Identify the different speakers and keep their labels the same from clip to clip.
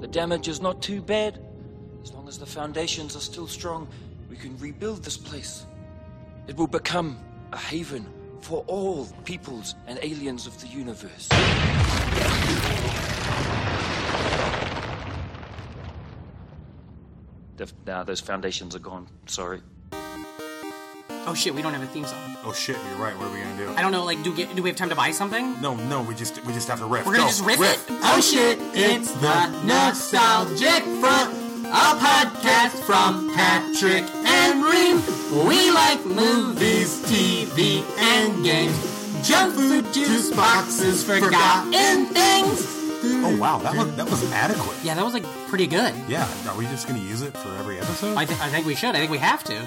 Speaker 1: The damage is not too bad. As long as the foundations are still strong, we can rebuild this place. It will become a haven for all peoples and aliens of the universe. They've- Nah, those foundations are gone. Sorry.
Speaker 2: Oh shit, we don't have a theme song.
Speaker 3: Oh shit, you're right. What are we gonna do?
Speaker 2: I don't know. Like, do get, do we have time to buy something?
Speaker 3: No, no, we just we just have to riff.
Speaker 2: We're gonna
Speaker 3: Go,
Speaker 2: just riff, it.
Speaker 3: Oh,
Speaker 2: shit!
Speaker 3: it's the Nostalgic
Speaker 2: Front, a podcast from Patrick and Reem. We like movies, TV, and games. Junk food, juice boxes, forgotten things.
Speaker 3: oh wow, that was that was adequate.
Speaker 2: Yeah, that was like pretty good.
Speaker 3: Yeah, are we just gonna use it for every episode?
Speaker 2: I, th- I think we should. I think we have to.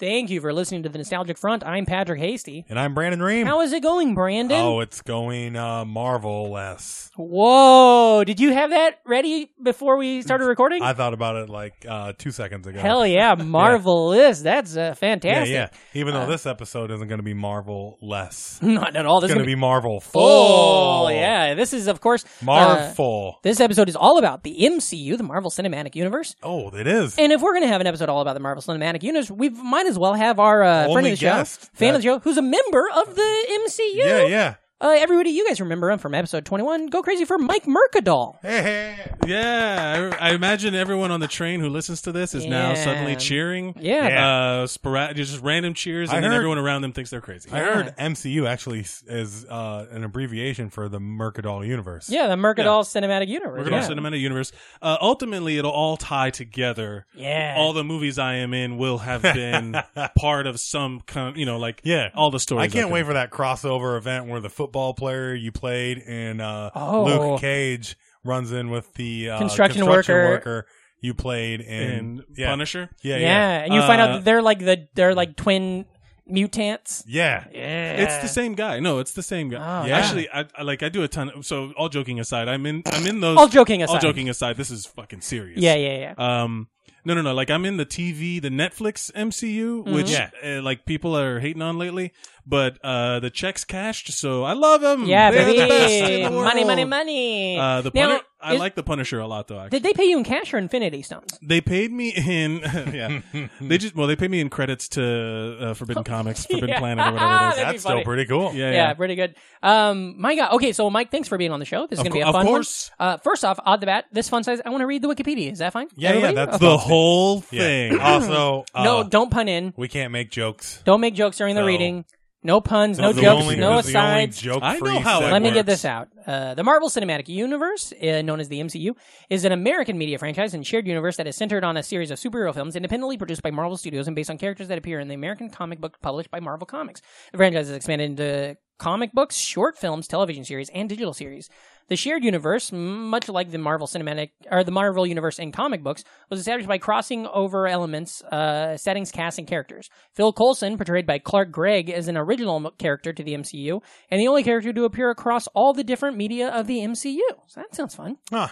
Speaker 4: Thank you for listening to the Nostalgic Front. I'm Patrick Hasty.
Speaker 5: And I'm Brandon Ream.
Speaker 4: How is it going, Brandon?
Speaker 5: oh, it's going uh, marvelous.
Speaker 4: Whoa! Did you have that ready before we started recording?
Speaker 5: I thought about it like uh, two seconds ago.
Speaker 4: Hell yeah, marvelous! That's uh,
Speaker 5: yeah,
Speaker 4: fantastic.
Speaker 5: yeah. Even though this episode isn't going to be marvel less,
Speaker 4: Not at all. This
Speaker 5: it's
Speaker 4: is
Speaker 5: going to be marvel
Speaker 4: full.
Speaker 5: full.
Speaker 4: Yeah, this is of course uh,
Speaker 5: marvel.
Speaker 4: this episode is all about the MCU, the Marvel Cinematic Universe.
Speaker 5: oh, it is.
Speaker 4: And if we're going to have an episode all about the Marvel Cinematic Universe, we might as well have our uh, friend
Speaker 5: Only
Speaker 4: of the show,
Speaker 5: guest
Speaker 4: fan of
Speaker 5: that-
Speaker 4: the show, who's a member of the MCU.
Speaker 5: yeah, yeah.
Speaker 4: Uh, everybody, you guys remember him from episode 21. Go crazy for Mike Mercadal.
Speaker 5: Hey, hey.
Speaker 6: Yeah, I, I imagine everyone on the train who listens to this is
Speaker 4: Yeah.
Speaker 6: now suddenly cheering.
Speaker 4: Yeah.
Speaker 6: Uh, sporadic, just random cheers,
Speaker 5: I
Speaker 6: and then
Speaker 5: heard-
Speaker 6: everyone around them thinks they're crazy.
Speaker 5: I heard MCU actually s- is uh, an abbreviation for the Mercadal universe.
Speaker 4: Yeah, the Mercadal Cinematic Universe.
Speaker 6: We're going
Speaker 4: yeah.
Speaker 6: to cinematic universe. Uh, ultimately, it'll all tie together.
Speaker 4: Yeah.
Speaker 6: all the movies I am in will have been part of some, com- you know, like
Speaker 5: Yeah.
Speaker 6: all the stories.
Speaker 5: I can't
Speaker 6: are
Speaker 5: wait for that crossover event where the football player you played and uh,
Speaker 4: Oh.
Speaker 5: Luke Cage runs in with the uh,
Speaker 4: Construction worker.
Speaker 5: worker. you played in
Speaker 6: in
Speaker 5: yeah.
Speaker 6: Punisher.
Speaker 5: Yeah,
Speaker 4: yeah.
Speaker 5: yeah,
Speaker 4: and you find out
Speaker 6: Uh,
Speaker 4: that they're like the they're like twin mutants.
Speaker 5: yeah.
Speaker 4: Yeah,
Speaker 6: It's the same guy. No, it's the same guy.
Speaker 4: Oh,
Speaker 5: Yeah.
Speaker 6: Actually, I, I like I do a ton. Of, so all joking aside, I'm in. I'm in those.
Speaker 4: All joking
Speaker 6: All
Speaker 4: aside.
Speaker 6: joking aside, this is fucking serious.
Speaker 4: Yeah, yeah, yeah.
Speaker 6: Um, no, no, no. Like I'm in the TV, the Netflix MCU,
Speaker 4: Mm-hmm.
Speaker 6: which
Speaker 5: Yeah.
Speaker 6: uh, like people are hating on lately. But uh, the checks cashed, so I love them.
Speaker 4: yeah,
Speaker 6: They're
Speaker 4: baby.
Speaker 6: The best in the
Speaker 4: money, money,
Speaker 6: world.
Speaker 4: money.
Speaker 6: Uh, the
Speaker 4: Now,
Speaker 6: Puni- I
Speaker 4: is-
Speaker 6: like the Punisher a lot though. Actually.
Speaker 4: Did they pay you in cash or Infinity Stones?
Speaker 6: They paid me in, yeah. They just well, they paid me in credits to uh, Forbidden Comics, Forbidden
Speaker 4: Oh, Yeah.
Speaker 6: Planet, or whatever it is.
Speaker 4: That'd be
Speaker 5: That's still
Speaker 4: funny.
Speaker 5: pretty cool.
Speaker 6: Yeah, yeah.
Speaker 4: yeah, pretty good. Um, my God. Okay, so Mike, thanks for being on the show. This is
Speaker 6: Of
Speaker 4: going to be a
Speaker 6: cou-
Speaker 4: fun
Speaker 6: of course.
Speaker 4: one. Uh, first off, odd the bat, this fun size. I want to read the Wikipedia. Is that fine?
Speaker 5: Yeah, yeah,
Speaker 4: Everybody?
Speaker 5: that's
Speaker 4: Okay.
Speaker 6: The whole
Speaker 5: Yeah.
Speaker 6: thing.
Speaker 5: Also, uh,
Speaker 4: no. Don't pun in.
Speaker 5: we can't make jokes.
Speaker 4: Don't make jokes during the
Speaker 5: So-
Speaker 4: reading. No puns. No
Speaker 5: This is the
Speaker 4: jokes.
Speaker 5: only-
Speaker 4: no
Speaker 5: this is the only
Speaker 4: asides.
Speaker 5: joke-free
Speaker 6: I know how it
Speaker 5: segment.
Speaker 4: Let me get
Speaker 6: works.
Speaker 4: this out. Uh, the Marvel Cinematic Universe, uh, known as the MCU, is an American media franchise and shared universe that is centered on a series of superhero films independently produced by Marvel Studios and based on characters that appear in the American comic book published by Marvel Comics. The franchise has expanded into comic books, short films, television series, and digital series. The shared universe, m- much like the Marvel Cinematic or the Marvel Universe in comic books, was established by crossing over elements, uh, settings, casts, and characters. Phil Coulson, portrayed by Clark Gregg, is an original m- character to the MCU and the only character to appear across all the different media of the MCU. So that sounds fun.
Speaker 5: Huh.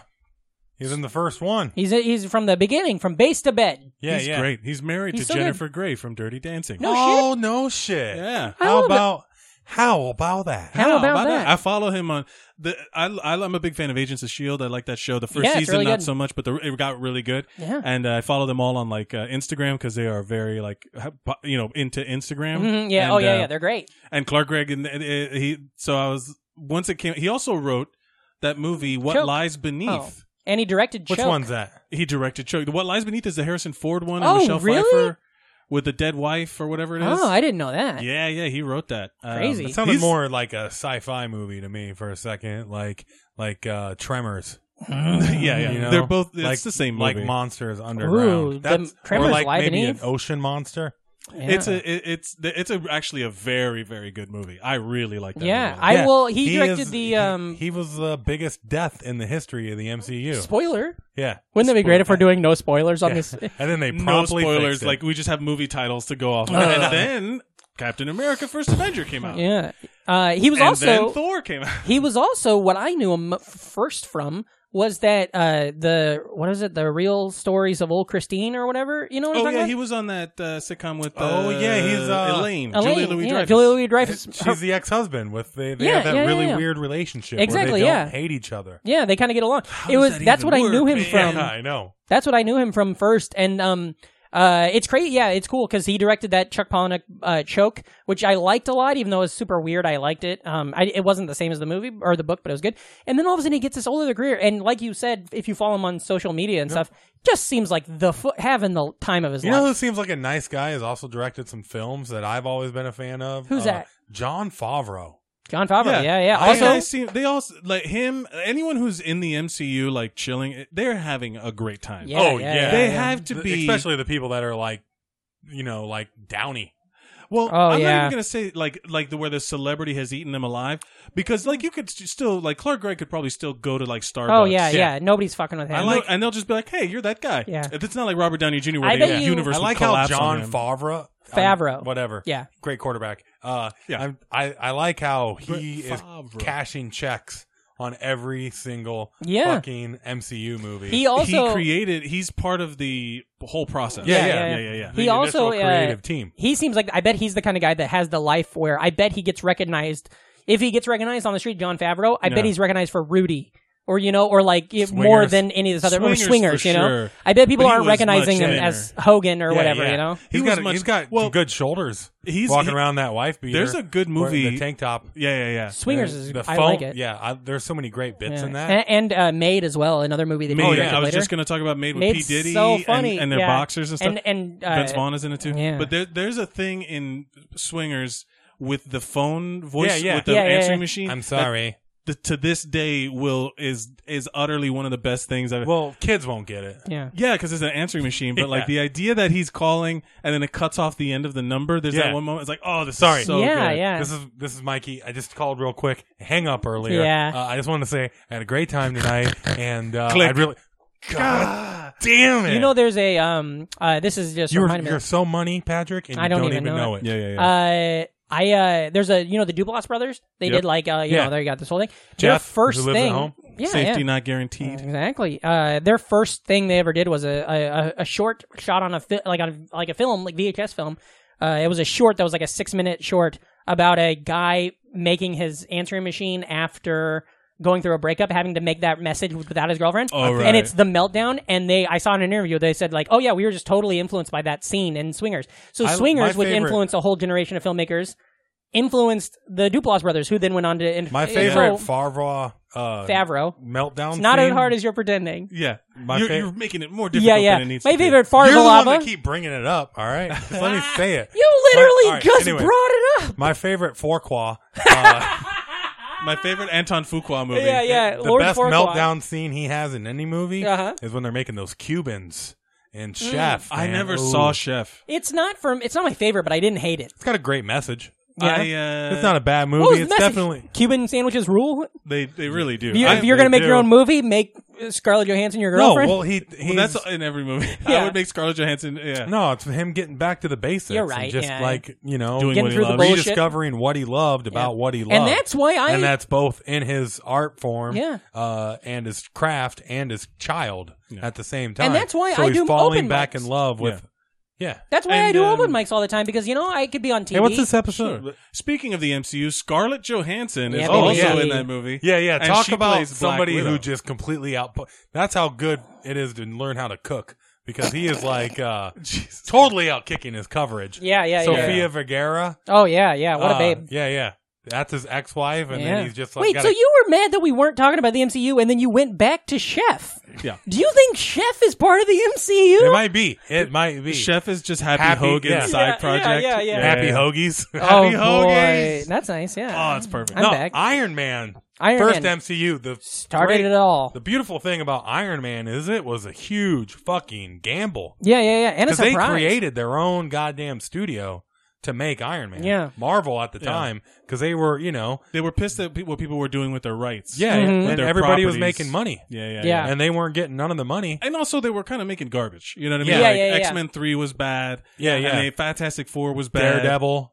Speaker 5: He's in the first one.
Speaker 4: He's he's from the beginning, from base to bed.
Speaker 5: Yeah,
Speaker 6: he's
Speaker 5: yeah.
Speaker 6: great. He's married
Speaker 4: He's
Speaker 6: to
Speaker 4: so good.
Speaker 6: Jennifer Grey from Dirty Dancing.
Speaker 4: No
Speaker 5: oh no shit.
Speaker 6: Yeah.
Speaker 4: I
Speaker 5: How
Speaker 4: love it.
Speaker 5: about how about that?
Speaker 4: How about that?
Speaker 6: I follow him on the. I, I am a big fan of Agents of Shield. I like that show. The first
Speaker 4: Yeah, it's
Speaker 6: season,
Speaker 4: really
Speaker 6: not
Speaker 4: good.
Speaker 6: so much, but the, it got really good.
Speaker 4: Yeah.
Speaker 6: And uh, I follow them all on like uh, Instagram because they are very like ha- po- you know into Instagram.
Speaker 4: Mhm, yeah.
Speaker 6: And,
Speaker 4: oh yeah,
Speaker 6: uh,
Speaker 4: yeah. They're great.
Speaker 6: and Clark Gregg and uh, he. So I was once it came. He also wrote that movie What
Speaker 4: Choke.
Speaker 6: Lies Beneath.
Speaker 4: Oh. And he directed
Speaker 5: Which
Speaker 4: Choke.
Speaker 5: one's that?
Speaker 6: He directed Choke. The What Lies Beneath is the Harrison Ford one.
Speaker 4: Oh,
Speaker 6: and Michelle
Speaker 4: really?
Speaker 6: Pfeiffer with the dead wife or whatever it is.
Speaker 4: Oh, I didn't know that.
Speaker 6: yeah, yeah, he wrote that. Um,
Speaker 4: Crazy.
Speaker 5: It sounded
Speaker 6: he's-
Speaker 5: more like a sci-fi movie to me for a second, like like uh Tremors.
Speaker 6: yeah, yeah.
Speaker 5: You know?
Speaker 6: They're both. It's
Speaker 5: like,
Speaker 6: the same
Speaker 5: like
Speaker 6: movie.
Speaker 5: monsters underground.
Speaker 4: the
Speaker 5: That's
Speaker 4: Tremors
Speaker 5: or like
Speaker 4: Live
Speaker 5: maybe
Speaker 4: and
Speaker 5: an
Speaker 4: Eve?
Speaker 5: ocean monster.
Speaker 4: Yeah.
Speaker 6: It's a it, it's the- it's a actually a very very good movie. I really like that.
Speaker 4: Yeah,
Speaker 6: movie.
Speaker 4: I will. He, directed
Speaker 5: is-
Speaker 4: the
Speaker 5: he-
Speaker 4: um.
Speaker 5: He, was the biggest death in the history of the MCU.
Speaker 4: spoiler.
Speaker 5: yeah,
Speaker 4: Wouldn't it be great if we're
Speaker 5: Spoiler.
Speaker 4: doing no spoilers on this?
Speaker 5: And then they
Speaker 6: no
Speaker 5: promptly
Speaker 6: spoilers.
Speaker 5: fixed it.
Speaker 6: Like we just have movie titles to go off,
Speaker 4: Uh.
Speaker 6: of. and then Captain America: First Avenger came out.
Speaker 4: yeah. Uh, he was
Speaker 6: and
Speaker 4: also
Speaker 6: then Thor came out.
Speaker 4: he was also what I knew him f- first from was that uh, the what is it? The real stories of old Christine or whatever. You know what I'm
Speaker 6: Oh
Speaker 4: talking
Speaker 6: yeah,
Speaker 4: about?
Speaker 6: he was on that uh, sitcom with.
Speaker 5: Oh,
Speaker 6: uh,
Speaker 5: yeah, he's, uh,
Speaker 6: Elaine. Julia
Speaker 4: Elaine,
Speaker 6: Louis
Speaker 4: yeah, Julia Louis-Dreyfus. her-
Speaker 5: She's the ex-husband with they, they
Speaker 4: Yeah,
Speaker 5: have that
Speaker 4: yeah, yeah,
Speaker 5: really
Speaker 4: yeah.
Speaker 5: weird relationship.
Speaker 4: Exactly,
Speaker 5: Where they
Speaker 4: yeah.
Speaker 5: Don't hate each other.
Speaker 4: yeah, they kind of get along. it
Speaker 6: does
Speaker 4: was
Speaker 6: that
Speaker 4: that's
Speaker 6: even
Speaker 4: what I knew
Speaker 6: work,
Speaker 4: him from.
Speaker 5: yeah, I know.
Speaker 4: That's what I knew him from first, and um, uh, it's crazy. Yeah, it's cool because he directed that Chuck Palahniuk uh, choke, which I liked a lot, even though it was super weird. I liked it. Um, I, it wasn't the same as the movie or the book, but it was good. And then all of a sudden, he gets this whole other career, and like you said, if you follow him on social media and stuff, just seems like the fo- having the time of his
Speaker 5: You
Speaker 4: life.
Speaker 5: know who seems like a nice guy has also directed some films that I've always been a fan of.
Speaker 4: Who's
Speaker 5: Uh,
Speaker 4: that?
Speaker 5: John Favreau.
Speaker 4: John Favreau. Yeah, yeah.
Speaker 6: I-
Speaker 4: Also,
Speaker 6: I see- they all like him. Anyone who's in the MCU, like chilling, they're having a great time.
Speaker 4: Yeah,
Speaker 5: oh
Speaker 4: yeah,
Speaker 5: yeah,
Speaker 4: yeah,
Speaker 6: They yeah. have to
Speaker 5: The-
Speaker 6: be-
Speaker 5: especially the people that are like, you know, like Downey.
Speaker 6: Well,
Speaker 4: Oh,
Speaker 6: I'm not
Speaker 4: yeah.
Speaker 6: even gonna say like like the where the celebrity has eaten them alive because like you could st- still like Clark Gregg could probably still go to like Starbucks.
Speaker 4: oh yeah, yeah,
Speaker 5: Yeah.
Speaker 4: Nobody's fucking with him.
Speaker 6: I like, and they'll just be like, "Hey, you're that guy."
Speaker 4: Yeah.
Speaker 6: it's not like Robert Downey Jr. where
Speaker 4: I
Speaker 6: the
Speaker 4: bet you-
Speaker 6: universe
Speaker 5: I
Speaker 6: would
Speaker 5: like how
Speaker 6: collapse on
Speaker 5: John
Speaker 6: him.
Speaker 5: Favreau, um,
Speaker 4: Favreau.
Speaker 5: whatever,
Speaker 4: Yeah.
Speaker 5: great quarterback. Uh,
Speaker 6: Yeah.
Speaker 5: I'm, I I like how he
Speaker 6: Brett
Speaker 5: is
Speaker 6: Favre.
Speaker 5: cashing checks on every single
Speaker 4: Yeah.
Speaker 5: fucking MCU movie.
Speaker 4: he also
Speaker 6: he created. He's part of the whole process.
Speaker 5: Yeah,
Speaker 6: yeah,
Speaker 5: yeah,
Speaker 6: yeah. yeah, yeah.
Speaker 5: The
Speaker 4: He also
Speaker 5: initial
Speaker 4: uh,
Speaker 5: creative team.
Speaker 4: He seems like I bet he's the kind of guy that has the life where I bet he gets recognized. If he gets recognized on the street, John Favreau, I bet
Speaker 6: Yeah.
Speaker 4: he's recognized for Rudy, or you know, or like if more
Speaker 5: Swingers.
Speaker 4: than any of this other or
Speaker 6: Swingers for
Speaker 4: swingers. You know,
Speaker 6: sure.
Speaker 4: I bet people
Speaker 6: But he
Speaker 4: aren't
Speaker 6: was
Speaker 4: recognizing
Speaker 6: much
Speaker 4: him
Speaker 6: thinner.
Speaker 4: as Hogan or
Speaker 5: Yeah,
Speaker 4: whatever.
Speaker 5: yeah.
Speaker 4: You know,
Speaker 5: he's
Speaker 6: He
Speaker 5: got
Speaker 6: was
Speaker 5: a-
Speaker 6: much-
Speaker 5: he's got
Speaker 6: well,
Speaker 5: good shoulders.
Speaker 6: he's-
Speaker 5: walking
Speaker 6: he-
Speaker 5: around that wife beater.
Speaker 6: There's a good
Speaker 5: wearing
Speaker 6: movie-
Speaker 5: the tank top.
Speaker 6: yeah, yeah, yeah.
Speaker 4: swingers is
Speaker 5: the
Speaker 4: I
Speaker 5: foam-
Speaker 4: like it.
Speaker 5: Yeah, I, there's so many great bits
Speaker 4: Yeah.
Speaker 5: in that.
Speaker 4: and, and uh, Made as well, another movie that he
Speaker 6: Made,
Speaker 4: directed
Speaker 6: Oh, I was
Speaker 4: later.
Speaker 6: just going to talk about Made with
Speaker 4: Made's
Speaker 6: P Diddy
Speaker 4: so
Speaker 6: and-
Speaker 4: funny,
Speaker 6: and, their
Speaker 4: yeah.
Speaker 6: boxers and stuff.
Speaker 4: And- and, uh,
Speaker 6: Vince Vaughn is in it too.
Speaker 4: yeah.
Speaker 6: But there, there's a thing in Swingers with the phone voice
Speaker 5: Yeah, yeah.
Speaker 6: with the
Speaker 4: Yeah, yeah,
Speaker 6: answering
Speaker 4: yeah.
Speaker 6: machine.
Speaker 5: I'm
Speaker 6: that
Speaker 5: sorry.
Speaker 6: the, to this day will is is utterly one of the best things I've.
Speaker 5: Well, kids won't get it.
Speaker 4: yeah.
Speaker 6: yeah, because it's an answering machine, but like
Speaker 5: Yeah.
Speaker 6: the idea that he's calling and then it cuts off the end of the number. There's
Speaker 5: Yeah.
Speaker 6: that one moment. It's like, oh, this
Speaker 5: Sorry.
Speaker 6: is so
Speaker 4: yeah,
Speaker 6: good.
Speaker 4: yeah.
Speaker 5: This is this is Mikey. I just called real quick. Hang up earlier.
Speaker 4: Yeah.
Speaker 5: Uh, I just wanted to say I had a great time tonight, and uh,
Speaker 6: Click.
Speaker 5: I really. God damn it!
Speaker 4: You know, there's a um. Uh, this is just
Speaker 5: you're,
Speaker 4: reminding me.
Speaker 5: you're so money, Patrick, and
Speaker 4: I
Speaker 5: you
Speaker 4: don't
Speaker 5: don't,
Speaker 4: even know
Speaker 5: it.
Speaker 6: Yeah, yeah, yeah.
Speaker 4: Uh, I uh, there's a you know the Duplass brothers. They
Speaker 6: Yep.
Speaker 4: did like uh, you
Speaker 5: Yeah.
Speaker 4: know they got this whole thing. their
Speaker 5: Jeff,
Speaker 4: first
Speaker 5: who lives at
Speaker 4: thing,
Speaker 5: home.
Speaker 4: yeah,
Speaker 6: Safety
Speaker 4: yeah.
Speaker 6: not guaranteed.
Speaker 4: exactly. Uh, their first thing they ever did was a a, a- a short shot on a fi- like on like a film like VHS film. Uh, it was a short that was like a six minute short about a guy making his answering machine after going through a breakup, having to make that message without his girlfriend.
Speaker 6: Oh, right.
Speaker 4: And it's the meltdown. And they, I saw in an interview, they said like, "Oh yeah, we were just totally influenced by that scene in Swingers." So
Speaker 5: I-
Speaker 4: Swingers,
Speaker 5: my
Speaker 4: which
Speaker 5: favorite-
Speaker 4: influenced a whole generation of filmmakers, influenced the Duplass brothers, who then went on to inf-
Speaker 5: My
Speaker 4: so,
Speaker 5: favorite Favreau uh,
Speaker 4: Favreau.
Speaker 5: meltdown.
Speaker 4: It's not as
Speaker 5: scene-
Speaker 4: hard as you're pretending.
Speaker 6: Yeah,
Speaker 5: My
Speaker 6: you're,
Speaker 5: fa-
Speaker 6: you're making it more
Speaker 4: Yeah,
Speaker 6: difficult
Speaker 4: yeah.
Speaker 6: than it needs
Speaker 4: My
Speaker 6: to be.
Speaker 4: favorite
Speaker 5: You're the one
Speaker 4: Farvalava.
Speaker 5: that keep bringing it up. All right, just let me say it.
Speaker 4: You literally
Speaker 5: All right,
Speaker 4: just
Speaker 5: anyway.
Speaker 4: brought it up.
Speaker 5: My favorite Fourqua. Uh,
Speaker 6: My favorite Anton Fuqua movie.
Speaker 4: Yeah, yeah.
Speaker 5: the
Speaker 4: Lord
Speaker 5: best
Speaker 4: Farquaad.
Speaker 5: meltdown scene he has in any movie
Speaker 4: Uh-huh. Mm.
Speaker 5: is when they're making those Cubans and Chef.
Speaker 6: I
Speaker 5: man.
Speaker 6: never
Speaker 5: Ooh.
Speaker 6: saw Chef.
Speaker 4: It's not from. It's not my favorite, but I didn't hate it.
Speaker 5: It's got a great message.
Speaker 6: I, uh,
Speaker 5: It's not a bad
Speaker 4: What was
Speaker 5: movie.
Speaker 4: the
Speaker 5: It's
Speaker 4: message?
Speaker 5: definitely
Speaker 4: Cuban sandwiches rule.
Speaker 6: They they really do.
Speaker 4: If, you,
Speaker 6: I-
Speaker 4: if you're gonna
Speaker 5: they
Speaker 4: make your
Speaker 5: do.
Speaker 4: own movie, make uh, Scarlett Johansson your
Speaker 5: no.
Speaker 4: girlfriend.
Speaker 5: Well, he he's,
Speaker 6: well, that's in every movie.
Speaker 4: Yeah.
Speaker 6: I would make Scarlett Johansson. Yeah.
Speaker 5: no. It's him getting back to the basics.
Speaker 4: You're
Speaker 5: and
Speaker 4: right,
Speaker 5: just
Speaker 4: yeah.
Speaker 5: like you know,
Speaker 6: Doing
Speaker 4: Getting
Speaker 6: what he
Speaker 4: through the
Speaker 6: loves.
Speaker 4: bullshit.
Speaker 5: rediscovering what he loved about
Speaker 4: Yeah.
Speaker 5: what he loved,
Speaker 4: and that's why I.
Speaker 5: and that's both in his art form,
Speaker 4: Yeah.
Speaker 5: uh, and his craft and his child at the same time.
Speaker 4: that's why
Speaker 5: so
Speaker 4: I
Speaker 5: he's
Speaker 4: do
Speaker 5: falling
Speaker 4: open
Speaker 5: back
Speaker 4: mics.
Speaker 5: in love with. Yeah.
Speaker 4: that's why I
Speaker 6: and,
Speaker 4: do
Speaker 6: um,
Speaker 4: open mics all the time because you know I could be on TV.
Speaker 5: Hey, what's this episode?
Speaker 6: Sure. Speaking of the MCU, Scarlett Johansson
Speaker 4: Yeah,
Speaker 6: is
Speaker 4: baby.
Speaker 6: also
Speaker 5: Yeah.
Speaker 6: in that movie.
Speaker 5: Yeah, yeah.
Speaker 6: And
Speaker 5: Talk
Speaker 6: she
Speaker 5: about
Speaker 6: plays Black
Speaker 5: somebody
Speaker 6: Widow.
Speaker 5: who just completely output. That's how good it is to learn how to cook because he is like uh, totally outkicking his coverage.
Speaker 4: Yeah, yeah,
Speaker 5: Sofia
Speaker 4: yeah.
Speaker 5: Vergara.
Speaker 4: Oh yeah, yeah. What a
Speaker 5: uh,
Speaker 4: babe.
Speaker 5: Yeah, yeah. That's his ex-wife, and
Speaker 4: Yeah.
Speaker 5: then he's just like,
Speaker 4: Wait,
Speaker 5: gotta-
Speaker 4: so you were mad that we weren't talking about the MCU, and then you went back to Chef.
Speaker 6: Yeah.
Speaker 4: Do you think Chef is part of the
Speaker 5: it
Speaker 4: MCU?
Speaker 5: might be, it might be.
Speaker 6: Chef is just Happy,
Speaker 5: Happy-
Speaker 6: Hogan's
Speaker 5: yeah.
Speaker 6: side
Speaker 4: Yeah, yeah,
Speaker 6: project.
Speaker 4: yeah, yeah.
Speaker 5: Happy Hoagies.
Speaker 4: oh
Speaker 5: Happy
Speaker 4: boy,
Speaker 5: Hoagies. Ah,
Speaker 4: that's nice. Yeah.
Speaker 6: Oh, it's perfect.
Speaker 4: I'm
Speaker 5: no,
Speaker 4: back.
Speaker 5: Iron Man.
Speaker 4: Iron
Speaker 5: First
Speaker 4: Man
Speaker 5: MCU. The
Speaker 4: started
Speaker 5: great-
Speaker 4: it all.
Speaker 5: The beautiful thing about Iron Man is it was a huge fucking gamble.
Speaker 4: yeah, yeah, yeah. And a
Speaker 5: because they
Speaker 4: surprise.
Speaker 5: created their own goddamn studio to make Iron Man.
Speaker 4: Yeah.
Speaker 5: Marvel at the time because they were, you know,
Speaker 6: They were pissed at pe- what people were doing with their rights.
Speaker 5: yeah,
Speaker 4: Mm-hmm.
Speaker 5: Mm-hmm.
Speaker 6: With
Speaker 5: and
Speaker 6: their
Speaker 5: everybody was
Speaker 6: properties.
Speaker 5: making money,
Speaker 6: Yeah, yeah,
Speaker 4: Yeah.
Speaker 6: yeah.
Speaker 5: and they weren't getting none of the money.
Speaker 6: And also, they were kind of making garbage. You know what I mean?
Speaker 5: Yeah.
Speaker 6: like
Speaker 4: Yeah, yeah, yeah.
Speaker 6: X Men Three was bad.
Speaker 5: Yeah, yeah.
Speaker 6: And they, Fantastic Four was bad.
Speaker 5: Daredevil,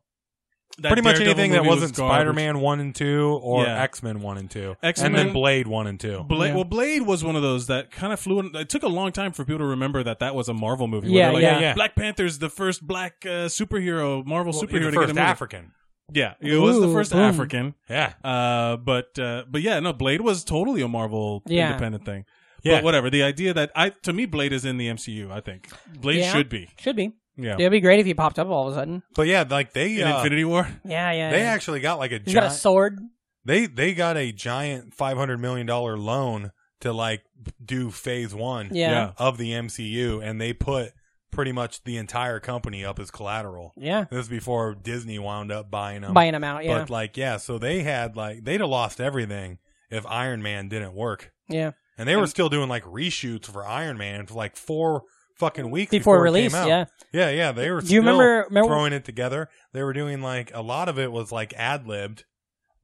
Speaker 6: that
Speaker 5: pretty much
Speaker 6: Daredevil
Speaker 5: anything that
Speaker 6: movie was
Speaker 5: wasn't
Speaker 6: garbage.
Speaker 5: Spider-Man one and two or
Speaker 6: Yeah.
Speaker 5: X-Men one and two, and
Speaker 6: X-Men-
Speaker 5: then Blade one and two.
Speaker 6: Blade,
Speaker 4: Yeah.
Speaker 6: Well, Blade was one of those that kind of flew. In, it took a long time for people to remember that that was a Marvel movie. where
Speaker 4: Yeah,
Speaker 6: they're like,
Speaker 4: yeah.
Speaker 5: Yeah.
Speaker 6: Black Panther's the first black uh, superhero, Marvel
Speaker 5: Well,
Speaker 6: superhero
Speaker 5: the
Speaker 6: to get a
Speaker 5: first
Speaker 6: movie.
Speaker 5: African.
Speaker 6: Yeah, it was the
Speaker 4: Ooh,
Speaker 6: first
Speaker 4: boom.
Speaker 6: African.
Speaker 5: Yeah,
Speaker 6: Uh, but uh, but yeah, no, Blade was totally a Marvel
Speaker 4: Yeah.
Speaker 6: independent thing.
Speaker 5: Yeah.
Speaker 6: But whatever. The idea that I to me, Blade is in the MCU. I think Blade
Speaker 4: Yeah.
Speaker 6: should be.
Speaker 4: Should be.
Speaker 6: Yeah.
Speaker 4: It'd be great if he popped up all of a sudden.
Speaker 5: but yeah, like they
Speaker 6: In
Speaker 5: uh,
Speaker 6: Infinity War.
Speaker 4: Yeah, yeah.
Speaker 5: they
Speaker 4: yeah.
Speaker 5: actually got like a
Speaker 4: He's
Speaker 5: giant,
Speaker 4: got a sword.
Speaker 5: they they got a giant five hundred million dollar loan to like do Phase One
Speaker 4: Yeah.
Speaker 5: of the MCU, and they put pretty much the entire company up as collateral.
Speaker 4: Yeah.
Speaker 5: This is before Disney wound up buying them.
Speaker 4: Buying him out. Yeah.
Speaker 5: Um, But like, yeah, so they had like they'd have lost everything if Iron Man didn't work,
Speaker 4: yeah.
Speaker 5: and they were still doing like reshoots for Iron Man for like four fucking weeks
Speaker 4: Before,
Speaker 5: before, it
Speaker 4: release.
Speaker 5: came out.
Speaker 4: Yeah.
Speaker 5: yeah, yeah. They were.
Speaker 4: Do you
Speaker 5: still
Speaker 4: remember- remember-
Speaker 5: throwing it together? They were doing like a lot of it was like ad libbed,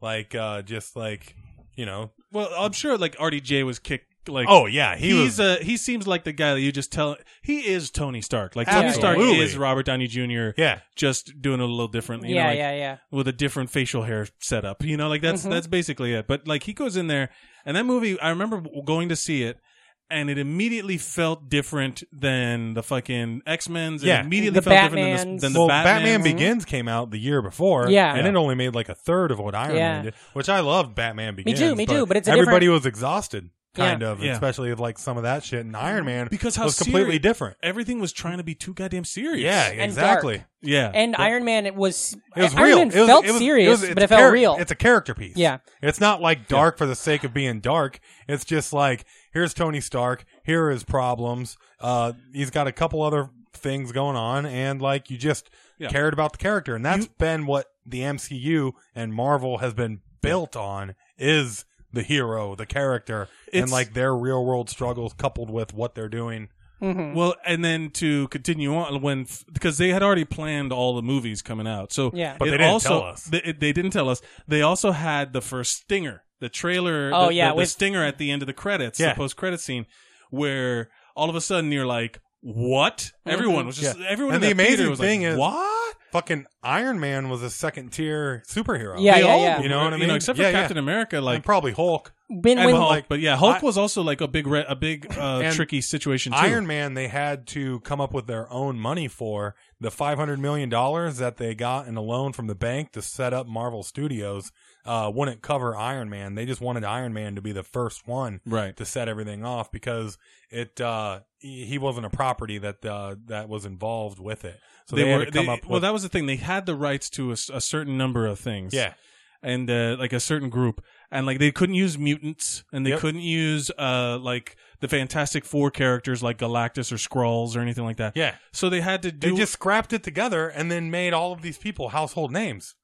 Speaker 5: like uh just like you know.
Speaker 6: Well, I'm sure like RDJ was kicked. Like
Speaker 5: Oh yeah, he
Speaker 6: he's
Speaker 5: was.
Speaker 6: a he seems like the guy that you just tell he is Tony Stark. Like Tony
Speaker 5: Absolutely.
Speaker 6: Stark is Robert Downey Jr.
Speaker 5: yeah,
Speaker 6: just doing it a little differently. you
Speaker 4: yeah,
Speaker 6: know, like,
Speaker 4: yeah, yeah.
Speaker 6: With a different facial hair setup, you know, like that's
Speaker 4: Mhm.
Speaker 6: that's basically it. But like he goes in there, and that movie, I remember w- going to see it, and it immediately felt different than the fucking X Men's.
Speaker 5: Yeah.
Speaker 6: it immediately
Speaker 4: The
Speaker 6: felt different than
Speaker 4: Batmans.
Speaker 6: the, than the
Speaker 5: well, Batman
Speaker 6: Batman's.
Speaker 5: Begins came out the year before,
Speaker 4: Yeah.
Speaker 5: and it only made like a third of what Iron
Speaker 4: Yeah.
Speaker 5: Man did, which I loved. Batman Begins,
Speaker 4: too, me too, but it's a
Speaker 5: everybody was exhausted, kind of,
Speaker 6: Yeah.
Speaker 5: especially of like some of that shit. And Iron Man
Speaker 6: Because how
Speaker 5: was completely
Speaker 6: serious-
Speaker 5: different.
Speaker 6: Everything was trying to be too goddamn serious.
Speaker 5: Yeah,
Speaker 4: And
Speaker 5: exactly.
Speaker 4: dark.
Speaker 6: yeah.
Speaker 4: And Iron Man it was,
Speaker 5: uh, It was
Speaker 4: Iron
Speaker 5: real.
Speaker 4: Man
Speaker 5: it was,
Speaker 4: felt
Speaker 5: it was-
Speaker 4: serious,
Speaker 5: it was- it's
Speaker 4: but
Speaker 5: a
Speaker 4: it felt
Speaker 5: char-
Speaker 4: real.
Speaker 5: It's a character piece.
Speaker 4: Yeah.
Speaker 5: it's not like dark for the sake of being dark. It's just like here's Tony Stark. Here are his problems. Uh, he's got a couple other things going on, and like you just
Speaker 6: Yeah.
Speaker 5: cared about the character, and that's been what the MCU and Marvel has been built on is the hero, the character, and
Speaker 6: It's-
Speaker 5: like their real world struggles coupled with what they're doing.
Speaker 4: Mm-hmm.
Speaker 6: Well, and then to continue on when because they had already planned all the movies coming out, so
Speaker 4: Yeah.
Speaker 5: But
Speaker 6: it
Speaker 5: they didn't
Speaker 6: also,
Speaker 5: tell us.
Speaker 6: They, they didn't tell us. They also had the first stinger, the trailer.
Speaker 4: Oh,
Speaker 6: the,
Speaker 4: yeah,
Speaker 6: the, the
Speaker 4: with-
Speaker 6: stinger at the end of the credits,
Speaker 5: Yeah.
Speaker 6: the post credit scene, where all of a sudden you're like, "What?"
Speaker 4: Mm-hmm.
Speaker 6: Everyone was just
Speaker 5: Yeah.
Speaker 6: everyone.
Speaker 5: And
Speaker 6: in
Speaker 5: the
Speaker 6: that theater
Speaker 5: amazing
Speaker 6: was
Speaker 5: thing
Speaker 6: like,
Speaker 5: is-
Speaker 6: "What?"
Speaker 5: Fucking Iron Man was a second tier superhero.
Speaker 4: Yeah,
Speaker 6: They
Speaker 4: yeah,
Speaker 6: all
Speaker 4: yeah.
Speaker 5: You know what I
Speaker 6: You
Speaker 5: mean?
Speaker 6: know, except
Speaker 5: Yeah,
Speaker 6: for
Speaker 5: yeah.
Speaker 6: Captain America, like.
Speaker 5: and probably Hulk.
Speaker 4: Been
Speaker 6: and
Speaker 4: when
Speaker 6: Hulk,
Speaker 5: like,
Speaker 6: but yeah, Hulk
Speaker 5: I-
Speaker 6: was also like a big, re- a big, uh,
Speaker 5: And
Speaker 6: tricky situation too.
Speaker 5: Iron Man, they had to come up with their own money for the five hundred million dollars that they got in a loan from the bank to set up Marvel Studios. Uh, wouldn't cover Iron Man. They just wanted Iron Man to be the first one
Speaker 6: right?
Speaker 5: to set everything off because it uh, he he wasn't a property that uh, that was involved with it. So they, had to come
Speaker 6: they-
Speaker 5: up with
Speaker 6: well, that was the thing. They had the rights to a, s- a certain number of things.
Speaker 5: yeah
Speaker 6: and uh, like a certain group and like they couldn't use mutants and they
Speaker 5: Yep.
Speaker 6: couldn't use uh like the fantastic four characters like galactus or Skrulls or anything like that
Speaker 5: yeah.
Speaker 6: so they had to do
Speaker 5: They just scrapped it together and then made all of these people household names.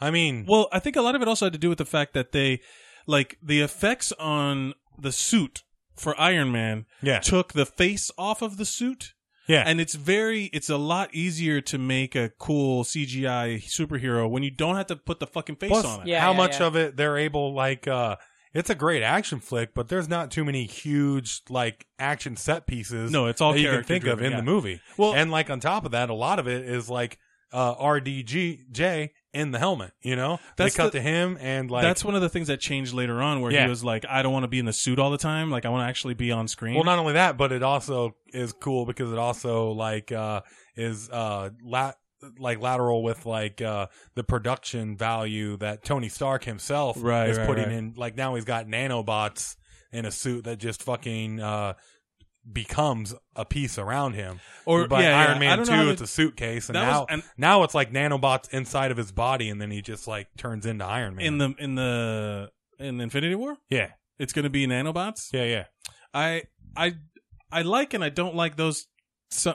Speaker 5: I mean,
Speaker 6: well i think a lot of it also had to do with the fact that they like the effects on the suit for iron man
Speaker 5: yeah,
Speaker 6: took the face off of the suit
Speaker 5: yeah,
Speaker 6: and it's very it's a lot easier to make a cool cgi superhero when you don't have to put the fucking face
Speaker 5: Plus,
Speaker 6: on it
Speaker 4: Yeah,
Speaker 5: how
Speaker 4: yeah,
Speaker 5: much
Speaker 4: yeah.
Speaker 5: of it they're able like uh it's a great action flick, but there's not too many huge like action set pieces.
Speaker 6: No, it's all
Speaker 5: that you can
Speaker 6: character
Speaker 5: think of
Speaker 6: driven,
Speaker 5: in
Speaker 6: yeah.
Speaker 5: the movie.
Speaker 6: Well-
Speaker 5: and like on top of that, a lot of it is like uh RDGJ in the helmet. You know,
Speaker 6: That's
Speaker 5: they cut
Speaker 6: the-
Speaker 5: to him and like
Speaker 6: that's one of the things that changed later on where
Speaker 5: Yeah.
Speaker 6: he was like i don't want to be in the suit all the time like i want to actually be on screen
Speaker 5: Well, not only that, but it also is cool because it also like uh is uh lat like lateral with like uh the production value that Tony Stark himself
Speaker 6: Right,
Speaker 5: is
Speaker 6: right,
Speaker 5: putting
Speaker 6: right.
Speaker 5: in. Like now he's got nanobots in a suit that just fucking uh becomes a piece around him.
Speaker 6: Or-
Speaker 5: by
Speaker 6: yeah, yeah.
Speaker 5: Iron
Speaker 6: I
Speaker 5: Man
Speaker 6: don't
Speaker 5: Two,
Speaker 6: know how
Speaker 5: it's
Speaker 6: to-
Speaker 5: a suitcase, and
Speaker 6: That was-
Speaker 5: now
Speaker 6: and-
Speaker 5: now it's like nanobots inside of his body, and then he just like turns into Iron Man.
Speaker 6: in the in the in infinity war
Speaker 5: yeah,
Speaker 6: it's going to be nanobots
Speaker 5: yeah, yeah.
Speaker 6: i i i like and i don't like those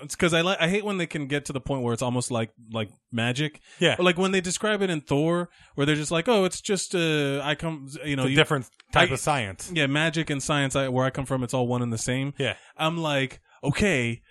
Speaker 6: because I like I hate when they can get to the point where it's almost like like magic,
Speaker 5: Yeah.
Speaker 6: Or like when they describe it in Thor, where they're just like, "Oh, it's just uh, I come, you know,
Speaker 5: It's a
Speaker 6: you-
Speaker 5: different type
Speaker 6: I-
Speaker 5: of science.
Speaker 6: yeah, magic and science. I, where I come from, it's all one and the same."
Speaker 5: Yeah.
Speaker 6: I'm like, okay,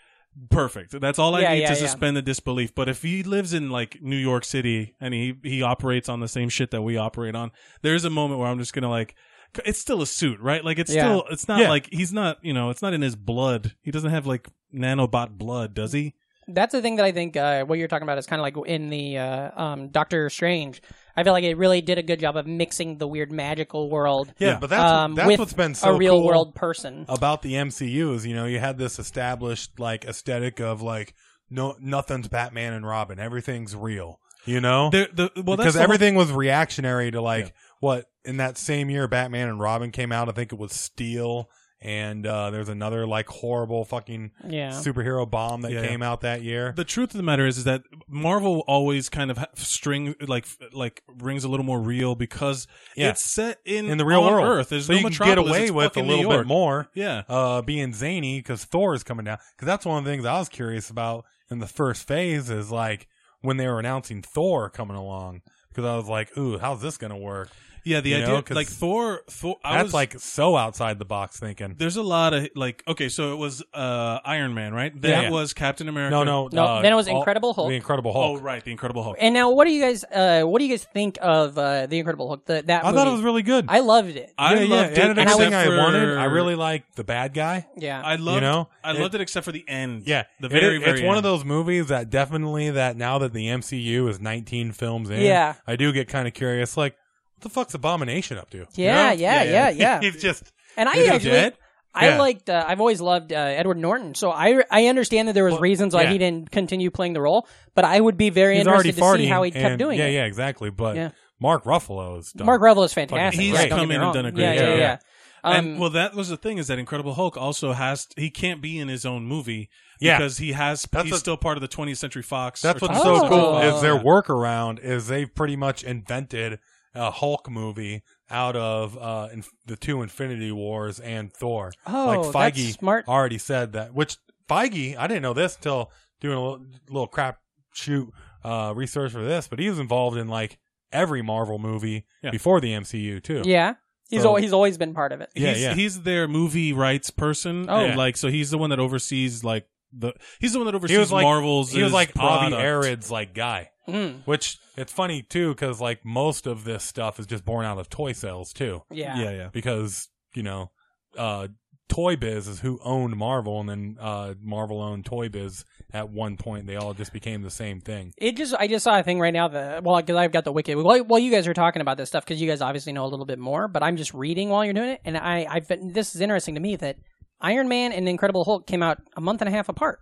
Speaker 6: perfect. That's all I
Speaker 4: Yeah,
Speaker 6: need
Speaker 4: yeah, yeah.
Speaker 6: to suspend the disbelief. But if he lives in like New York City and he he operates on the same shit that we operate on, there's a moment where I'm just gonna like. c- It's still a suit, right? Like it's
Speaker 4: Yeah.
Speaker 6: still it's not
Speaker 5: Yeah.
Speaker 6: like he's not you know it's not in his blood. He doesn't have like nanobot blood, does he?
Speaker 4: that's the thing that I think uh, what you're talking about is kind of like in the uh, um, Doctor Strange. I feel like it really did a good job of mixing the weird magical world.
Speaker 5: Yeah,
Speaker 4: um,
Speaker 5: but that's- that's
Speaker 4: with
Speaker 5: what's been so
Speaker 4: a real
Speaker 5: cool.
Speaker 4: world person.
Speaker 5: about the MCU is, you know, you had this established like aesthetic of like no nothing's Batman and Robin, everything's real, you know,
Speaker 6: There- the- well, that's
Speaker 5: because
Speaker 6: the whole-
Speaker 5: everything was reactionary to like what in that same year Batman and Robin came out. I think it was Steel, and uh, there's another like horrible fucking
Speaker 4: Yeah.
Speaker 5: superhero bomb that
Speaker 6: Yeah,
Speaker 5: came out that year.
Speaker 6: the truth of the matter is, is that Marvel always kind of ha- string like like rings a little more real because
Speaker 5: Yeah.
Speaker 6: it's set in
Speaker 5: in the real
Speaker 6: on
Speaker 5: world,
Speaker 6: Earth, there's
Speaker 5: so
Speaker 6: no
Speaker 5: you can get
Speaker 6: Metropolis,
Speaker 5: away
Speaker 6: it's
Speaker 5: with a
Speaker 6: fucking
Speaker 5: little
Speaker 6: New York.
Speaker 5: bit more.
Speaker 6: Yeah,
Speaker 5: uh, being zany because Thor is coming down. Because that's one of the things I was curious about in the first phase is like when they were announcing Thor coming along. Because I was like, ooh, how's this going to work?
Speaker 6: yeah. The
Speaker 5: You
Speaker 6: idea,
Speaker 5: know, 'cause
Speaker 6: like Thor, Thor. I
Speaker 5: that's
Speaker 6: was,
Speaker 5: like so outside the box thinking.
Speaker 6: there's a lot of like. Okay, so it was uh Iron Man, right? That
Speaker 5: Yeah.
Speaker 6: was Captain America.
Speaker 5: No, no,
Speaker 4: No,
Speaker 5: uh,
Speaker 4: then it was
Speaker 5: all-
Speaker 4: Incredible Hulk.
Speaker 5: The Incredible
Speaker 6: Oh,
Speaker 5: Hulk.
Speaker 6: right, the Incredible Hulk.
Speaker 4: And now, what do you guys? Uh, what do you guys think of uh, the Incredible Hulk? The, that
Speaker 5: I thought it
Speaker 4: movie?
Speaker 5: was really good.
Speaker 4: I loved it.
Speaker 6: I
Speaker 5: yeah,
Speaker 6: loved
Speaker 5: yeah,
Speaker 6: it.
Speaker 5: and everything
Speaker 6: except
Speaker 5: I wanted.
Speaker 6: for-
Speaker 5: I really liked the bad guy.
Speaker 4: yeah,
Speaker 6: I loved.
Speaker 5: know,
Speaker 6: I
Speaker 5: it-
Speaker 6: loved it except for the end.
Speaker 5: Yeah,
Speaker 6: the
Speaker 5: It-
Speaker 6: very,
Speaker 5: it-
Speaker 6: very.
Speaker 5: It's one of
Speaker 6: end.
Speaker 5: those movies that definitely that now that the MCU is 19 films in,
Speaker 4: Yeah.
Speaker 5: I do get kind of curious. Like, what the fuck's Abomination up to?
Speaker 4: yeah,
Speaker 5: You know?
Speaker 4: yeah, yeah, yeah,
Speaker 5: He's just
Speaker 4: And I
Speaker 5: Is he
Speaker 4: actually,
Speaker 5: dead?
Speaker 4: I
Speaker 5: Yeah.
Speaker 4: liked. Uh, I've always loved uh, Edward Norton, so I I understand that there was reasons why
Speaker 5: yeah.
Speaker 4: he didn't continue playing the role, but I would be very
Speaker 5: he's already
Speaker 4: interested to see
Speaker 5: farting.
Speaker 4: how he kept
Speaker 5: and-
Speaker 4: doing
Speaker 5: yeah,
Speaker 4: it.
Speaker 5: Yeah, exactly. But
Speaker 4: Yeah.
Speaker 5: Mark Ruffalo's done.
Speaker 4: Mark Ruffalo is fantastic.
Speaker 5: He's
Speaker 4: yeah, don't
Speaker 6: come
Speaker 4: get me
Speaker 6: in and
Speaker 4: wrong.
Speaker 6: done a great
Speaker 4: yeah, Yeah,
Speaker 5: job.
Speaker 4: yeah. Um,
Speaker 6: and well, that was the thing is that Incredible Hulk also has he can't be in his own movie
Speaker 5: Yeah.
Speaker 6: because he has
Speaker 5: That's
Speaker 6: he's
Speaker 5: what-
Speaker 6: still part of the 20th Century Fox.
Speaker 5: That's
Speaker 6: or
Speaker 5: what's
Speaker 6: 20th
Speaker 5: so
Speaker 6: Century
Speaker 5: cool
Speaker 6: Fox.
Speaker 5: is their workaround is they've pretty much invented a Hulk movie out of uh, in, the two Infinity Wars and Thor.
Speaker 4: Oh,
Speaker 5: like
Speaker 4: that's
Speaker 5: Feige
Speaker 4: smart.
Speaker 5: already said that. Which Feige, I didn't know this until doing a little, little crap shoot uh, research for this, but he was involved in like every Marvel movie
Speaker 6: Yeah.
Speaker 5: before the MCU too.
Speaker 4: yeah, he's
Speaker 5: So-
Speaker 4: al- he's always been part of it.
Speaker 5: Yeah,
Speaker 6: he's,
Speaker 5: yeah.
Speaker 6: he's their movie rights person.
Speaker 4: Oh.
Speaker 6: and, like so he's the one that oversees like the he's the one that oversees
Speaker 5: He was like
Speaker 6: Marvel's.
Speaker 5: He was like
Speaker 6: product.
Speaker 5: Robbie Arid's like guy.
Speaker 4: Mm,
Speaker 5: Which it's funny too, because like most of this stuff is just born out of toy sales too,
Speaker 4: yeah.
Speaker 6: Yeah, yeah.
Speaker 5: because you know, uh, Toy Biz is who owned Marvel, and then uh, Marvel owned Toy Biz at one point. They all just became the same thing.
Speaker 4: It just I just saw a thing right now that well because I've got the wiki while, while you guys are talking about this stuff because you guys obviously know a little bit more but I'm just reading while you're doing it and I I've been, this is interesting to me that Iron Man and Incredible Hulk came out a month and a half apart.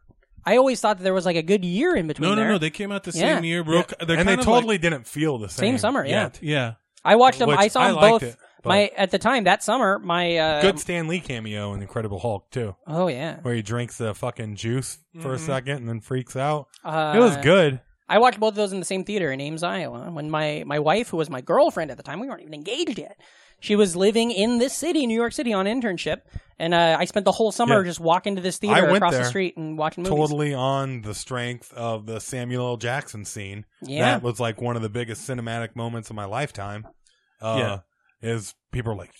Speaker 4: I always thought that there was like a good year in between.
Speaker 6: No, no,
Speaker 4: there.
Speaker 6: no. They came out the
Speaker 4: Yeah.
Speaker 6: same year. Bro,
Speaker 5: and
Speaker 6: They're
Speaker 5: they
Speaker 6: kind of, like-
Speaker 5: totally didn't feel the same.
Speaker 4: Same summer, yeah.
Speaker 6: yeah.
Speaker 4: I watched them.
Speaker 5: Which
Speaker 4: I saw
Speaker 5: I
Speaker 4: them
Speaker 5: liked
Speaker 4: both.
Speaker 5: it, but-
Speaker 4: my at the time that summer, my uh,
Speaker 5: Good Stan Lee cameo in Incredible Hulk too,
Speaker 4: Oh yeah,
Speaker 5: where he drinks the fucking juice for a
Speaker 6: Mhm.
Speaker 5: second and then freaks out.
Speaker 4: uh,
Speaker 5: it was good.
Speaker 4: I watched both of those in the same theater in Ames, Iowa. When my my wife, who was my girlfriend at the time, we weren't even engaged yet. She was living in this city, New York City, on internship, and uh, I spent the whole summer
Speaker 5: Yeah.
Speaker 4: just walking to this
Speaker 5: I
Speaker 4: theater
Speaker 5: went
Speaker 4: across the
Speaker 5: there.
Speaker 4: street and watching movies.
Speaker 5: totally on the strength of the Samuel L. Jackson scene.
Speaker 4: Yeah.
Speaker 5: That was like one of the biggest cinematic moments of my lifetime. Uh, Is people are like,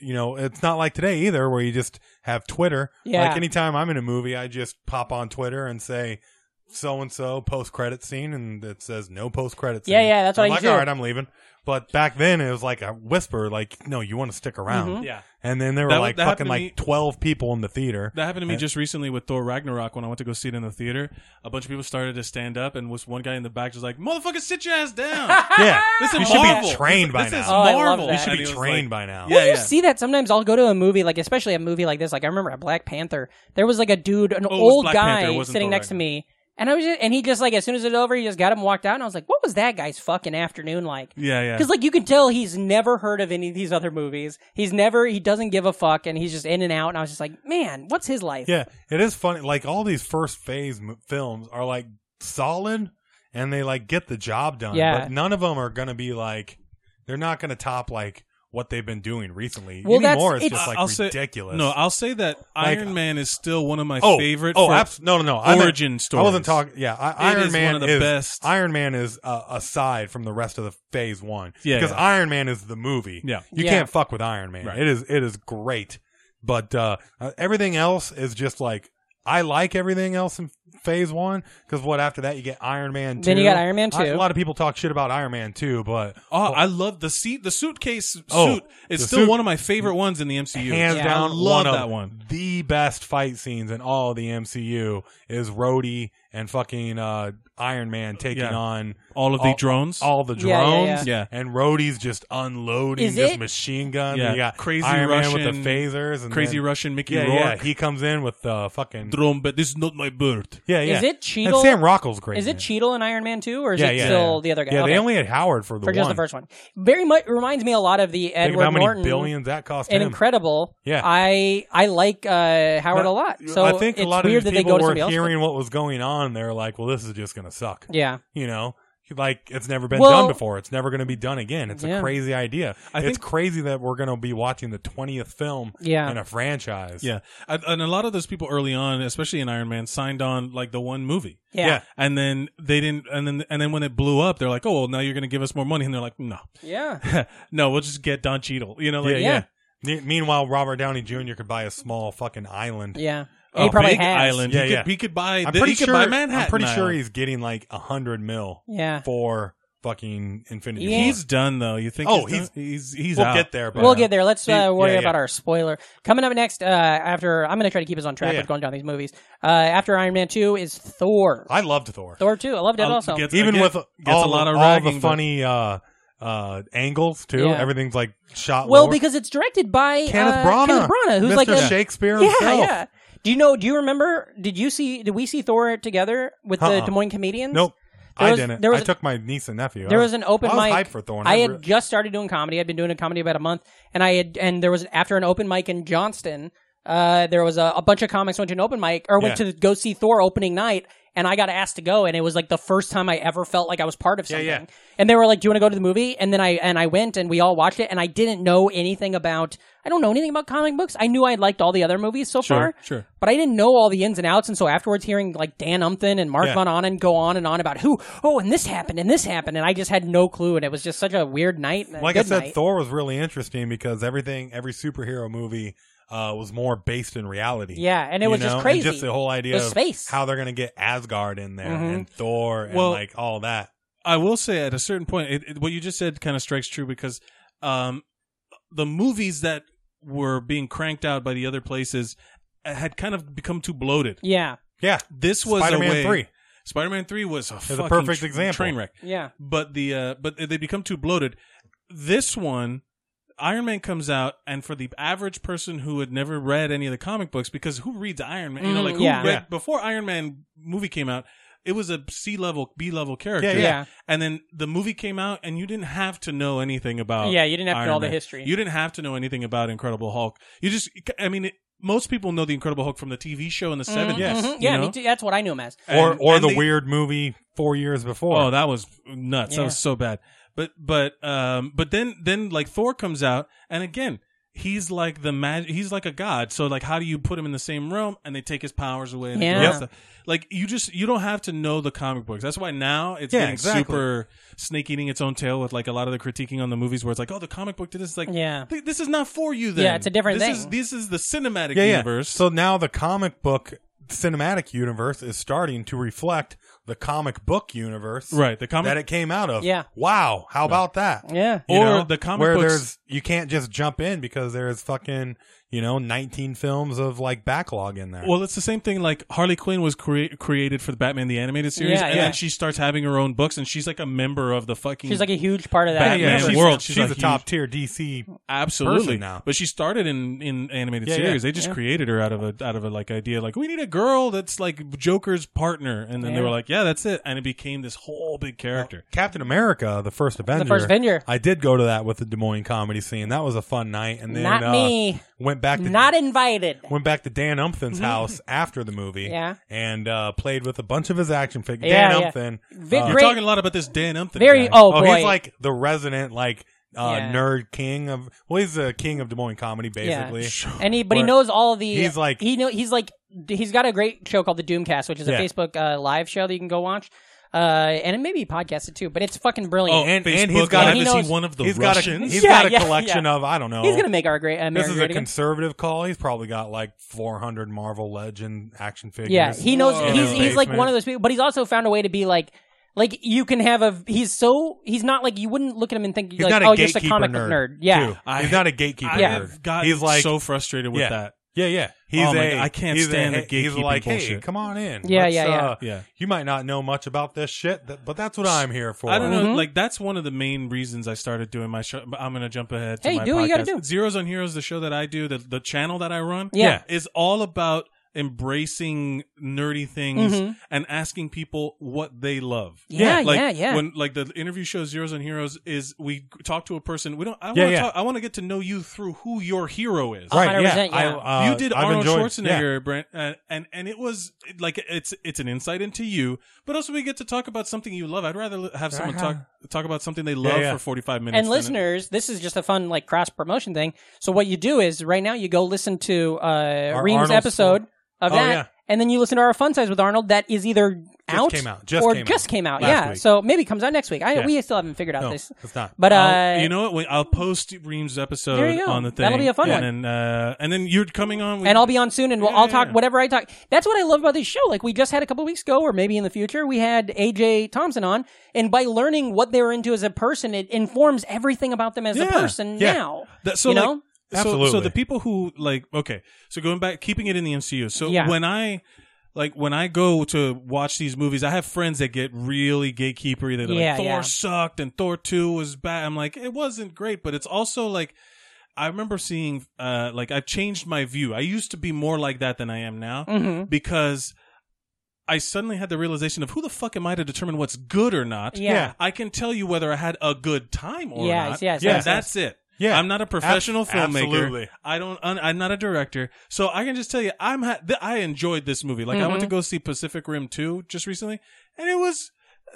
Speaker 5: you know, it's not like today either where you just have Twitter.
Speaker 4: Yeah.
Speaker 5: Like anytime I'm in a movie, I just pop on Twitter and say, so and so post credit scene, and it says no post credit scene.
Speaker 4: Yeah, yeah, that's what
Speaker 5: I'm
Speaker 4: I
Speaker 5: like,
Speaker 4: do.
Speaker 5: all right, I'm leaving. But back then it was like a whisper, like, no, you want to stick around.
Speaker 4: Mhm.
Speaker 6: Yeah.
Speaker 5: And then there were
Speaker 6: That-
Speaker 5: like
Speaker 6: that
Speaker 5: fucking
Speaker 6: happened to
Speaker 5: like
Speaker 6: me-
Speaker 5: 12 people in the theater.
Speaker 6: That happened to me just recently with Thor Ragnarok when I went to go see it in the theater. A bunch of people started to stand up, and was one guy in the back just like, "Motherfucker, sit your ass down."
Speaker 5: yeah.
Speaker 6: This is
Speaker 5: you should
Speaker 6: Marvel.
Speaker 5: be trained by
Speaker 6: this
Speaker 5: now.
Speaker 6: Is
Speaker 4: Oh, I love
Speaker 6: Marvel.
Speaker 4: that. You should
Speaker 5: should
Speaker 6: And
Speaker 5: be
Speaker 6: he was
Speaker 5: trained
Speaker 6: like-
Speaker 5: by now.
Speaker 6: Yeah,
Speaker 4: you
Speaker 6: yeah.
Speaker 4: see that sometimes I'll go to a movie like especially a movie like this like I remember at Black Panther there was like a dude an
Speaker 6: Oh, it was
Speaker 4: old
Speaker 6: Black
Speaker 4: guy
Speaker 6: Panther, it wasn't
Speaker 4: sitting
Speaker 6: Thor
Speaker 4: next to me and I was just, and he just like as soon as it was over he just got up and walked out and I was like what was that guy's fucking afternoon like
Speaker 6: Yeah, yeah.
Speaker 4: Because like you can tell he's never heard of any of these other movies. He's never he doesn't give a fuck, and he's just in and out. And I was just like, man, what's his life?
Speaker 5: Yeah, it is funny. Like all these first phase m- films are like solid, and they like get the job done.
Speaker 4: Yeah.
Speaker 5: but none of them are gonna be like they're not gonna top like what they've been doing recently.
Speaker 4: Well, that's-
Speaker 5: Anymore, it's
Speaker 4: it's-
Speaker 5: just like
Speaker 6: I'll say-
Speaker 5: ridiculous.
Speaker 6: No, I'll say that
Speaker 5: Like,
Speaker 6: Iron Man is still one of my
Speaker 5: oh,
Speaker 6: favorite.
Speaker 5: Oh,
Speaker 6: for-
Speaker 5: abs- no, no, no. I meant-
Speaker 6: origin
Speaker 5: I wasn't
Speaker 6: stories.
Speaker 5: talking. Yeah, I,
Speaker 6: It
Speaker 5: Iron
Speaker 6: is
Speaker 5: Man
Speaker 6: one of the
Speaker 5: is
Speaker 6: best.
Speaker 5: Iron Man is uh, aside from the rest of the Phase One.
Speaker 6: Yeah,
Speaker 5: because
Speaker 6: yeah.
Speaker 5: Iron Man is the movie.
Speaker 6: Yeah.
Speaker 5: you
Speaker 4: Yeah.
Speaker 5: can't fuck with Iron Man.
Speaker 6: Right.
Speaker 5: It is it is great, but uh, uh, everything else is just like I like everything else in phase one because what after that you get Iron Man. 2.
Speaker 4: Then you got Iron Man
Speaker 5: I-
Speaker 4: 2.
Speaker 5: A lot of people talk shit about Iron Man two, but
Speaker 6: Oh, I love the seat. The suitcase suit
Speaker 5: Oh,
Speaker 6: is
Speaker 5: the
Speaker 6: still
Speaker 5: suit-
Speaker 6: one of my favorite ones in the MCU.
Speaker 5: hands
Speaker 4: Yeah.
Speaker 5: down,
Speaker 6: I love
Speaker 5: one of
Speaker 6: that one.
Speaker 5: the best fight scenes in all the MCU is Rhodey and fucking uh, Iron Man taking
Speaker 6: Yeah.
Speaker 5: on
Speaker 6: All of the
Speaker 5: all-
Speaker 6: drones.
Speaker 5: all the
Speaker 4: Yeah, yeah,
Speaker 5: drones.
Speaker 4: yeah.
Speaker 6: Yeah.
Speaker 5: and Rhodey's just unloading
Speaker 4: Is
Speaker 5: this
Speaker 4: it-
Speaker 5: machine gun.
Speaker 6: Yeah.
Speaker 5: you got
Speaker 6: Crazy
Speaker 5: Iron Man
Speaker 6: Russian-
Speaker 5: with the phasers and
Speaker 6: crazy
Speaker 5: then-
Speaker 6: Russian Mickey
Speaker 5: Yeah,
Speaker 6: Rourke.
Speaker 5: yeah, he comes in with the fucking
Speaker 6: drone, but this is not my bird.
Speaker 5: yeah, yeah.
Speaker 4: Is it
Speaker 5: And
Speaker 4: Cheadle?
Speaker 5: Sam Rockwell's great.
Speaker 4: Is
Speaker 5: in
Speaker 4: it Cheadle in Iron Man 2 or is
Speaker 5: Yeah,
Speaker 4: it
Speaker 5: yeah,
Speaker 4: still
Speaker 5: yeah.
Speaker 4: the other guy?
Speaker 5: Yeah,
Speaker 4: Okay.
Speaker 5: they only had Howard for the
Speaker 4: for
Speaker 5: one.
Speaker 4: just the first one. Very much reminds me a lot of the
Speaker 5: Think
Speaker 4: Edward
Speaker 5: about how many
Speaker 4: Norton
Speaker 5: billions that cost
Speaker 4: and
Speaker 5: him.
Speaker 4: Incredible.
Speaker 5: Yeah.
Speaker 4: I I like uh, Howard
Speaker 5: But
Speaker 4: a lot. So
Speaker 5: I think
Speaker 4: it's
Speaker 5: a lot
Speaker 4: weird
Speaker 5: of these
Speaker 4: that they
Speaker 5: people
Speaker 4: go to
Speaker 5: were
Speaker 4: somebody else.
Speaker 5: hearing what was going on. They're like, "Well, this is just gonna suck."
Speaker 4: yeah,
Speaker 5: You know, like it's never been
Speaker 4: Well-
Speaker 5: done before. It's never gonna be done again. It's
Speaker 4: Yeah.
Speaker 5: a crazy idea.
Speaker 6: I
Speaker 5: it's
Speaker 6: think-
Speaker 5: crazy that we're gonna be watching the twentieth film
Speaker 4: Yeah.
Speaker 5: in a franchise.
Speaker 6: Yeah, and and a lot of those people early on, especially in Iron Man, signed on like the one movie.
Speaker 4: yeah,
Speaker 5: Yeah.
Speaker 4: yeah,
Speaker 6: And then they didn't, and then and then when it blew up, they're like, "Oh, well, now you're going to give us more money," and they're like, "No, no, we'll just get Don Cheadle." You know, like
Speaker 5: Yeah,
Speaker 4: yeah.
Speaker 5: Me- Meanwhile, Robert Downey Jr. could buy a small fucking island.
Speaker 4: yeah.
Speaker 6: a
Speaker 4: he probably
Speaker 6: "Oh, big
Speaker 4: has.
Speaker 6: island.
Speaker 5: Yeah,
Speaker 6: he,
Speaker 5: yeah.
Speaker 6: Could, he could buy.
Speaker 5: I'm
Speaker 6: th-
Speaker 5: pretty
Speaker 6: he could
Speaker 5: sure.
Speaker 6: buy Manhattan.
Speaker 5: I'm pretty sure
Speaker 6: Island.
Speaker 5: he's getting like a hundred mil
Speaker 4: Yeah.
Speaker 5: for fucking Infinity
Speaker 4: Yeah.
Speaker 5: War.
Speaker 6: He's done though. You think?
Speaker 5: Oh,
Speaker 6: he's done? he's he's
Speaker 5: we'll
Speaker 6: out.
Speaker 5: get there. But
Speaker 4: We'll get there. Let's
Speaker 5: Yeah,
Speaker 4: uh, worry
Speaker 5: yeah.
Speaker 4: about our spoiler coming up next. Uh, after I'm going to try to keep us on track
Speaker 5: Yeah, yeah.
Speaker 4: with going down these movies. Uh, after Iron Man two is Thor.
Speaker 5: I loved Thor.
Speaker 4: Thor two. I loved it
Speaker 6: I'll-
Speaker 4: also.
Speaker 6: gets-
Speaker 5: even
Speaker 6: again,
Speaker 5: with
Speaker 6: gets
Speaker 5: all,
Speaker 6: a lot of
Speaker 5: all
Speaker 6: ragging,
Speaker 5: the
Speaker 6: but-
Speaker 5: funny uh, uh, angles too.
Speaker 4: Yeah.
Speaker 5: Everything's like shot.
Speaker 4: well,
Speaker 5: lower.
Speaker 4: because it's directed by
Speaker 5: Kenneth
Speaker 4: uh,
Speaker 5: Branagh,
Speaker 4: Kenneth Branagh, who's
Speaker 5: Mr.
Speaker 4: like a
Speaker 5: Shakespeare
Speaker 4: yeah,
Speaker 5: himself.
Speaker 4: yeah. Do you know? Do you remember? Did you see? Did we see Thor together with the
Speaker 5: Uh-uh.
Speaker 4: Des Moines comedians?
Speaker 5: Nope,
Speaker 4: There
Speaker 5: I
Speaker 4: was-
Speaker 5: didn't.
Speaker 4: there was
Speaker 5: I
Speaker 4: a-
Speaker 5: took my niece and nephew.
Speaker 4: There
Speaker 5: I
Speaker 4: was an open
Speaker 5: I was
Speaker 4: mic.
Speaker 5: hyped for Thor. and
Speaker 4: I had
Speaker 5: re-
Speaker 4: just started doing comedy. I'd been doing a comedy about a month, and I had and there was after an open mic in Johnston. Uh, there was a, a bunch of comics went to an open mic or went
Speaker 5: Yeah.
Speaker 4: to go see Thor opening night, and I got asked to go, and it was like the first time I ever felt like I was part of something.
Speaker 5: yeah.
Speaker 4: And they were like, "Do you want to go to the movie?" And then I and I went, and we all watched it, and I didn't know anything about. I don't know anything about comic books. I knew I liked all the other movies so
Speaker 6: Sure,
Speaker 4: far,
Speaker 6: sure.
Speaker 4: but I didn't know all the ins and outs. And so afterwards, hearing like Dan Umpton and Mark
Speaker 5: Yeah.
Speaker 4: Von Onen go on and on about who, oh, and this happened and this happened, and I just had no clue, and it was just such a weird night. and a
Speaker 5: like I
Speaker 4: good
Speaker 5: said,
Speaker 4: night.
Speaker 5: Thor was really interesting because everything, every superhero movie. Uh, was more based in reality.
Speaker 4: Yeah, and it
Speaker 5: you
Speaker 4: was just
Speaker 5: know? And
Speaker 4: crazy.
Speaker 5: just the whole idea
Speaker 4: The
Speaker 5: of
Speaker 4: space.
Speaker 5: how they're going to get Asgard in there
Speaker 4: Mhm.
Speaker 5: and Thor and
Speaker 6: Well-
Speaker 5: like all that.
Speaker 6: I will say at a certain point, it, it- what you just said kind of strikes true because um, the movies that were being cranked out by the other places uh, had kind of become too bloated.
Speaker 4: yeah,
Speaker 5: Yeah,
Speaker 6: This was
Speaker 5: Spider-Man
Speaker 6: a way,
Speaker 5: 3.
Speaker 6: Spider-Man three was a,
Speaker 5: a
Speaker 6: fucking
Speaker 5: perfect
Speaker 6: tr-
Speaker 5: example.
Speaker 6: train wreck.
Speaker 4: yeah,
Speaker 6: But the uh, but they become too bloated. This one, Iron Man comes out, and for the average person who had never read any of the comic books, because who reads Iron Man? You know,
Speaker 4: Mm,
Speaker 6: like who
Speaker 4: yeah.
Speaker 6: read
Speaker 5: Yeah.
Speaker 6: before Iron Man movie came out. It was a C level, B level character.
Speaker 5: Yeah.
Speaker 4: yeah,
Speaker 6: And then the movie came out, and you didn't have to know anything about.
Speaker 4: Yeah, you didn't have to know
Speaker 6: Iron
Speaker 4: all the
Speaker 6: Man.
Speaker 4: history.
Speaker 6: You didn't have to know anything about Incredible Hulk. You just, I mean, it, most people know the Incredible Hulk from the TV show in the 70s
Speaker 5: Yes.
Speaker 4: Mhm,
Speaker 6: you
Speaker 4: yeah.
Speaker 6: know?
Speaker 4: Me too. That's what I knew him as.
Speaker 5: or
Speaker 6: And-
Speaker 5: or
Speaker 6: and
Speaker 5: the
Speaker 6: they-
Speaker 5: weird movie four years before.
Speaker 6: Oh, that was nuts.
Speaker 4: Yeah.
Speaker 6: That was so bad. But but um but then then like Thor comes out, and again he's like the mag- he's like a god. So like how do you put him in the same room and they take his powers away? And they do all
Speaker 4: Yeah.
Speaker 6: that stuff. Like you just you don't have to know the comic books. That's why now it's
Speaker 5: Yeah,
Speaker 6: getting
Speaker 5: exactly.
Speaker 6: super snake eating its own tail with like a lot of the critiquing on the movies where it's like oh the comic book did this like
Speaker 4: Yeah.
Speaker 6: th- this is not for you then
Speaker 4: Yeah, it's a different
Speaker 6: this
Speaker 4: thing.
Speaker 6: is, this is the cinematic
Speaker 5: yeah,
Speaker 6: universe.
Speaker 5: Yeah. So now the comic book cinematic universe is starting to reflect the comic book universe,
Speaker 6: right the comic
Speaker 5: That it came out of.
Speaker 4: Yeah.
Speaker 5: Wow. How about that?
Speaker 4: Yeah,
Speaker 5: You
Speaker 6: Or
Speaker 5: know,
Speaker 6: the comic
Speaker 5: where
Speaker 6: books-
Speaker 5: there's you can't just jump in because there's fucking you know 19 films of like backlog in there.
Speaker 6: Well, it's the same thing. Like Harley Quinn was crea- created for the Batman the animated series,
Speaker 4: Yeah,
Speaker 6: and
Speaker 4: yeah.
Speaker 6: then she starts having her own books, and she's like a member of the fucking.
Speaker 4: she's like a huge part of that.
Speaker 5: Yeah,
Speaker 6: Batman
Speaker 5: yeah,
Speaker 6: Batman's
Speaker 5: she's,
Speaker 6: world,
Speaker 5: She's,
Speaker 6: she's a
Speaker 5: a
Speaker 6: huge-
Speaker 5: top tier DC.
Speaker 6: absolutely
Speaker 5: person now.
Speaker 6: But she started in in animated
Speaker 5: Yeah, yeah.
Speaker 6: series. They just created her out of a out of a like idea. Like we need a girl that's like Joker's partner, and then they
Speaker 4: Yeah.
Speaker 6: were like, yeah, that's it, and it became this whole big character.
Speaker 5: Captain America, the first Avenger.
Speaker 4: first Avenger.
Speaker 5: I did go to that with the Des Moines comedy scene. That was a fun night. And then
Speaker 4: Not
Speaker 5: uh,
Speaker 4: me.
Speaker 5: Went back to
Speaker 4: Not invited.
Speaker 5: went back to Dan Umpthin's house after the movie
Speaker 4: Mm-hmm. Yeah.
Speaker 5: and uh, played with a bunch of his action figures.
Speaker 4: Yeah,
Speaker 5: Dan
Speaker 4: yeah.
Speaker 5: Umpthin.
Speaker 4: Vi-
Speaker 5: uh,
Speaker 6: You're
Speaker 4: Great-
Speaker 6: talking a lot about this Dan Umpton.
Speaker 4: Very-
Speaker 6: guy.
Speaker 4: oh,
Speaker 5: oh,
Speaker 4: boy.
Speaker 5: he's like the resident, like, uh,
Speaker 4: Yeah.
Speaker 5: nerd king of. Well, he's the king of Des Moines comedy,
Speaker 4: Yeah.
Speaker 5: basically.
Speaker 4: And he, but he
Speaker 5: Where-
Speaker 4: knows all of the.
Speaker 5: He's like-
Speaker 4: he know he's like he's got a great show called the Doomcast, which is a
Speaker 5: Yeah.
Speaker 4: Facebook uh, live show that you can go watch. uh, and it may be podcasted too. But it's fucking brilliant.
Speaker 6: Oh,
Speaker 5: and- and
Speaker 6: Facebook
Speaker 5: he's got-
Speaker 6: Live,
Speaker 4: he
Speaker 6: is
Speaker 4: knows-
Speaker 6: he one of the
Speaker 5: He's got a,
Speaker 6: Russians?
Speaker 5: he's
Speaker 4: Yeah,
Speaker 5: got a
Speaker 4: yeah,
Speaker 5: collection
Speaker 4: yeah.
Speaker 5: of I don't know.
Speaker 4: He's gonna make our great uh,
Speaker 5: Oh, this
Speaker 4: America
Speaker 5: is
Speaker 4: great
Speaker 5: a
Speaker 4: again.
Speaker 5: conservative call. He's probably got like 400 Marvel Legend action figures.
Speaker 4: Yeah, he knows.
Speaker 5: in
Speaker 4: He's
Speaker 5: his
Speaker 4: he's like
Speaker 5: basement.
Speaker 4: one of those people, but he's also found a way to be like. Like you can have a he's so he's not like you wouldn't look at him and think
Speaker 5: He's
Speaker 4: like
Speaker 5: not a
Speaker 4: oh you're
Speaker 5: gatekeeper
Speaker 4: just a comic book
Speaker 5: nerd.
Speaker 4: nerd yeah
Speaker 5: too. he's not a gatekeeper
Speaker 6: I
Speaker 4: Yeah.
Speaker 6: have
Speaker 5: nerd.
Speaker 6: gotten
Speaker 5: He's like
Speaker 6: so frustrated with
Speaker 5: Yeah.
Speaker 6: that.
Speaker 5: yeah, yeah. He's
Speaker 6: Oh my
Speaker 5: a
Speaker 6: God, I can't
Speaker 5: he's
Speaker 6: stand
Speaker 5: a,
Speaker 6: the
Speaker 5: He's
Speaker 6: gatekeeping
Speaker 5: like, hey,
Speaker 6: bullshit.
Speaker 5: come on in.
Speaker 4: Yeah,
Speaker 5: Let's,
Speaker 4: yeah, yeah.
Speaker 5: uh,
Speaker 6: Yeah.
Speaker 5: You might not know much about this shit, that, but that's what I'm here for.
Speaker 6: I don't
Speaker 4: Mm-hmm.
Speaker 6: know. Like that's one of the main reasons I started doing my show. But I'm gonna jump ahead. To
Speaker 4: Hey,
Speaker 6: my
Speaker 4: do what you gotta
Speaker 6: podcast.
Speaker 4: do.
Speaker 6: Zeros on Heroes, the show that I do, the the channel that I run,
Speaker 4: Yeah.
Speaker 6: is all about embracing nerdy things
Speaker 4: Mhm.
Speaker 6: and asking people what they love.
Speaker 4: Yeah,
Speaker 6: like,
Speaker 4: yeah, yeah.
Speaker 6: When like the interview show Zeros on Heroes is we talk to a person. We don't. I want
Speaker 5: Yeah,
Speaker 6: to
Speaker 5: yeah.
Speaker 6: talk. I want to get to know you through who your hero is.
Speaker 5: Right,
Speaker 4: 100%,
Speaker 5: yeah.
Speaker 4: yeah.
Speaker 5: I, uh,
Speaker 6: you did
Speaker 5: I've
Speaker 6: Arnold
Speaker 5: enjoyed-
Speaker 6: Schwarzenegger, Brent, and, and and it was like it's it's an insight into you, but also we get to talk about something you love. I'd rather have someone talk talk about something they love
Speaker 5: Uh-huh. yeah.
Speaker 6: for forty five minutes.
Speaker 4: and
Speaker 6: than-
Speaker 4: listeners this is just a fun like cross promotion thing so what you do is right now you go listen to uh
Speaker 5: Our
Speaker 4: Reem's
Speaker 5: Arnold's-
Speaker 4: episode of
Speaker 5: Oh,
Speaker 4: that
Speaker 5: yeah.
Speaker 4: and then you listen to our fun size with Arnold that is either
Speaker 5: Just
Speaker 4: out,
Speaker 5: came out. Just
Speaker 4: or
Speaker 5: came out.
Speaker 4: just came out
Speaker 5: Last
Speaker 4: yeah
Speaker 5: week.
Speaker 4: so maybe it comes out next week I
Speaker 5: Yeah.
Speaker 4: we still haven't figured out
Speaker 5: No,
Speaker 4: this
Speaker 5: it's not.
Speaker 4: but uh
Speaker 6: I'll- you know what? Wait, I'll post Reem's episode
Speaker 4: There you go.
Speaker 6: on the thing.
Speaker 4: That'll be a fun
Speaker 6: and
Speaker 4: one.
Speaker 6: Then, uh, and then you're coming on. with-
Speaker 4: and I'll be on soon, and we'll,
Speaker 6: Yeah,
Speaker 4: I'll
Speaker 6: yeah,
Speaker 4: talk
Speaker 6: yeah.
Speaker 4: whatever I talk. That's what I love about this show. Like we just had a couple weeks ago, or maybe in the future, we had AJ Thompson on, and by learning what they were into as a person, it informs everything about them as a
Speaker 6: Yeah,
Speaker 4: person
Speaker 5: yeah.
Speaker 4: now.
Speaker 6: That- so
Speaker 4: you
Speaker 6: like,
Speaker 4: know,
Speaker 6: so- So,
Speaker 5: Absolutely.
Speaker 6: the people who like okay, so going back, keeping it in the MCU. So
Speaker 4: Yeah.
Speaker 6: when I like when I go to watch these movies, I have friends that get really gatekeepery. They're
Speaker 4: Yeah,
Speaker 6: like, Thor
Speaker 4: yeah.
Speaker 6: sucked and Thor two was bad. I'm like, it wasn't great, but it's also like. I remember seeing, uh, like, I've changed my view. I used to be more like that than I am now
Speaker 4: Mm-hmm.
Speaker 6: because I suddenly had the realization of who the fuck am I to determine what's good or not?
Speaker 4: Yeah. Yeah.
Speaker 6: I can tell you whether I had a good time or
Speaker 4: Yes,
Speaker 6: not.
Speaker 4: yes,
Speaker 6: Yeah,
Speaker 4: yes,
Speaker 6: that's it.
Speaker 5: Yeah.
Speaker 6: I'm not a professional
Speaker 5: Abs-
Speaker 6: filmmaker.
Speaker 5: absolutely.
Speaker 6: I don't. Un, I'm not a director, so I can just tell you, I'm. Ha- th- I enjoyed this movie. Like I went
Speaker 4: Mm-hmm.
Speaker 6: to go see Pacific Rim 2 just recently, and it was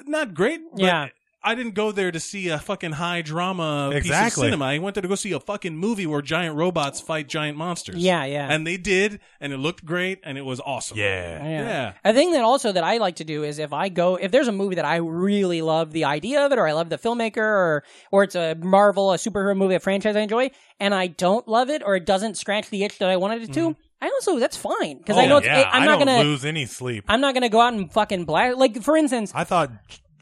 Speaker 6: not great. But
Speaker 4: Yeah.
Speaker 6: I didn't go there to see a fucking high drama piece of
Speaker 5: Exactly.
Speaker 6: cinema. I went there to go see a fucking movie where giant robots fight giant monsters.
Speaker 4: Yeah, yeah.
Speaker 6: And they did, and it looked great, and it was awesome.
Speaker 5: Yeah.
Speaker 6: Yeah.
Speaker 4: A thing that also that I like to do is if I go if there's a movie that I really love the idea of it or I love the filmmaker or or it's a Marvel a superhero movie a franchise I enjoy and I don't love it or it doesn't scratch the itch that I wanted it to I also that's fine because I know it's,
Speaker 5: Mm-hmm. Oh, yeah,
Speaker 4: I'm
Speaker 5: I
Speaker 4: not
Speaker 5: don't
Speaker 4: gonna
Speaker 5: lose any sleep.
Speaker 4: I'm not gonna go out and fucking black like for instance
Speaker 5: I thought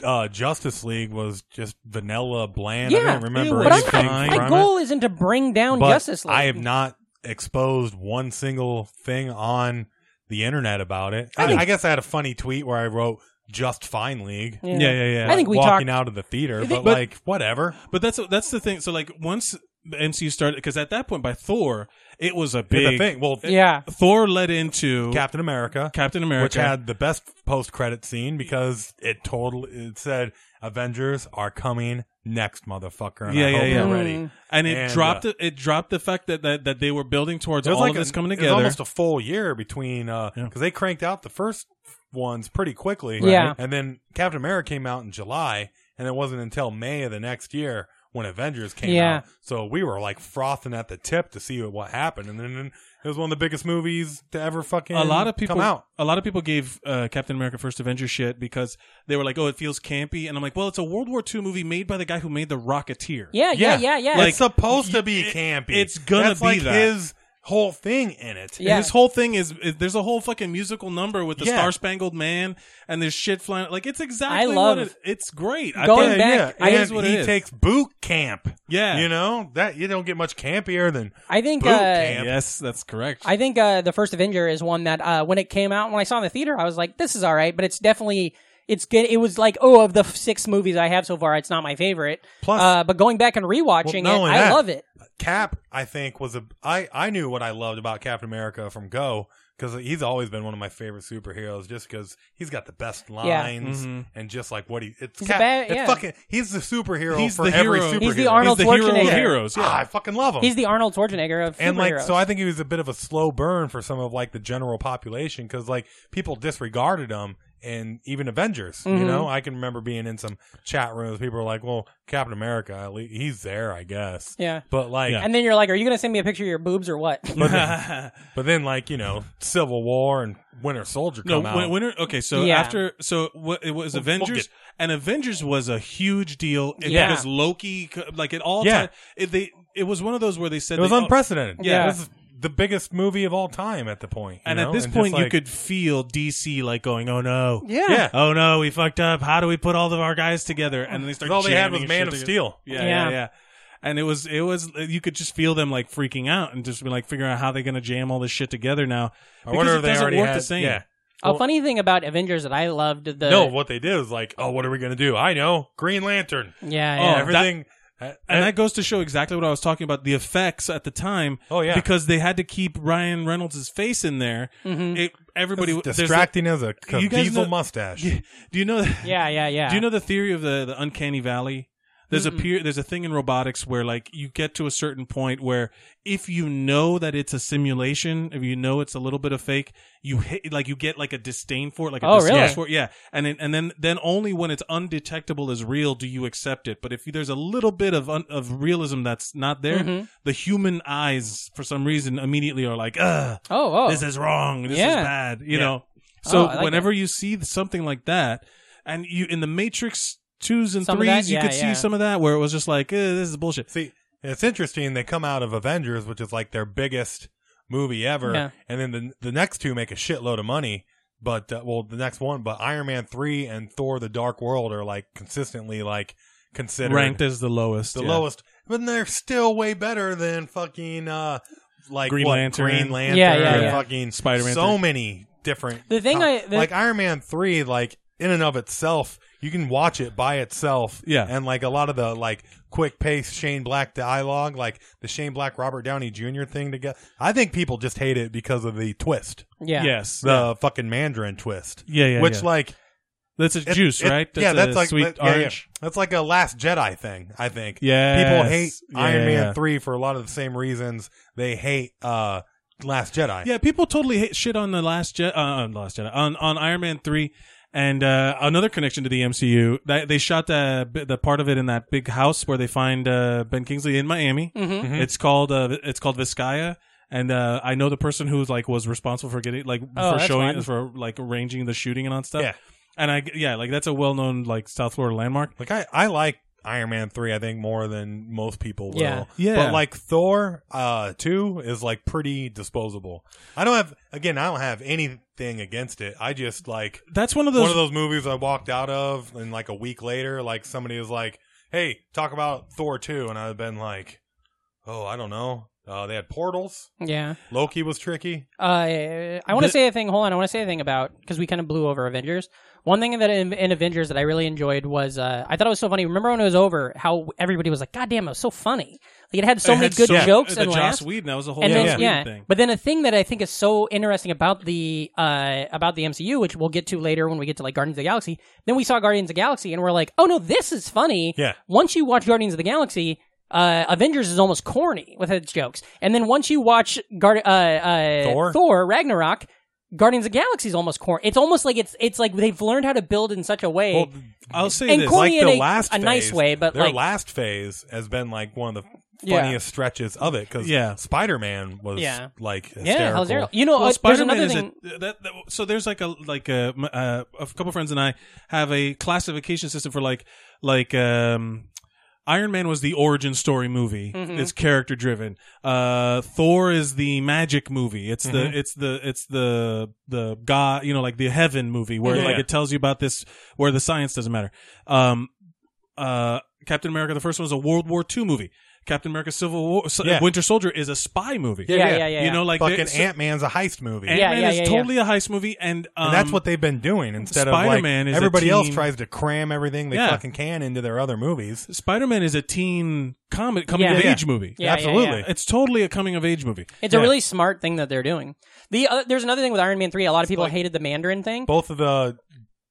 Speaker 5: uh, Justice League was just vanilla bland. I
Speaker 4: yeah
Speaker 5: didn't remember
Speaker 4: but I'm
Speaker 5: anything
Speaker 4: not,
Speaker 5: from
Speaker 4: my
Speaker 5: it.
Speaker 4: goal isn't to bring down
Speaker 5: but
Speaker 4: Justice League
Speaker 5: I have not exposed one single thing on the internet about it. I, I guess I had a funny tweet where I wrote "Just Fine League."
Speaker 4: Yeah.
Speaker 6: Yeah, yeah, yeah.
Speaker 4: I think we
Speaker 5: walking
Speaker 4: talked
Speaker 5: out of the theater,
Speaker 4: think-
Speaker 5: but,
Speaker 4: but-
Speaker 5: like whatever.
Speaker 6: But that's that's the thing. So like once the MCU started, because at that point by Thor, it was a
Speaker 5: Here's the
Speaker 6: big
Speaker 5: thing. Well,
Speaker 4: yeah
Speaker 6: Thor led into
Speaker 5: Captain America,
Speaker 6: Captain America,
Speaker 5: which had the best post-credit scene because it totally it said Avengers are coming next, motherfucker. And
Speaker 6: Yeah,
Speaker 5: I
Speaker 6: yeah,
Speaker 5: hope
Speaker 6: yeah.
Speaker 5: you're ready.
Speaker 4: Mm.
Speaker 6: and it
Speaker 5: and,
Speaker 6: dropped
Speaker 5: uh,
Speaker 6: the, it dropped the fact that that, that they were building towards
Speaker 5: It was
Speaker 6: all
Speaker 5: like
Speaker 6: of this
Speaker 5: a-
Speaker 6: coming
Speaker 5: it was
Speaker 6: together.
Speaker 5: almost a full year between because
Speaker 6: Yeah.
Speaker 5: they cranked out the first ones pretty quickly.
Speaker 4: Yeah.
Speaker 5: and then Captain America came out in July, and it wasn't until May of the next year when Avengers came
Speaker 4: Yeah.
Speaker 5: out. So we were like frothing at the tip to see what happened, and then it was one of the biggest movies to ever fucking
Speaker 6: a lot of people
Speaker 5: come out.
Speaker 6: a lot of people gave uh, Captain America First Avenger shit because they were like, "Oh, it feels campy," and I'm like, "Well, it's a World War II movie made by the guy who made the Rocketeer."
Speaker 4: yeah yeah yeah yeah
Speaker 5: it's supposed to be campy.
Speaker 6: it's gonna
Speaker 5: That's
Speaker 6: be
Speaker 5: like
Speaker 6: that.
Speaker 5: his whole thing in it.
Speaker 4: Yeah.
Speaker 6: And his whole thing is, is there's a whole fucking musical number with the
Speaker 5: Yeah.
Speaker 6: Star Spangled Man and there's shit flying. Like it's exactly
Speaker 4: love-
Speaker 6: what it, it's great. I
Speaker 4: Going
Speaker 6: think-
Speaker 4: back- I-
Speaker 5: and
Speaker 6: it is what
Speaker 5: he
Speaker 6: it is.
Speaker 5: takes boot camp.
Speaker 6: Yeah.
Speaker 5: you know that you don't get much campier than
Speaker 4: I think
Speaker 5: boot
Speaker 4: uh,
Speaker 5: camp.
Speaker 6: Yes, that's correct.
Speaker 4: I think uh, the first Avenger is one that uh, when it came out, when I saw it in the theater, I was like, "This is all right," but it's definitely it's good. It was like, oh, of the f- six movies I have so far, it's not my favorite.
Speaker 5: Plus-
Speaker 4: uh, but going back and rewatching
Speaker 5: Well, not
Speaker 4: it,
Speaker 5: only
Speaker 4: I
Speaker 5: that-
Speaker 4: love it.
Speaker 5: Cap, I think was a I I knew what I loved about Captain America from Go because he's always been one of my favorite superheroes just because he's got the best lines and just like what he
Speaker 4: Mm-hmm.
Speaker 5: it's
Speaker 4: He's a
Speaker 5: Cap,
Speaker 4: bad-
Speaker 5: it's
Speaker 4: yeah.
Speaker 5: fucking he's the superhero
Speaker 6: He's
Speaker 5: for
Speaker 6: the
Speaker 5: every
Speaker 6: hero.
Speaker 5: superhero.
Speaker 6: He's
Speaker 4: the Arnold
Speaker 6: He's the hero
Speaker 4: Schwarzenegger.
Speaker 6: of heroes. Yeah.
Speaker 5: Ah, I fucking love him.
Speaker 4: He's the Arnold Schwarzenegger of
Speaker 5: and like
Speaker 4: superheroes.
Speaker 5: so I think he was a bit of a slow burn for some of like the general population cuz like people disregarded him and even Avengers.
Speaker 4: Mm-hmm.
Speaker 5: You know, I can remember being in some chat rooms. People were like, "Well, Captain America, at least he's there, I guess."
Speaker 4: Yeah.
Speaker 5: But like,
Speaker 6: Yeah.
Speaker 4: And then you're like, are you going to send me a picture of your boobs or what?
Speaker 5: but, then, but then like you know, Civil War and Winter Soldier
Speaker 6: No,
Speaker 5: come out.
Speaker 6: Win- Winter. Okay, so
Speaker 4: Yeah.
Speaker 6: after so what it was
Speaker 5: Well, fuck
Speaker 6: Avengers,
Speaker 5: it.
Speaker 6: and Avengers was a huge deal. It
Speaker 4: Yeah.
Speaker 6: was Loki, c- like it all.
Speaker 5: Yeah.
Speaker 6: Yeah, it, they it was one of those where they said
Speaker 5: it was
Speaker 6: they- oh,
Speaker 5: unprecedented.
Speaker 4: Yeah.
Speaker 5: This is the biggest movie of all time at the point. you
Speaker 6: And
Speaker 5: know?
Speaker 6: at this
Speaker 5: just,
Speaker 6: point, you
Speaker 5: like,
Speaker 6: could feel DC like going, "Oh no,
Speaker 4: Yeah.
Speaker 5: Yeah.
Speaker 6: oh no, we fucked up. How do we put all of our guys together?" And they start.
Speaker 5: all they had
Speaker 6: jamming
Speaker 5: was
Speaker 6: shit
Speaker 5: Man of
Speaker 6: together.
Speaker 5: Steel.
Speaker 6: Yeah, yeah,
Speaker 4: Yeah.
Speaker 6: yeah, And it was, it was. You could just feel them like freaking out and just be like figuring out how they're gonna jam all this shit together now.
Speaker 5: I
Speaker 6: Because
Speaker 5: wonder
Speaker 6: it
Speaker 5: if they
Speaker 6: doesn't
Speaker 5: already
Speaker 6: work
Speaker 5: had,
Speaker 6: the same.
Speaker 5: Yeah.
Speaker 4: a funny thing about Avengers that I loved the
Speaker 5: no, what they did was like, oh, what are we gonna do? I know, Green Lantern.
Speaker 4: yeah,
Speaker 6: Oh,
Speaker 4: yeah.
Speaker 6: that-
Speaker 5: Everything. uh,
Speaker 6: And that goes to show exactly what I was talking about the effects at the time.
Speaker 5: Oh, yeah.
Speaker 6: because they had to keep Ryan Reynolds' face in there. It, everybody
Speaker 5: It's
Speaker 6: there's the-
Speaker 5: distracting as a c-
Speaker 6: You guys
Speaker 5: diesel
Speaker 6: know-
Speaker 5: mustache.
Speaker 6: Do you know?
Speaker 4: yeah, yeah, yeah.
Speaker 6: Do you know the theory of the, the uncanny valley? There's a peer, there's a thing in robotics where like you get to a certain point where if you know that it's a simulation, if you know it's a little bit of fake, you hit like you get like a disdain for it, like a
Speaker 4: Oh,
Speaker 6: disgust
Speaker 4: really?
Speaker 6: for it, yeah. And it, and then then only when it's undetectable as real do you accept it. But if there's a little bit of un, of realism that's not there,
Speaker 4: Mm-hmm.
Speaker 6: the human eyes for some reason immediately are like, ugh,
Speaker 4: oh, oh.
Speaker 6: this is wrong. This
Speaker 4: Yeah. Oh,
Speaker 6: is bad. You
Speaker 5: Yeah.
Speaker 6: know. So
Speaker 4: I like that.
Speaker 6: whenever you see something like that, and you in the Matrix twos and
Speaker 4: Some of
Speaker 6: threes,
Speaker 4: that,
Speaker 6: you
Speaker 4: yeah,
Speaker 6: could
Speaker 4: yeah.
Speaker 6: see some of that where it was just like, eh, this is bullshit.
Speaker 5: See, it's interesting. They come out of Avengers, which is like their biggest movie ever,
Speaker 4: Yeah.
Speaker 5: and then the the next two make a shitload of money. But uh, well, the next one, but Iron Man three and Thor: The Dark World are like consistently like considered
Speaker 6: Ranked as the lowest.
Speaker 5: the
Speaker 6: yeah.
Speaker 5: lowest, but they're still way better than fucking uh like
Speaker 6: Green
Speaker 5: what,
Speaker 6: Lantern.
Speaker 5: Green Lantern,
Speaker 4: Yeah, yeah, yeah.
Speaker 5: fucking
Speaker 6: Spider-Man
Speaker 5: So
Speaker 6: three.
Speaker 5: many different.
Speaker 4: The thing
Speaker 5: com-
Speaker 4: I- the-
Speaker 5: like Iron Man three, like in and of itself, you can watch it by itself.
Speaker 6: Yeah.
Speaker 5: and like a lot of the like quick pace Shane Black dialogue, like the Shane Black Robert Downey Jr. thing together. I think people just hate it because of the twist,
Speaker 4: yeah.
Speaker 6: Yes.
Speaker 5: the fucking Mandarin twist.
Speaker 6: Yeah, yeah,
Speaker 5: which
Speaker 6: yeah.
Speaker 5: like
Speaker 6: that's a
Speaker 5: it-
Speaker 6: juice,
Speaker 5: it-
Speaker 6: right? That's
Speaker 5: yeah,
Speaker 6: a
Speaker 5: that's like
Speaker 6: sweet
Speaker 5: that- yeah, yeah.
Speaker 6: orange.
Speaker 5: That's like a Last Jedi thing. I think.
Speaker 6: Yes.
Speaker 5: people hate
Speaker 6: Yeah,
Speaker 5: Iron
Speaker 6: yeah,
Speaker 5: Man
Speaker 6: yeah.
Speaker 5: three for a lot of the same reasons they hate uh Last Jedi.
Speaker 6: Yeah, people totally hate shit on the last Jedi, uh, on last Jedi, on on Iron Man three, and uh, another connection to the MCU. That they shot the the part of it in that big house where they find uh, Ben Kingsley in Miami. It's called uh, it's called Vizcaya. And uh, I know the person who's like was responsible for getting like
Speaker 4: Oh,
Speaker 6: for
Speaker 4: that's
Speaker 6: showing
Speaker 4: fun.
Speaker 6: for like arranging the shooting and on stuff.
Speaker 5: Yeah.
Speaker 6: And I yeah like that's a well known like South Florida landmark.
Speaker 5: Like I I like Iron Man three. I think more than most people will.
Speaker 4: Yeah.
Speaker 6: Yeah.
Speaker 5: But like Thor uh two is like pretty disposable. I don't have again. I don't have anything against it. I just like
Speaker 6: That's one of those.
Speaker 5: one of those movies I walked out of, and like a week later, like somebody was like, "Hey, talk about Thor 2. and I've been like, "Oh, I don't know." Uh, they had portals.
Speaker 4: Yeah.
Speaker 5: Loki was tricky.
Speaker 4: Uh, I want to
Speaker 6: The-
Speaker 4: say a thing. Hold on, I want to say a thing about because we kind of blew over Avengers. One thing that in, in Avengers that I really enjoyed was uh, I thought it was so funny. Remember when it was over, how everybody was like, "God damn, it was so funny!" Like, it had so
Speaker 6: it
Speaker 4: many
Speaker 6: had
Speaker 4: good
Speaker 6: so-
Speaker 4: jokes
Speaker 6: the
Speaker 4: and laughs.
Speaker 6: Joss Whedon. That was the whole
Speaker 4: and
Speaker 6: Joss
Speaker 4: then,
Speaker 6: Whedon
Speaker 4: yeah,
Speaker 6: thing.
Speaker 4: but then a thing that I think is so interesting about the uh, about the MCU, which we'll get to later when we get to like Guardians of the Galaxy. Then we saw Guardians of the Galaxy, and we're like, oh no, this is funny.
Speaker 5: Yeah.
Speaker 4: Once you watch Guardians of the Galaxy, uh, Avengers is almost corny with its jokes, and then once you watch Guard- uh, uh,
Speaker 5: Thor?
Speaker 4: Ragnarok. Guardians of the Galaxy is almost corny. It's almost like it's it's like they've learned how to build in such a way.
Speaker 5: Well,
Speaker 6: I'll say
Speaker 4: and
Speaker 6: this.
Speaker 4: Corey-
Speaker 5: like
Speaker 4: in
Speaker 5: the
Speaker 4: a-
Speaker 5: last
Speaker 4: a nice
Speaker 5: phase-
Speaker 4: way, but,
Speaker 5: their
Speaker 4: like-
Speaker 5: last phase has been like one of the
Speaker 4: Yeah.
Speaker 5: funniest stretches of it because
Speaker 6: Yeah.
Speaker 5: Spider Man was
Speaker 4: Yeah.
Speaker 5: like hysterical.
Speaker 4: yeah, how's there? You know,
Speaker 6: Well,
Speaker 4: uh, there's
Speaker 6: Spider-Man
Speaker 4: another
Speaker 6: is
Speaker 4: thing.
Speaker 6: a, that, that- so there's like a like a, m- uh, a couple friends and I have a classification system for like like um Iron Man was the origin story movie.
Speaker 4: Mm-hmm.
Speaker 6: It's character driven. Uh Thor is the magic movie. It's
Speaker 4: Mm-hmm.
Speaker 6: the it's the it's the the god, you know, like the heaven movie where
Speaker 5: Yeah.
Speaker 6: like it tells you about this where the science doesn't matter. Um uh Captain America the first one was a World War II movie. Captain America Civil War so-
Speaker 5: Yeah.
Speaker 6: Winter Soldier is a spy movie.
Speaker 4: Yeah, yeah, yeah, yeah.
Speaker 6: You know like
Speaker 5: fucking
Speaker 6: there- so-
Speaker 5: Ant Man's a heist movie.
Speaker 6: Ant
Speaker 4: Yeah,
Speaker 6: Man
Speaker 4: yeah,
Speaker 6: is
Speaker 4: yeah, yeah.
Speaker 6: totally a heist movie, and, um,
Speaker 5: And that's what they've been doing instead of
Speaker 6: Spider-Man is
Speaker 5: like
Speaker 6: a
Speaker 5: everybody else
Speaker 6: teen-
Speaker 5: tries to cram everything they
Speaker 6: Yeah.
Speaker 5: fucking can into their other movies.
Speaker 6: Spider Man is a teen comic coming
Speaker 4: Yeah.
Speaker 6: of
Speaker 4: Yeah.
Speaker 6: age movie.
Speaker 4: Yeah, yeah,
Speaker 5: Absolutely.
Speaker 6: It's totally a coming of age movie.
Speaker 4: It's a really smart thing that they're doing. The uh, there's another thing with Iron Man three. A lot of people hated the Mandarin thing.
Speaker 5: Both of the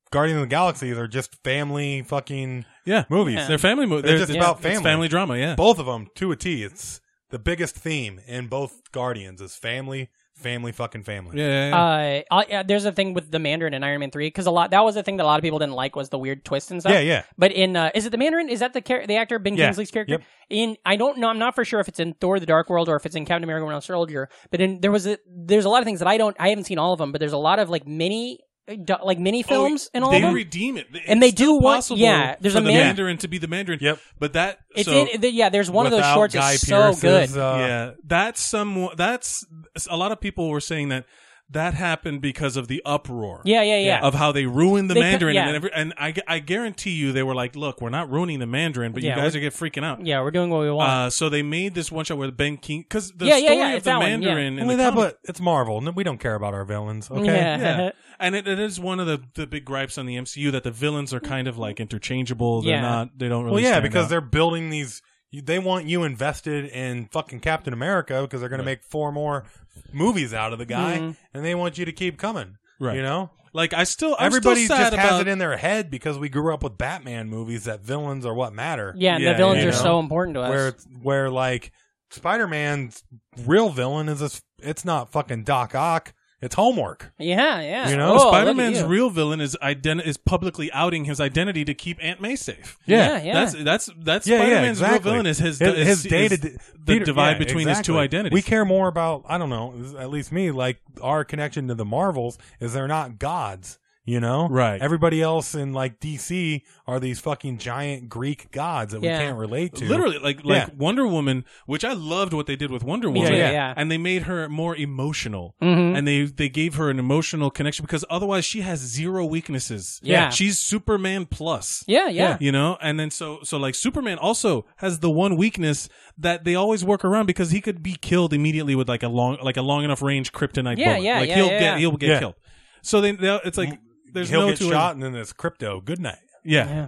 Speaker 5: Guardians of the Galaxies are just family fucking
Speaker 6: yeah
Speaker 5: movies.
Speaker 6: They're family movies.
Speaker 5: They're just about
Speaker 6: It's
Speaker 5: family.
Speaker 6: family drama. Yeah,
Speaker 5: Both of them to a T. It's the biggest theme in both Guardians is family, family, fucking family.
Speaker 6: Yeah, yeah, yeah.
Speaker 4: Uh, I, yeah, there's a thing with the Mandarin in Iron Man three because a lot that was the thing that a lot of people didn't like was the weird twist and stuff.
Speaker 5: Yeah, yeah.
Speaker 4: But in uh, is it the Mandarin? Is that the char- the actor Ben
Speaker 5: Yeah.
Speaker 4: Kingsley's character?
Speaker 5: Yep.
Speaker 4: In I don't know. I'm not for sure if it's in Thor: The Dark World or if it's in Captain America: Winter Soldier. But in there was a, there's a lot of things that I don't I haven't seen all of them. But there's a lot of like mini uh, do- like mini
Speaker 5: Oh,
Speaker 4: films and all
Speaker 6: they
Speaker 4: of them.
Speaker 6: redeem it, It's
Speaker 4: And they
Speaker 6: still
Speaker 4: do want-
Speaker 6: possible
Speaker 4: yeah, there's
Speaker 6: for
Speaker 4: a
Speaker 6: the
Speaker 4: man-
Speaker 6: Mandarin to be the Mandarin.
Speaker 5: Yep.
Speaker 6: but that
Speaker 4: it's
Speaker 6: so,
Speaker 4: in, yeah. There's one of those
Speaker 5: Without
Speaker 4: shorts
Speaker 5: Guy
Speaker 4: is so
Speaker 5: Pearce's,
Speaker 4: good.
Speaker 5: uh,
Speaker 6: yeah, that's some. That's a lot of people were saying that that happened because of the uproar.
Speaker 4: yeah, yeah, yeah.
Speaker 6: Of how they ruined the
Speaker 4: They cou-
Speaker 6: Mandarin,
Speaker 4: yeah.
Speaker 6: and, every, and I, gu- I guarantee you, they were like, "Look, we're not ruining the Mandarin, but
Speaker 4: Yeah,
Speaker 6: you guys are get freaking out."
Speaker 4: yeah, we're doing what we want.
Speaker 6: Uh, so they made this one shot where Ben King, because the
Speaker 4: Yeah, yeah,
Speaker 6: story
Speaker 4: yeah,
Speaker 6: of
Speaker 4: it's
Speaker 6: the
Speaker 4: that one, yeah.
Speaker 6: Mandarin in
Speaker 5: Only
Speaker 6: the
Speaker 5: that,
Speaker 6: comic-
Speaker 5: but it's Marvel. No, we don't care about our villains. Okay.
Speaker 4: Yeah.
Speaker 6: yeah, and it, it is one of the, the big gripes on the MCU that the villains are kind of like interchangeable. They're
Speaker 4: Yeah.
Speaker 6: not. They don't really.
Speaker 5: Well, yeah,
Speaker 6: stand
Speaker 5: because
Speaker 6: out.
Speaker 5: they're building these. you- They want you invested in fucking Captain America because they're going to make four more movies out of the guy, and they want you to keep coming.
Speaker 6: Mm-hmm. Right.
Speaker 5: You know,
Speaker 6: like I still I'm
Speaker 5: everybody
Speaker 6: still sad
Speaker 5: just has
Speaker 6: about-
Speaker 5: it in their head because we grew up with Batman movies that villains are what matter.
Speaker 4: yeah, and
Speaker 6: yeah,
Speaker 4: the villains
Speaker 5: you
Speaker 4: are
Speaker 5: know,
Speaker 4: so important to us.
Speaker 5: Where it's- where like Spider Man's real villain is this, it's not fucking Doc Ock. It's homework.
Speaker 4: yeah, yeah.
Speaker 5: You know,
Speaker 4: Oh, look at
Speaker 6: Spider-Man's
Speaker 4: you.
Speaker 6: real villain is ident- is publicly outing his identity to keep Aunt May safe.
Speaker 4: Yeah, yeah.
Speaker 6: That's that's that's
Speaker 5: Yeah, yeah,
Speaker 6: Spider-Man's
Speaker 5: exactly.
Speaker 6: real villain is his
Speaker 5: his,
Speaker 6: is-
Speaker 5: day to
Speaker 6: is the divide between his two identities.
Speaker 5: We care more about I don't know, at least me, like our connection to the Marvels is they're not gods, you know?
Speaker 6: Right.
Speaker 5: Everybody else in like DC are these fucking giant Greek gods that
Speaker 4: Yeah.
Speaker 5: we can't relate to.
Speaker 6: Literally, like like
Speaker 5: Yeah.
Speaker 6: Wonder Woman, which I loved what they did with Wonder
Speaker 4: Me
Speaker 6: Woman.
Speaker 4: too, Yeah, yeah. Mm-hmm.
Speaker 6: And they made her more emotional, and they they gave her an emotional connection because otherwise she has zero weaknesses.
Speaker 4: Yeah.
Speaker 6: she's Superman plus.
Speaker 4: Yeah, yeah.
Speaker 6: You know, and then so so like Superman also has the one weakness that they always work around because he could be killed immediately with like a long like a long enough range kryptonite
Speaker 4: Yeah,
Speaker 6: bullet.
Speaker 4: yeah,
Speaker 6: like
Speaker 4: yeah,
Speaker 6: he'll
Speaker 4: yeah,
Speaker 6: get
Speaker 4: yeah.
Speaker 6: he'll get
Speaker 5: Yeah.
Speaker 6: killed. So then they'll- it's like there's
Speaker 5: He'll
Speaker 6: no
Speaker 5: get
Speaker 6: two
Speaker 5: shot and then it's crypto. Good night.
Speaker 6: Yeah,
Speaker 4: Yeah.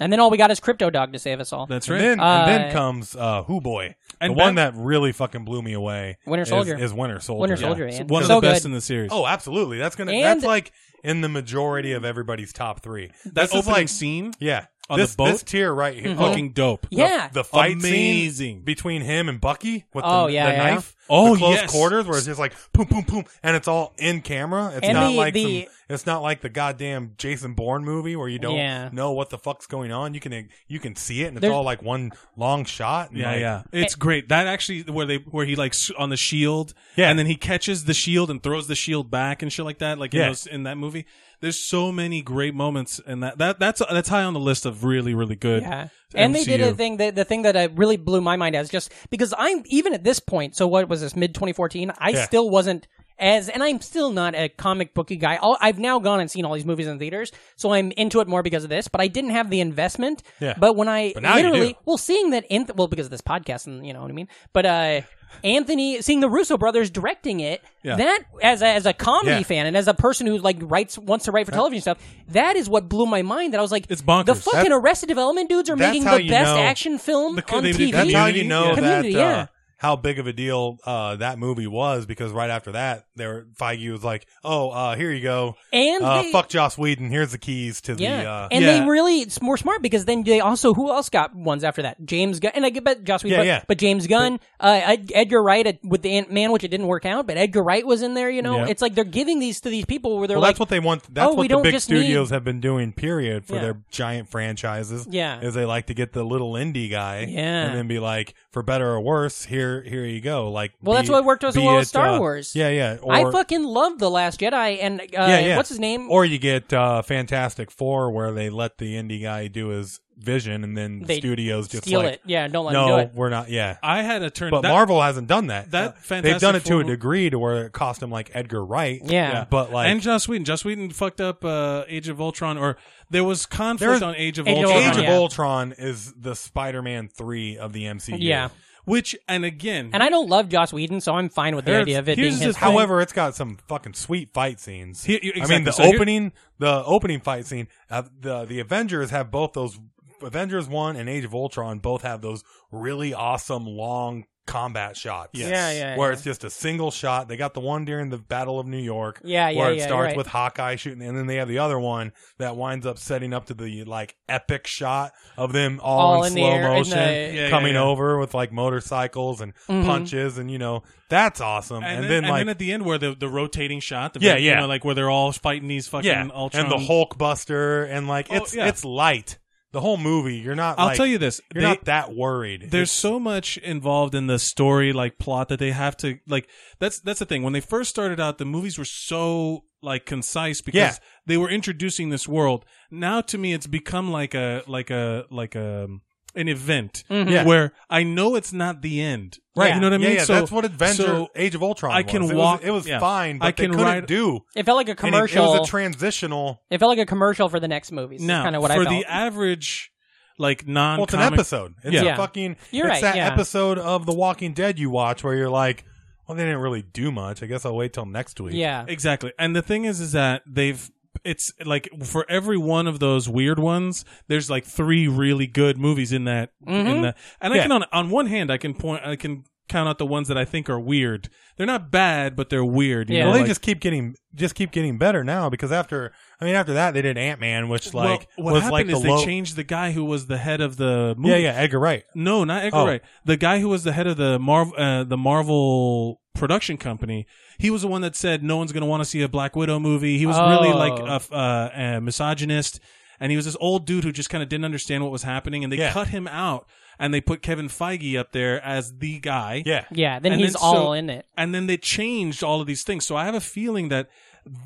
Speaker 4: And then all we got is Crypto Dog to save us all.
Speaker 6: that's right.
Speaker 5: And then,
Speaker 4: Uh,
Speaker 5: and then comes uh, Who Boy,
Speaker 6: and
Speaker 5: the one
Speaker 6: Bat-
Speaker 5: that really fucking blew me away.
Speaker 4: Winter
Speaker 5: is-
Speaker 4: Soldier.
Speaker 5: is, Winter Soldier.
Speaker 4: Winter
Speaker 5: Yeah.
Speaker 4: Soldier,
Speaker 6: It's
Speaker 4: man.
Speaker 6: one
Speaker 4: so
Speaker 6: of the best
Speaker 4: good.
Speaker 6: in the series.
Speaker 5: Oh, absolutely. That's gonna.
Speaker 4: And-
Speaker 5: that's like in the majority of everybody's top three.
Speaker 6: that
Speaker 5: That's
Speaker 6: opening
Speaker 5: like
Speaker 6: scene,
Speaker 5: yeah.
Speaker 6: on
Speaker 5: this,
Speaker 6: the boat?
Speaker 5: this tier right
Speaker 4: Oh.
Speaker 5: here,
Speaker 6: fucking dope.
Speaker 4: yeah.
Speaker 5: the fight
Speaker 6: Amazing.
Speaker 5: scene between him and Bucky with
Speaker 4: Oh,
Speaker 5: the,
Speaker 4: yeah,
Speaker 5: the
Speaker 4: yeah.
Speaker 5: knife,
Speaker 6: Oh,
Speaker 5: the close
Speaker 6: yes.
Speaker 5: quarters where it's just like boom, boom, boom, and it's all in camera. It's
Speaker 4: And
Speaker 5: not
Speaker 4: the-
Speaker 5: like
Speaker 4: the-
Speaker 5: some, it's not like the goddamn Jason Bourne movie where you don't
Speaker 4: Yeah.
Speaker 5: know what the fuck's going on. You can you can see it and it's
Speaker 4: There's-
Speaker 5: all like one long shot. and,
Speaker 6: Yeah,
Speaker 5: like,
Speaker 6: yeah,
Speaker 4: Eh.
Speaker 6: it's great. That actually where they where he like s- on the shield,
Speaker 5: Yeah.
Speaker 6: and then he catches the shield and throws the shield back and shit like that. Like in,
Speaker 5: Yeah.
Speaker 6: those, in that movie, there's so many great moments, and that that that's that's high on the list of really really good.
Speaker 4: Yeah. And they did
Speaker 6: MCU.
Speaker 4: a thing that the thing that uh, really blew my mind as just because I'm even at this point, so what was this mid 2014, I
Speaker 5: Yeah.
Speaker 4: still wasn't as and I'm still not a comic booky guy. All, I've now gone and seen all these movies in theaters, so I'm into it more because of this, but I didn't have the investment.
Speaker 5: Yeah.
Speaker 4: But when I
Speaker 5: But now you
Speaker 4: literally
Speaker 5: do.
Speaker 4: well seeing that Anth- well because of this podcast and you know what I mean, but uh Anthony seeing the Russo brothers directing it,
Speaker 6: Yeah.
Speaker 4: that as a, as a comedy
Speaker 5: Yeah.
Speaker 4: fan and as a person who like writes wants to write for television stuff, that is what blew my mind that I was like
Speaker 6: It's bonkers.
Speaker 4: The
Speaker 6: That's-
Speaker 4: fucking Arrested Development dudes are
Speaker 5: That's
Speaker 4: making
Speaker 5: how
Speaker 4: the
Speaker 5: you
Speaker 4: best
Speaker 5: know-
Speaker 4: action film
Speaker 6: The co-
Speaker 4: on
Speaker 6: they-
Speaker 4: TV.
Speaker 5: That's how you
Speaker 6: Community?
Speaker 5: know
Speaker 6: Yeah.
Speaker 5: that
Speaker 4: Community,
Speaker 5: uh,
Speaker 4: yeah.
Speaker 5: how big of a deal uh, that movie was because right after that, there Feige was like, "Oh, uh, here you go,
Speaker 4: And
Speaker 5: uh,
Speaker 4: they-
Speaker 5: fuck Joss Whedon. Here's the keys to
Speaker 4: yeah,
Speaker 5: the uh,
Speaker 4: and
Speaker 6: Yeah.
Speaker 4: they really it's more smart because then they also who else got ones after that? James Gunn and I bet Joss Whedon,
Speaker 5: Yeah,
Speaker 4: but,
Speaker 5: yeah.
Speaker 4: but James Gunn, uh, Ed- Edgar Wright uh, with the Ant Man, which it didn't work out, but Edgar Wright was in there. You know,
Speaker 5: Yeah.
Speaker 4: it's like they're giving these to these people where they're
Speaker 5: Well,
Speaker 4: like,
Speaker 5: that's what they want. That's
Speaker 4: "Oh, we
Speaker 5: what the
Speaker 4: don't
Speaker 5: big
Speaker 4: just need-"
Speaker 5: studios have been doing. Period for
Speaker 4: Yeah.
Speaker 5: their giant franchises.
Speaker 4: Yeah.
Speaker 5: is they like to get the little indie guy.
Speaker 4: Yeah.
Speaker 5: and then be like, for better or worse, here, here you go. Like,
Speaker 4: Well,
Speaker 5: be-
Speaker 4: that's what worked as
Speaker 5: be
Speaker 4: well with
Speaker 5: it,
Speaker 4: Star
Speaker 5: uh,
Speaker 4: Wars.
Speaker 5: Yeah, yeah. Or,
Speaker 4: I fucking love the Last Jedi and uh,
Speaker 5: yeah, yeah.
Speaker 4: what's his name?
Speaker 5: Or you get uh, Fantastic Four, where they let the indie guy do his vision, and then the
Speaker 4: They
Speaker 5: studios just
Speaker 4: steal
Speaker 5: like,
Speaker 4: it. Yeah, don't let him do
Speaker 5: no,
Speaker 4: it.
Speaker 5: we're not. Yeah,
Speaker 6: I had a turn.
Speaker 5: but
Speaker 6: that-
Speaker 5: Marvel hasn't done that.
Speaker 6: that
Speaker 5: they've done
Speaker 6: Fantastic
Speaker 5: it to
Speaker 6: Four-
Speaker 5: a degree to where it cost them like Edgar Wright.
Speaker 4: Yeah. Yeah.
Speaker 5: but like
Speaker 6: and Joss Whedon. Joss Whedon fucked up uh, Age of Ultron, or there was conflict
Speaker 5: There's-
Speaker 6: on Age of
Speaker 4: Age of
Speaker 6: Ultron.
Speaker 4: Ultron,
Speaker 5: Age of
Speaker 4: yeah.
Speaker 5: Ultron is the Spider-Man three of the MCU.
Speaker 4: Yeah.
Speaker 6: Which and again,
Speaker 4: And I don't love Joss Whedon, so I'm fine with the
Speaker 6: Here's-
Speaker 4: idea of it being
Speaker 6: here's
Speaker 4: his.
Speaker 6: the thing.
Speaker 5: However, it's got some fucking sweet fight scenes.
Speaker 6: Here- you-
Speaker 5: I mean,
Speaker 6: exactly.
Speaker 5: the
Speaker 6: So here-
Speaker 5: opening, the opening fight scene. Uh, the the Avengers have both those. Avengers one and Age of Ultron both have those really awesome long combat shots.
Speaker 6: Yes.
Speaker 4: Yeah, yeah,
Speaker 5: Where
Speaker 4: yeah.
Speaker 5: it's just a single shot. They got the one during the Battle of New York.
Speaker 4: Yeah, yeah,
Speaker 5: Where it
Speaker 4: yeah, you're
Speaker 5: starts
Speaker 4: right.
Speaker 5: with Hawkeye shooting, and then they have the other one that winds up setting up to the like epic shot of them all,
Speaker 4: All
Speaker 5: in,
Speaker 4: in the
Speaker 5: slow
Speaker 4: air, in
Speaker 5: motion
Speaker 4: the-
Speaker 6: Yeah, yeah,
Speaker 5: coming
Speaker 6: yeah.
Speaker 5: over with like motorcycles and
Speaker 4: Mm-hmm.
Speaker 5: punches, and you know that's awesome.
Speaker 6: And,
Speaker 5: And,
Speaker 6: then,
Speaker 5: like
Speaker 6: and then at the end where the, the rotating shot, the
Speaker 5: Yeah,
Speaker 6: big,
Speaker 5: yeah.
Speaker 6: you know, like where they're all fighting these fucking
Speaker 5: yeah,
Speaker 6: Ultron.
Speaker 5: and the Hulk Buster, and like
Speaker 6: Oh,
Speaker 5: it's
Speaker 6: yeah.
Speaker 5: it's light. The whole movie, you're not.
Speaker 6: I'll
Speaker 5: like-
Speaker 6: tell you this,
Speaker 5: you're
Speaker 6: they-
Speaker 5: not that worried.
Speaker 6: there's so much involved in the story like plot that they have to like that's that's the thing when they first started out the movies were so like concise because
Speaker 5: Yeah.
Speaker 6: they were introducing this world now to me it's become like a like a like a an event
Speaker 5: Yeah.
Speaker 6: where i know it's not the end
Speaker 5: Mm-hmm. Right,
Speaker 6: you know what i mean
Speaker 5: Yeah, yeah,
Speaker 6: so
Speaker 5: that's what Adventure
Speaker 6: so
Speaker 5: Age of Ultron.
Speaker 6: I can
Speaker 5: was. It was-
Speaker 6: walk-
Speaker 5: It was,
Speaker 6: yeah.
Speaker 5: fine, but
Speaker 6: I
Speaker 5: they
Speaker 6: can
Speaker 5: couldn't
Speaker 6: ride-
Speaker 5: do
Speaker 4: It felt like a
Speaker 5: and it-
Speaker 4: commercial.
Speaker 5: It was
Speaker 4: It,
Speaker 5: a transitional.
Speaker 4: felt like a commercial for the next movie. That's
Speaker 6: now
Speaker 4: kind of what
Speaker 6: for
Speaker 4: I felt.
Speaker 6: the average like non
Speaker 5: Well, it's an episode. It's
Speaker 6: Yeah.
Speaker 5: a fucking.
Speaker 4: You're
Speaker 5: it's
Speaker 4: right,
Speaker 5: that
Speaker 4: yeah.
Speaker 5: episode of The Walking Dead you watch where you're like, well, they didn't really do much. I guess I'll wait till next week.
Speaker 4: yeah,
Speaker 6: Exactly. And the thing is, is that they've it's like for every one of those weird ones, there's like three really good movies in that. In that, and I
Speaker 5: Yeah.
Speaker 6: can on on one hand, I can point, I can count out the ones that I think are weird. They're not bad, but they're weird. You
Speaker 4: Yeah.
Speaker 6: know?
Speaker 5: Well, they
Speaker 6: like-
Speaker 5: just keep getting just keep getting better now because after I mean after that they did Ant Man, which
Speaker 6: Well,
Speaker 5: like
Speaker 6: what
Speaker 5: was
Speaker 6: happened
Speaker 5: like the
Speaker 6: is
Speaker 5: low.
Speaker 6: they changed the guy who was the head of the movie.
Speaker 5: yeah, yeah, Edgar Wright.
Speaker 6: No, not Edgar
Speaker 5: Oh.
Speaker 6: Wright. The guy who was the head of the Marvel, uh, the Marvel production company. He was the one that said no one's going to want to see a Black Widow movie. He was really
Speaker 4: Oh.
Speaker 6: like a, f- uh, a misogynist, and he was this old dude who just kind of didn't understand what was happening. And they
Speaker 5: Yeah.
Speaker 6: cut him out, and they put Kevin Feige up there as the guy.
Speaker 5: Yeah,
Speaker 4: yeah. Then
Speaker 6: And
Speaker 4: he's
Speaker 6: then so-
Speaker 4: all in it.
Speaker 6: And then they changed all of these things. So I have a feeling that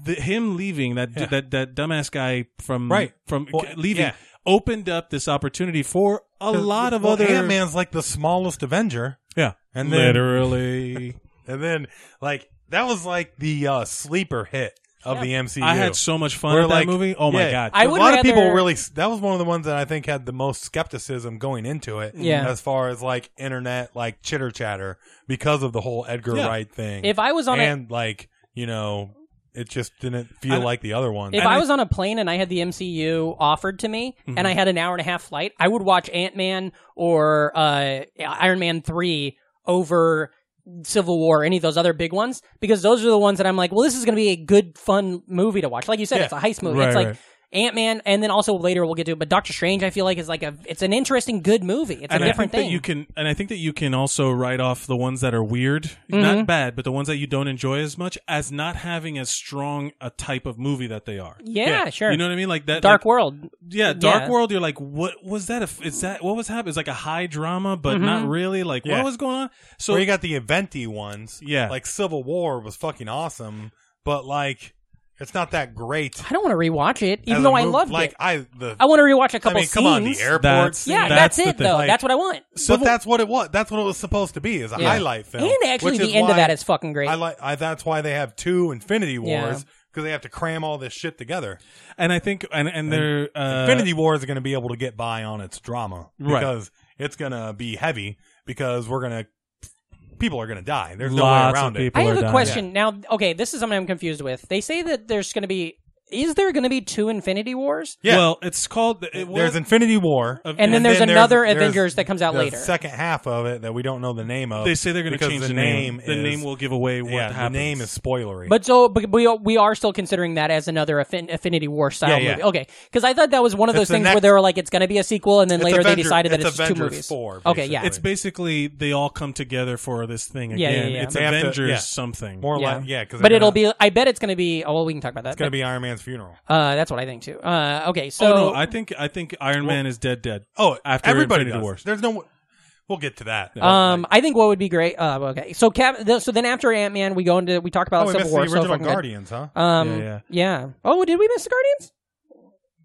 Speaker 6: the, him leaving that d that that dumbass guy from
Speaker 5: Right.
Speaker 6: from
Speaker 5: Well,
Speaker 6: leaving
Speaker 5: yeah.
Speaker 6: opened up this opportunity for a lot of
Speaker 5: well,
Speaker 6: other
Speaker 5: Ant Man's like the smallest Avenger,
Speaker 6: yeah.
Speaker 5: and then
Speaker 6: Literally.
Speaker 5: and then like that was like the uh, sleeper hit of the MCU.
Speaker 6: I had so much fun
Speaker 5: Where,
Speaker 6: at that
Speaker 5: like,
Speaker 6: movie. Oh my
Speaker 5: yeah,
Speaker 6: god.
Speaker 4: I
Speaker 5: a
Speaker 4: would
Speaker 5: lot of people
Speaker 4: rather-
Speaker 5: really. That was one of the ones that I think had the most skepticism going into it.
Speaker 4: Yeah.
Speaker 5: As far as like internet like chitter chatter because of the whole Edgar
Speaker 6: Yeah.
Speaker 5: Wright thing.
Speaker 4: If I was on a
Speaker 5: and like you know, it just didn't feel
Speaker 6: And-
Speaker 5: like the other ones.
Speaker 4: if
Speaker 6: And Mm-hmm.
Speaker 4: I
Speaker 6: it-
Speaker 4: was on a plane and I had the MCU offered to me and I had an hour and a half flight, I would watch Ant Man or uh, Iron Man three over Civil War, any of those other big ones, because those are the ones that I'm like, well, this is going to be a good, fun movie to watch. Like you said,
Speaker 5: Yeah.
Speaker 4: it's a heist movie.
Speaker 6: Right,
Speaker 4: it's like
Speaker 6: right.
Speaker 4: Ant Man, and then also later we'll get to it. But Doctor Strange, I feel like is like a, it's an interesting, good movie. It's
Speaker 6: and
Speaker 4: a
Speaker 6: I
Speaker 4: different
Speaker 6: think
Speaker 4: thing.
Speaker 6: that you can and I think that you can also write off the ones that are weird,
Speaker 4: Mm-hmm.
Speaker 6: not bad, but the ones that you don't enjoy as much as not having as strong a type of movie that they are.
Speaker 4: yeah, sure.
Speaker 6: You know what I mean? Like that
Speaker 4: Dark
Speaker 6: like-
Speaker 4: World.
Speaker 6: Yeah, Dark
Speaker 4: yeah.
Speaker 6: World. You're like, what was that? A, is that what was happening? It's like a high drama, but
Speaker 4: Mm-hmm.
Speaker 6: not really. Like,
Speaker 5: Yeah.
Speaker 6: what was going on? So
Speaker 5: Where you got the eventy ones.
Speaker 6: Yeah.
Speaker 5: Like Civil War was fucking awesome, but like it's not that great.
Speaker 4: I don't want to rewatch it,
Speaker 5: as
Speaker 4: even
Speaker 5: a
Speaker 4: though I
Speaker 5: move-
Speaker 4: loved
Speaker 5: like
Speaker 4: it.
Speaker 5: I the
Speaker 4: I want to rewatch a
Speaker 5: I
Speaker 4: couple
Speaker 5: mean come on the
Speaker 4: scenes.
Speaker 5: airport.
Speaker 6: That's-
Speaker 5: scene,
Speaker 4: Yeah,
Speaker 5: that-
Speaker 4: that's,
Speaker 6: That's the
Speaker 4: it
Speaker 6: thing.
Speaker 4: though.
Speaker 5: Like-
Speaker 4: that's what I want.
Speaker 5: but that's what it was. That's what it was supposed to be. Is a
Speaker 6: Yeah.
Speaker 5: highlight film.
Speaker 4: And actually,
Speaker 5: which
Speaker 4: the end
Speaker 5: why
Speaker 4: of that is fucking great.
Speaker 5: I like. I, that's why they have two Infinity
Speaker 4: Yeah.
Speaker 5: Wars because they have to cram all this shit together.
Speaker 6: and I think and and they're uh,
Speaker 5: Infinity War is going to be able to get by on its drama
Speaker 6: Right.
Speaker 5: because it's going to be heavy because we're going to people are going to die. There's
Speaker 6: Lots
Speaker 5: no way
Speaker 6: of
Speaker 5: around it.
Speaker 6: people.
Speaker 4: I have
Speaker 6: are
Speaker 4: a
Speaker 6: dying.
Speaker 4: question now. Okay, this is something I'm confused with. They say that there's going to be. Is there going to be two Infinity Wars?
Speaker 5: Yeah.
Speaker 6: Well, it's called. It was,
Speaker 5: there's Infinity War,
Speaker 6: And
Speaker 4: And then there's another Avengers that comes out
Speaker 5: the
Speaker 4: later.
Speaker 5: Second half of it that we don't know the name of.
Speaker 6: They say they're going to
Speaker 5: because
Speaker 6: change
Speaker 5: the
Speaker 6: the name. The
Speaker 5: is-
Speaker 6: name will give away what
Speaker 5: yeah,
Speaker 6: happens.
Speaker 5: the name is spoilery.
Speaker 4: But so, but we we are still considering that as another Affin- Affinity War style
Speaker 5: Yeah, yeah.
Speaker 4: movie. Okay, because I thought that was one of
Speaker 5: It's
Speaker 4: those
Speaker 5: the
Speaker 4: things
Speaker 5: next-
Speaker 4: where they were like, it's going to be a sequel, and then
Speaker 5: It's
Speaker 4: later they
Speaker 5: Avenger-
Speaker 4: decided that
Speaker 5: it's
Speaker 4: it's, two
Speaker 5: Avengers
Speaker 4: movies.
Speaker 5: 4,
Speaker 4: okay, yeah,
Speaker 5: basically.
Speaker 6: It's basically they all come together for this thing again.
Speaker 4: Yeah, yeah, yeah.
Speaker 6: It's
Speaker 5: They have to-
Speaker 6: Avengers
Speaker 5: yeah.
Speaker 6: something.
Speaker 5: more
Speaker 4: yeah,
Speaker 5: like yeah, because
Speaker 4: but it'll be. I bet it's going to be. Oh well, we can talk about that.
Speaker 5: it's going to be Iron Man's funeral.
Speaker 4: Uh, that's what I think too. Uh, okay, so
Speaker 6: oh no, I think I think Iron Man is dead, dead.
Speaker 5: Oh,
Speaker 6: after
Speaker 5: everybody
Speaker 6: Infinity
Speaker 5: does.
Speaker 6: Wars.
Speaker 5: There's no. We'll get to that.
Speaker 4: Um, I think what would be great. Uh, okay, so Cap. The, so then after Ant Man, we go into we talk about
Speaker 5: oh, we
Speaker 4: Civil
Speaker 5: missed
Speaker 4: War.
Speaker 5: the
Speaker 4: so
Speaker 5: original
Speaker 4: fucking good.
Speaker 5: Guardians, huh?
Speaker 4: Um,
Speaker 6: Yeah,
Speaker 4: yeah,
Speaker 6: yeah.
Speaker 4: Oh, did we miss the Guardians?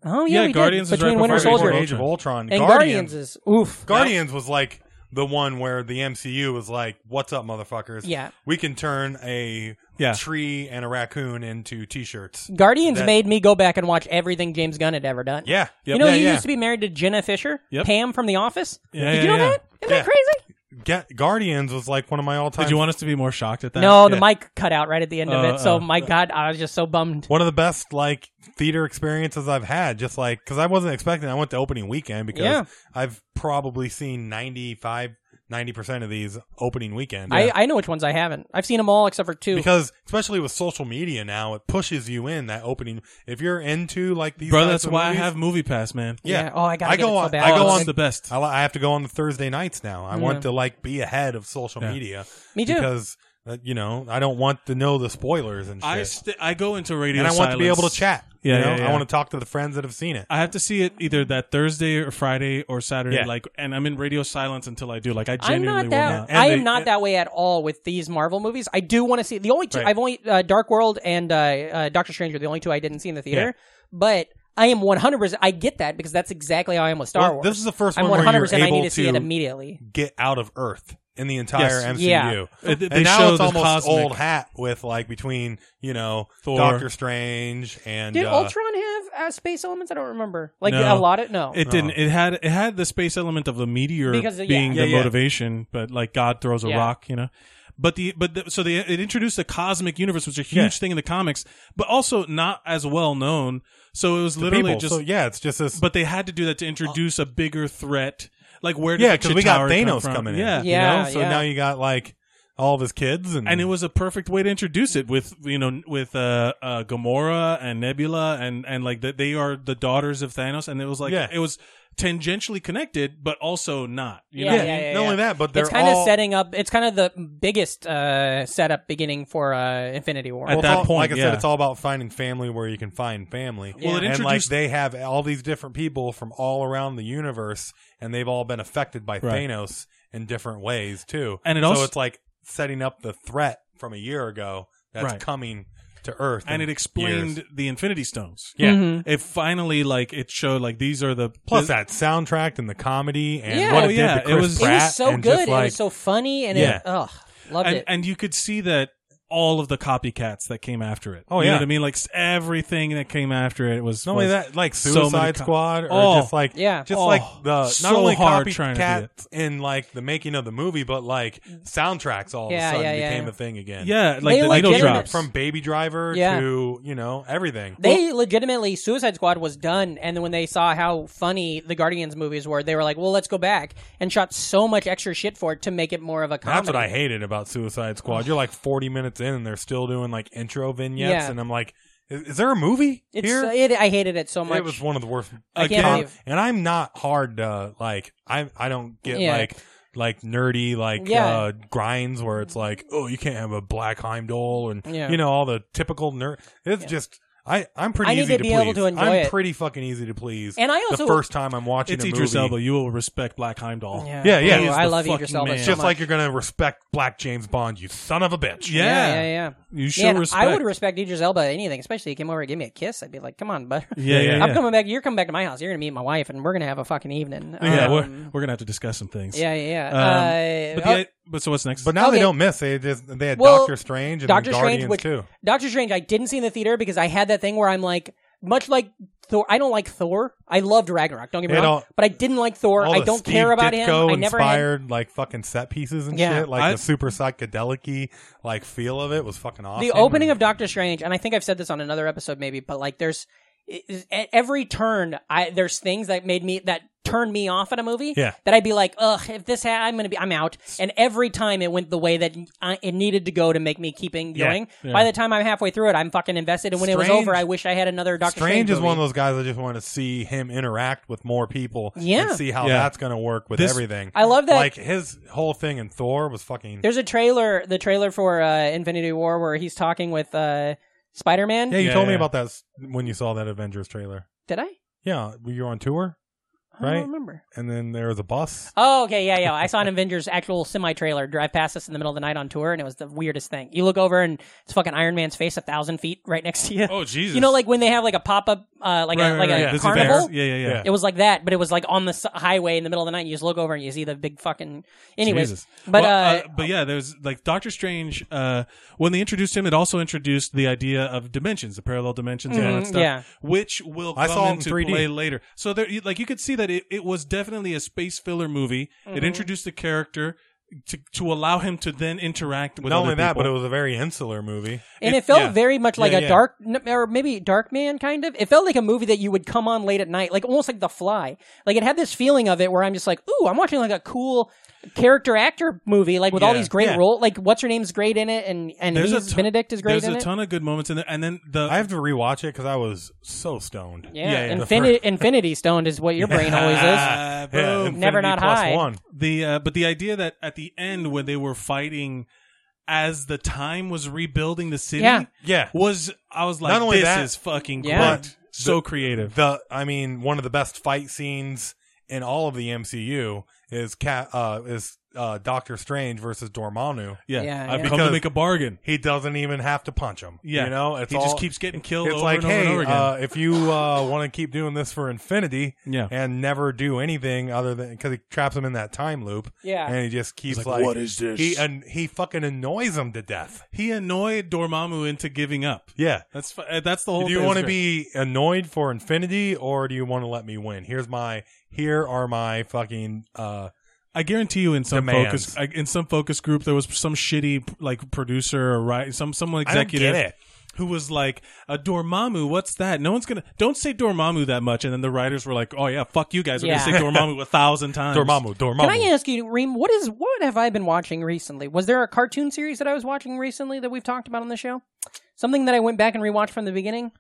Speaker 4: Oh yeah,
Speaker 6: Yeah,
Speaker 4: we
Speaker 6: Guardians
Speaker 4: did.
Speaker 6: is right
Speaker 4: between Winter
Speaker 6: before
Speaker 4: Soldier
Speaker 5: Age of Ultron.
Speaker 4: and
Speaker 5: Guardians,
Speaker 4: Guardians is oof.
Speaker 5: Guardians was like the one where the MCU was like, "What's up, motherfuckers?
Speaker 4: Yeah.
Speaker 5: we can turn a
Speaker 6: Yeah.
Speaker 5: tree and a raccoon into t-shirts."
Speaker 4: Guardians
Speaker 5: That-
Speaker 4: made me go back and watch everything James Gunn had ever done.
Speaker 5: Yeah,
Speaker 4: You know,
Speaker 5: yeah,
Speaker 4: he
Speaker 5: yeah.
Speaker 4: used to be married to Jenna Fisher,
Speaker 6: Yep.
Speaker 4: Pam from The Office.
Speaker 6: Yeah,
Speaker 4: Did
Speaker 6: yeah,
Speaker 4: you know
Speaker 6: yeah.
Speaker 4: that? Isn't
Speaker 5: Yeah.
Speaker 4: that crazy?
Speaker 5: Ga- Guardians was like one of my all-time.
Speaker 6: Did you want us to be more shocked at that?
Speaker 4: No, the
Speaker 6: Yeah.
Speaker 4: mic cut out right at the end of
Speaker 6: Uh,
Speaker 4: it. So
Speaker 6: uh,
Speaker 4: my God, I was just so bummed.
Speaker 5: one of the best like theater experiences I've had. Just like because I wasn't expecting. I went to opening weekend because
Speaker 4: Yeah.
Speaker 5: I've probably seen ninety-five ninety percent of these opening weekend.
Speaker 4: I, I know which ones I haven't. I've seen them all except for two.
Speaker 5: because especially with social media now, it pushes you in that opening. If you're into like these,
Speaker 6: bro.
Speaker 5: types
Speaker 6: That's
Speaker 5: of
Speaker 6: why I
Speaker 5: movies-
Speaker 6: have Movie Pass, man.
Speaker 5: Yeah.
Speaker 4: Yeah. Oh, I gotta
Speaker 5: I
Speaker 4: get
Speaker 5: go
Speaker 4: it so
Speaker 5: on.
Speaker 4: bad.
Speaker 5: I go
Speaker 4: Oh,
Speaker 5: on
Speaker 4: it's
Speaker 5: the
Speaker 6: the best.
Speaker 5: I, li- I have to go on the Thursday nights now. I want to like be ahead of social
Speaker 6: Yeah.
Speaker 5: media.
Speaker 4: Me too.
Speaker 5: Because uh, you know I don't want to know the spoilers and shit.
Speaker 6: I st- I go into radio
Speaker 5: and I want to be
Speaker 6: silence.
Speaker 5: able to chat.
Speaker 6: Yeah,
Speaker 5: you know?
Speaker 6: yeah, yeah.
Speaker 5: I want to talk to the friends that have seen it.
Speaker 6: I have to see it either that Thursday or Friday or Saturday.
Speaker 5: Yeah.
Speaker 6: Like, and I'm in radio silence until I do. Like, I
Speaker 4: I'm not
Speaker 6: genuinely will
Speaker 4: that.
Speaker 6: not.
Speaker 4: I
Speaker 6: And
Speaker 4: am
Speaker 6: they-
Speaker 4: not that way at all with these Marvel movies. I do want to see the only two.
Speaker 5: Right.
Speaker 4: I've only uh, Dark World and uh, uh, Doctor Strange are the only two I didn't see in the theater. But I am 100. percent I get that because that's exactly how I am with Star
Speaker 5: Well,
Speaker 4: Wars.
Speaker 5: This is the first
Speaker 4: I'm
Speaker 5: one
Speaker 4: 100.
Speaker 5: where
Speaker 4: percent
Speaker 5: you're
Speaker 4: I
Speaker 5: able
Speaker 4: need to see it
Speaker 5: to
Speaker 4: immediately.
Speaker 5: get out of Earth in the entire
Speaker 6: Yes.
Speaker 5: MCU.
Speaker 4: Yeah.
Speaker 6: Uh, they- they
Speaker 5: and now
Speaker 6: show
Speaker 5: it's
Speaker 6: the
Speaker 5: almost
Speaker 6: cosmic-
Speaker 5: old hat with like between you know
Speaker 6: Thor.
Speaker 5: Doctor Strange and
Speaker 4: Did
Speaker 5: uh,
Speaker 4: Ultron have uh, space elements? I don't remember. Like
Speaker 6: No.
Speaker 4: a lot of no.
Speaker 6: It didn't. It had it had the space element of the meteor
Speaker 4: Because, yeah.
Speaker 6: being
Speaker 5: Oh. Yeah,
Speaker 6: the
Speaker 5: yeah.
Speaker 6: motivation, but like God throws a
Speaker 4: Yeah.
Speaker 6: rock, you know. But the but the, so they it introduced the cosmic universe, which is a huge
Speaker 5: Yeah.
Speaker 6: thing in the comics, but also not as well known. So it was
Speaker 5: the
Speaker 6: literally
Speaker 5: people.
Speaker 6: just.
Speaker 5: so yeah, it's just this.
Speaker 6: But they had to do that to introduce a bigger threat. Like where? Did
Speaker 5: yeah, because we got
Speaker 6: Chitauri come
Speaker 5: Thanos
Speaker 6: from?
Speaker 5: coming
Speaker 6: Yeah,
Speaker 5: in.
Speaker 4: Yeah,
Speaker 5: you know? so
Speaker 4: yeah.
Speaker 5: now you got like all of his kids and
Speaker 6: and it was a perfect way to introduce it with you know with uh, uh Gamora and Nebula and and like that they are the daughters of Thanos and it was like
Speaker 5: Yeah.
Speaker 6: it was tangentially connected but also not you
Speaker 4: Yeah,
Speaker 6: know
Speaker 5: yeah,
Speaker 6: what I mean?
Speaker 5: not only that, but they're
Speaker 4: it's kind of
Speaker 5: all-
Speaker 4: setting up. It's kind of the biggest uh, setup beginning for uh, Infinity War.
Speaker 6: At
Speaker 5: Well, it's
Speaker 6: that
Speaker 5: all- like
Speaker 6: point,
Speaker 5: I
Speaker 6: yeah.
Speaker 5: said, it's all about finding family where you can find family.
Speaker 6: Well, it
Speaker 5: and like
Speaker 6: introduced-
Speaker 5: they have all these different people from all around the universe, and they've all been affected by
Speaker 6: Right.
Speaker 5: Thanos in different ways too.
Speaker 6: And it
Speaker 5: so
Speaker 6: also-
Speaker 5: it's like setting up the threat from a year ago that's
Speaker 6: Right.
Speaker 5: coming to Earth,
Speaker 6: and
Speaker 5: in
Speaker 6: it explained
Speaker 5: years.
Speaker 6: the Infinity Stones
Speaker 5: Yeah.
Speaker 4: Mm-hmm.
Speaker 6: it finally like it showed like these are the
Speaker 5: Plus
Speaker 6: the-
Speaker 5: that soundtrack and the comedy and
Speaker 4: Yeah.
Speaker 5: what
Speaker 4: Oh,
Speaker 5: it
Speaker 6: yeah,
Speaker 5: did
Speaker 6: it
Speaker 5: to Chris
Speaker 6: was-
Speaker 4: it
Speaker 5: Pratt
Speaker 4: was so
Speaker 5: and just,
Speaker 4: good. it
Speaker 5: like-
Speaker 4: was so funny, and
Speaker 5: Yeah.
Speaker 4: it ugh, loved
Speaker 6: and,
Speaker 4: it.
Speaker 6: and you could see that all of the copycats that came after it
Speaker 5: Oh,
Speaker 6: you know
Speaker 5: yeah.
Speaker 6: what I mean like s- everything that came after it was
Speaker 5: Not only
Speaker 6: was-
Speaker 5: that, like
Speaker 6: so many
Speaker 5: Suicide
Speaker 6: co-
Speaker 5: Squad, or
Speaker 6: Oh,
Speaker 5: just like
Speaker 4: yeah.
Speaker 5: just
Speaker 6: Oh,
Speaker 5: like the not
Speaker 6: so
Speaker 5: only
Speaker 6: hard
Speaker 5: copycats
Speaker 6: trying to do
Speaker 5: in like the making of the movie, but like soundtracks all
Speaker 4: Yeah,
Speaker 5: of a sudden
Speaker 4: yeah, yeah,
Speaker 5: became
Speaker 4: yeah.
Speaker 5: a thing again.
Speaker 6: yeah like
Speaker 4: They
Speaker 6: the
Speaker 4: legitimately-
Speaker 6: needle
Speaker 5: From-
Speaker 6: drops
Speaker 5: from Baby Driver
Speaker 4: Yeah.
Speaker 5: to you know everything.
Speaker 4: they legitimately Suicide Squad was done, and then when they saw how funny the Guardians movies were, they were like, "Well, let's go back and shot so much extra shit for it to make it more of a comedy."
Speaker 5: That's what I hated about Suicide Squad. You're like 40 minutes in and they're still doing like intro vignettes,
Speaker 4: Yeah.
Speaker 5: and I'm like, is, is there a movie
Speaker 4: It's uh,
Speaker 5: here?
Speaker 4: it, I hated it so much.
Speaker 5: It was one of the worst.
Speaker 4: I can't
Speaker 5: Tom-
Speaker 4: believe-
Speaker 5: And I'm not hard to like. I I don't get
Speaker 4: Yeah.
Speaker 5: like like nerdy like
Speaker 4: Yeah.
Speaker 5: uh, grinds where it's like, oh, you can't have a black Heimdall and
Speaker 4: Yeah.
Speaker 5: you know all the typical nerd. It's just. I, I'm pretty
Speaker 4: I need to
Speaker 5: easy
Speaker 4: be
Speaker 5: please.
Speaker 4: able to enjoy
Speaker 5: I'm
Speaker 4: it.
Speaker 5: pretty fucking easy to please.
Speaker 4: And I also-
Speaker 5: the first time I'm watching
Speaker 6: it's
Speaker 5: a
Speaker 6: Idris
Speaker 5: movie,
Speaker 6: Elba you will respect Black Heimdall
Speaker 5: Yeah, yeah.
Speaker 4: Ooh,
Speaker 5: He is
Speaker 4: Oh, I
Speaker 6: the
Speaker 4: love
Speaker 6: fucking
Speaker 4: Idris Elba.
Speaker 6: man.
Speaker 4: So
Speaker 5: just
Speaker 4: much.
Speaker 5: like you're gonna respect Black James Bond, you son of a bitch.
Speaker 6: Yeah.
Speaker 4: yeah, yeah, yeah.
Speaker 6: you show
Speaker 4: Man,
Speaker 6: respect
Speaker 4: I would respect Idris Elba anything, especially if he came over and gave me a kiss. I'd be like, "Come on, bud."
Speaker 6: yeah yeah, yeah.
Speaker 4: I'm coming back. You're coming back to my house. You're gonna meet my wife, and we're gonna have a fucking evening.
Speaker 6: Yeah,
Speaker 4: Um,
Speaker 6: we're we're gonna have to discuss some things.
Speaker 4: yeah, yeah.
Speaker 6: Um,
Speaker 4: yeah.
Speaker 6: but,
Speaker 4: uh,
Speaker 6: the, but so what's next?
Speaker 5: But now
Speaker 4: Okay.
Speaker 5: they don't miss. They just they had
Speaker 4: Well,
Speaker 5: Doctor Strange and
Speaker 4: Doctor
Speaker 5: then Guardians
Speaker 4: Strange, which
Speaker 5: too.
Speaker 4: Doctor Strange, I didn't see in the theater because I had that thing where I'm like, much like Thor, I don't like Thor. I loved Ragnarok. Don't get me
Speaker 5: They
Speaker 4: wrong,
Speaker 5: don't-
Speaker 4: but I didn't like Thor.
Speaker 5: All
Speaker 4: I
Speaker 5: the
Speaker 4: don't
Speaker 5: Steve
Speaker 4: care about him.
Speaker 5: Ditko
Speaker 4: I never had.
Speaker 5: inspired like fucking set pieces and
Speaker 4: Yeah.
Speaker 5: shit, like
Speaker 6: I-
Speaker 5: the super psychedelic like feel of it was fucking awesome.
Speaker 4: The opening of Doctor Strange, and I think I've said this on another episode, maybe, but like, there's it- it- at every turn, I there's things that made me that turned me off at a movie.
Speaker 5: Yeah.
Speaker 4: that I'd be like, ugh, if this ha- I'm gonna be, I'm out. And every time it went the way that I, it needed to go to make me keeping
Speaker 5: Yeah.
Speaker 4: going.
Speaker 6: Yeah.
Speaker 4: By the time I'm halfway through it, I'm fucking invested. And when it was
Speaker 5: Strange-
Speaker 4: over, I wish I had another Doctor Strange.
Speaker 5: Strange is one of
Speaker 4: movie.
Speaker 5: those guys I just want to see him interact with more people.
Speaker 4: Yeah.
Speaker 5: and see how
Speaker 6: Yeah.
Speaker 5: that's gonna work with
Speaker 6: This-
Speaker 5: everything.
Speaker 4: I love that-
Speaker 5: Like his whole thing in Thor was fucking.
Speaker 4: There's a trailer, the trailer for uh, Infinity War, where he's talking with uh, Spider Man.
Speaker 5: yeah, you
Speaker 6: Yeah,
Speaker 5: told me
Speaker 6: yeah.
Speaker 5: about that s- when you saw that Avengers trailer.
Speaker 4: Did I?
Speaker 5: Yeah, you were on tour,
Speaker 4: I
Speaker 5: Right.
Speaker 4: don't remember.
Speaker 5: and then there was a bus.
Speaker 4: Oh, okay, yeah, yeah. I saw an Avengers actual semi trailer drive past us in the middle of the night on tour, and it was the weirdest thing. You look over, and it's fucking Iron Man's face a thousand feet right next to you.
Speaker 6: oh Jesus!
Speaker 4: You know, like when they have like a pop up, uh, like
Speaker 6: Right,
Speaker 4: a
Speaker 6: right,
Speaker 4: like
Speaker 6: right.
Speaker 4: a
Speaker 6: This is
Speaker 4: carnival.
Speaker 6: fair. Yeah, yeah, yeah.
Speaker 5: Yeah.
Speaker 4: It was like that, but it was like on the s- highway in the middle of the night. And you just look over and you see the big fucking. Anyways,
Speaker 6: Jesus.
Speaker 4: but
Speaker 6: Well,
Speaker 4: uh,
Speaker 6: but yeah, there's like Doctor Strange. Uh, when they introduced him, it also introduced the idea of dimensions, the parallel dimensions, and all
Speaker 4: Mhm,
Speaker 6: that stuff,
Speaker 4: yeah.
Speaker 6: which will
Speaker 5: I
Speaker 6: come
Speaker 5: saw it in
Speaker 6: into
Speaker 5: 3D.
Speaker 6: play later.
Speaker 4: Mm-hmm.
Speaker 6: So there, you- like you could see that it, it was definitely a space filler movie. It introduced the character. to to allow him to then interact with
Speaker 5: Not
Speaker 6: other
Speaker 5: only that, but it
Speaker 6: people.
Speaker 5: was a very insular movie.
Speaker 4: and
Speaker 6: It-
Speaker 4: it, felt
Speaker 6: yeah.
Speaker 4: very much like
Speaker 5: Yeah,
Speaker 4: a
Speaker 5: yeah.
Speaker 4: dark n- or maybe dark man kind of it felt like a movie that you would come on late at night like almost like the fly like it had this feeling of it where i'm just like ooh i'm watching like a cool character actor movie like with all
Speaker 6: Yeah,
Speaker 4: these great
Speaker 5: yeah.
Speaker 4: role like what's her name's great in it and and
Speaker 6: There's a
Speaker 4: he's-
Speaker 6: ton-
Speaker 4: benedict is great
Speaker 6: There's
Speaker 4: in
Speaker 6: a
Speaker 4: it
Speaker 6: ton of good moments in there, and then the
Speaker 5: I have to rewatch it because I was so stoned.
Speaker 4: yeah,
Speaker 6: yeah, yeah, the
Speaker 4: Infini- infinity stoned is what your brain always is
Speaker 6: Ah,
Speaker 5: Yeah,
Speaker 6: boom.
Speaker 5: Infinity
Speaker 4: Never not
Speaker 5: plus
Speaker 4: high.
Speaker 5: One.
Speaker 6: the uh, but the idea that at the end when they were fighting as the time was rebuilding the city
Speaker 4: Yeah.
Speaker 5: Yeah.
Speaker 6: was I was like
Speaker 5: Not only
Speaker 6: this
Speaker 5: that,
Speaker 6: is fucking
Speaker 4: Yeah.
Speaker 6: great so creative
Speaker 5: The I mean, one of the best fight scenes in all of the MCU is cat uh, is uh, Doctor Strange versus Dormammu.
Speaker 6: yeah,
Speaker 4: Yeah,
Speaker 6: I've
Speaker 4: yeah.
Speaker 6: come to
Speaker 5: Because-
Speaker 6: make a bargain
Speaker 5: He doesn't even have to punch him.
Speaker 6: yeah
Speaker 5: you know, it's
Speaker 6: he
Speaker 5: all-
Speaker 6: just keeps getting killed
Speaker 5: It's
Speaker 6: over
Speaker 5: like,
Speaker 6: and over
Speaker 5: hey,
Speaker 6: and over again
Speaker 5: Uh, if you uh, want to keep doing this for infinity,
Speaker 6: Yeah.
Speaker 5: and never do anything other than because he traps him in that time loop,
Speaker 4: Yeah.
Speaker 5: and he just keeps
Speaker 6: like,
Speaker 5: like,
Speaker 6: "What is this?"
Speaker 5: He and he fucking annoys him to death.
Speaker 6: he annoyed Dormammu into giving up
Speaker 5: Yeah.
Speaker 6: that's fu- uh, that's the whole
Speaker 5: Do you
Speaker 6: thing.
Speaker 5: want to
Speaker 6: It's
Speaker 5: be annoyed for infinity, or do you want to let me win? Here's my. Here are my fucking. uh
Speaker 6: I guarantee you, in some
Speaker 5: Demands.
Speaker 6: focus, I- in some focus group, there was some shitty like producer or right, some someone
Speaker 5: I don't get
Speaker 6: executive
Speaker 5: it.
Speaker 6: who was like, "A Dormammu, what's that? No one's gonna don't say Dormammu that much." And then the writers were like, "Oh yeah, fuck you guys, we're
Speaker 4: Yeah.
Speaker 6: gonna say Dormammu a thousand times."
Speaker 5: Dormammu. Dormammu.
Speaker 4: can I ask you, Reem? What is what have I been watching recently? Was there a cartoon series that I was watching recently that we've talked about on the show? Something that I went back and rewatched from the beginning.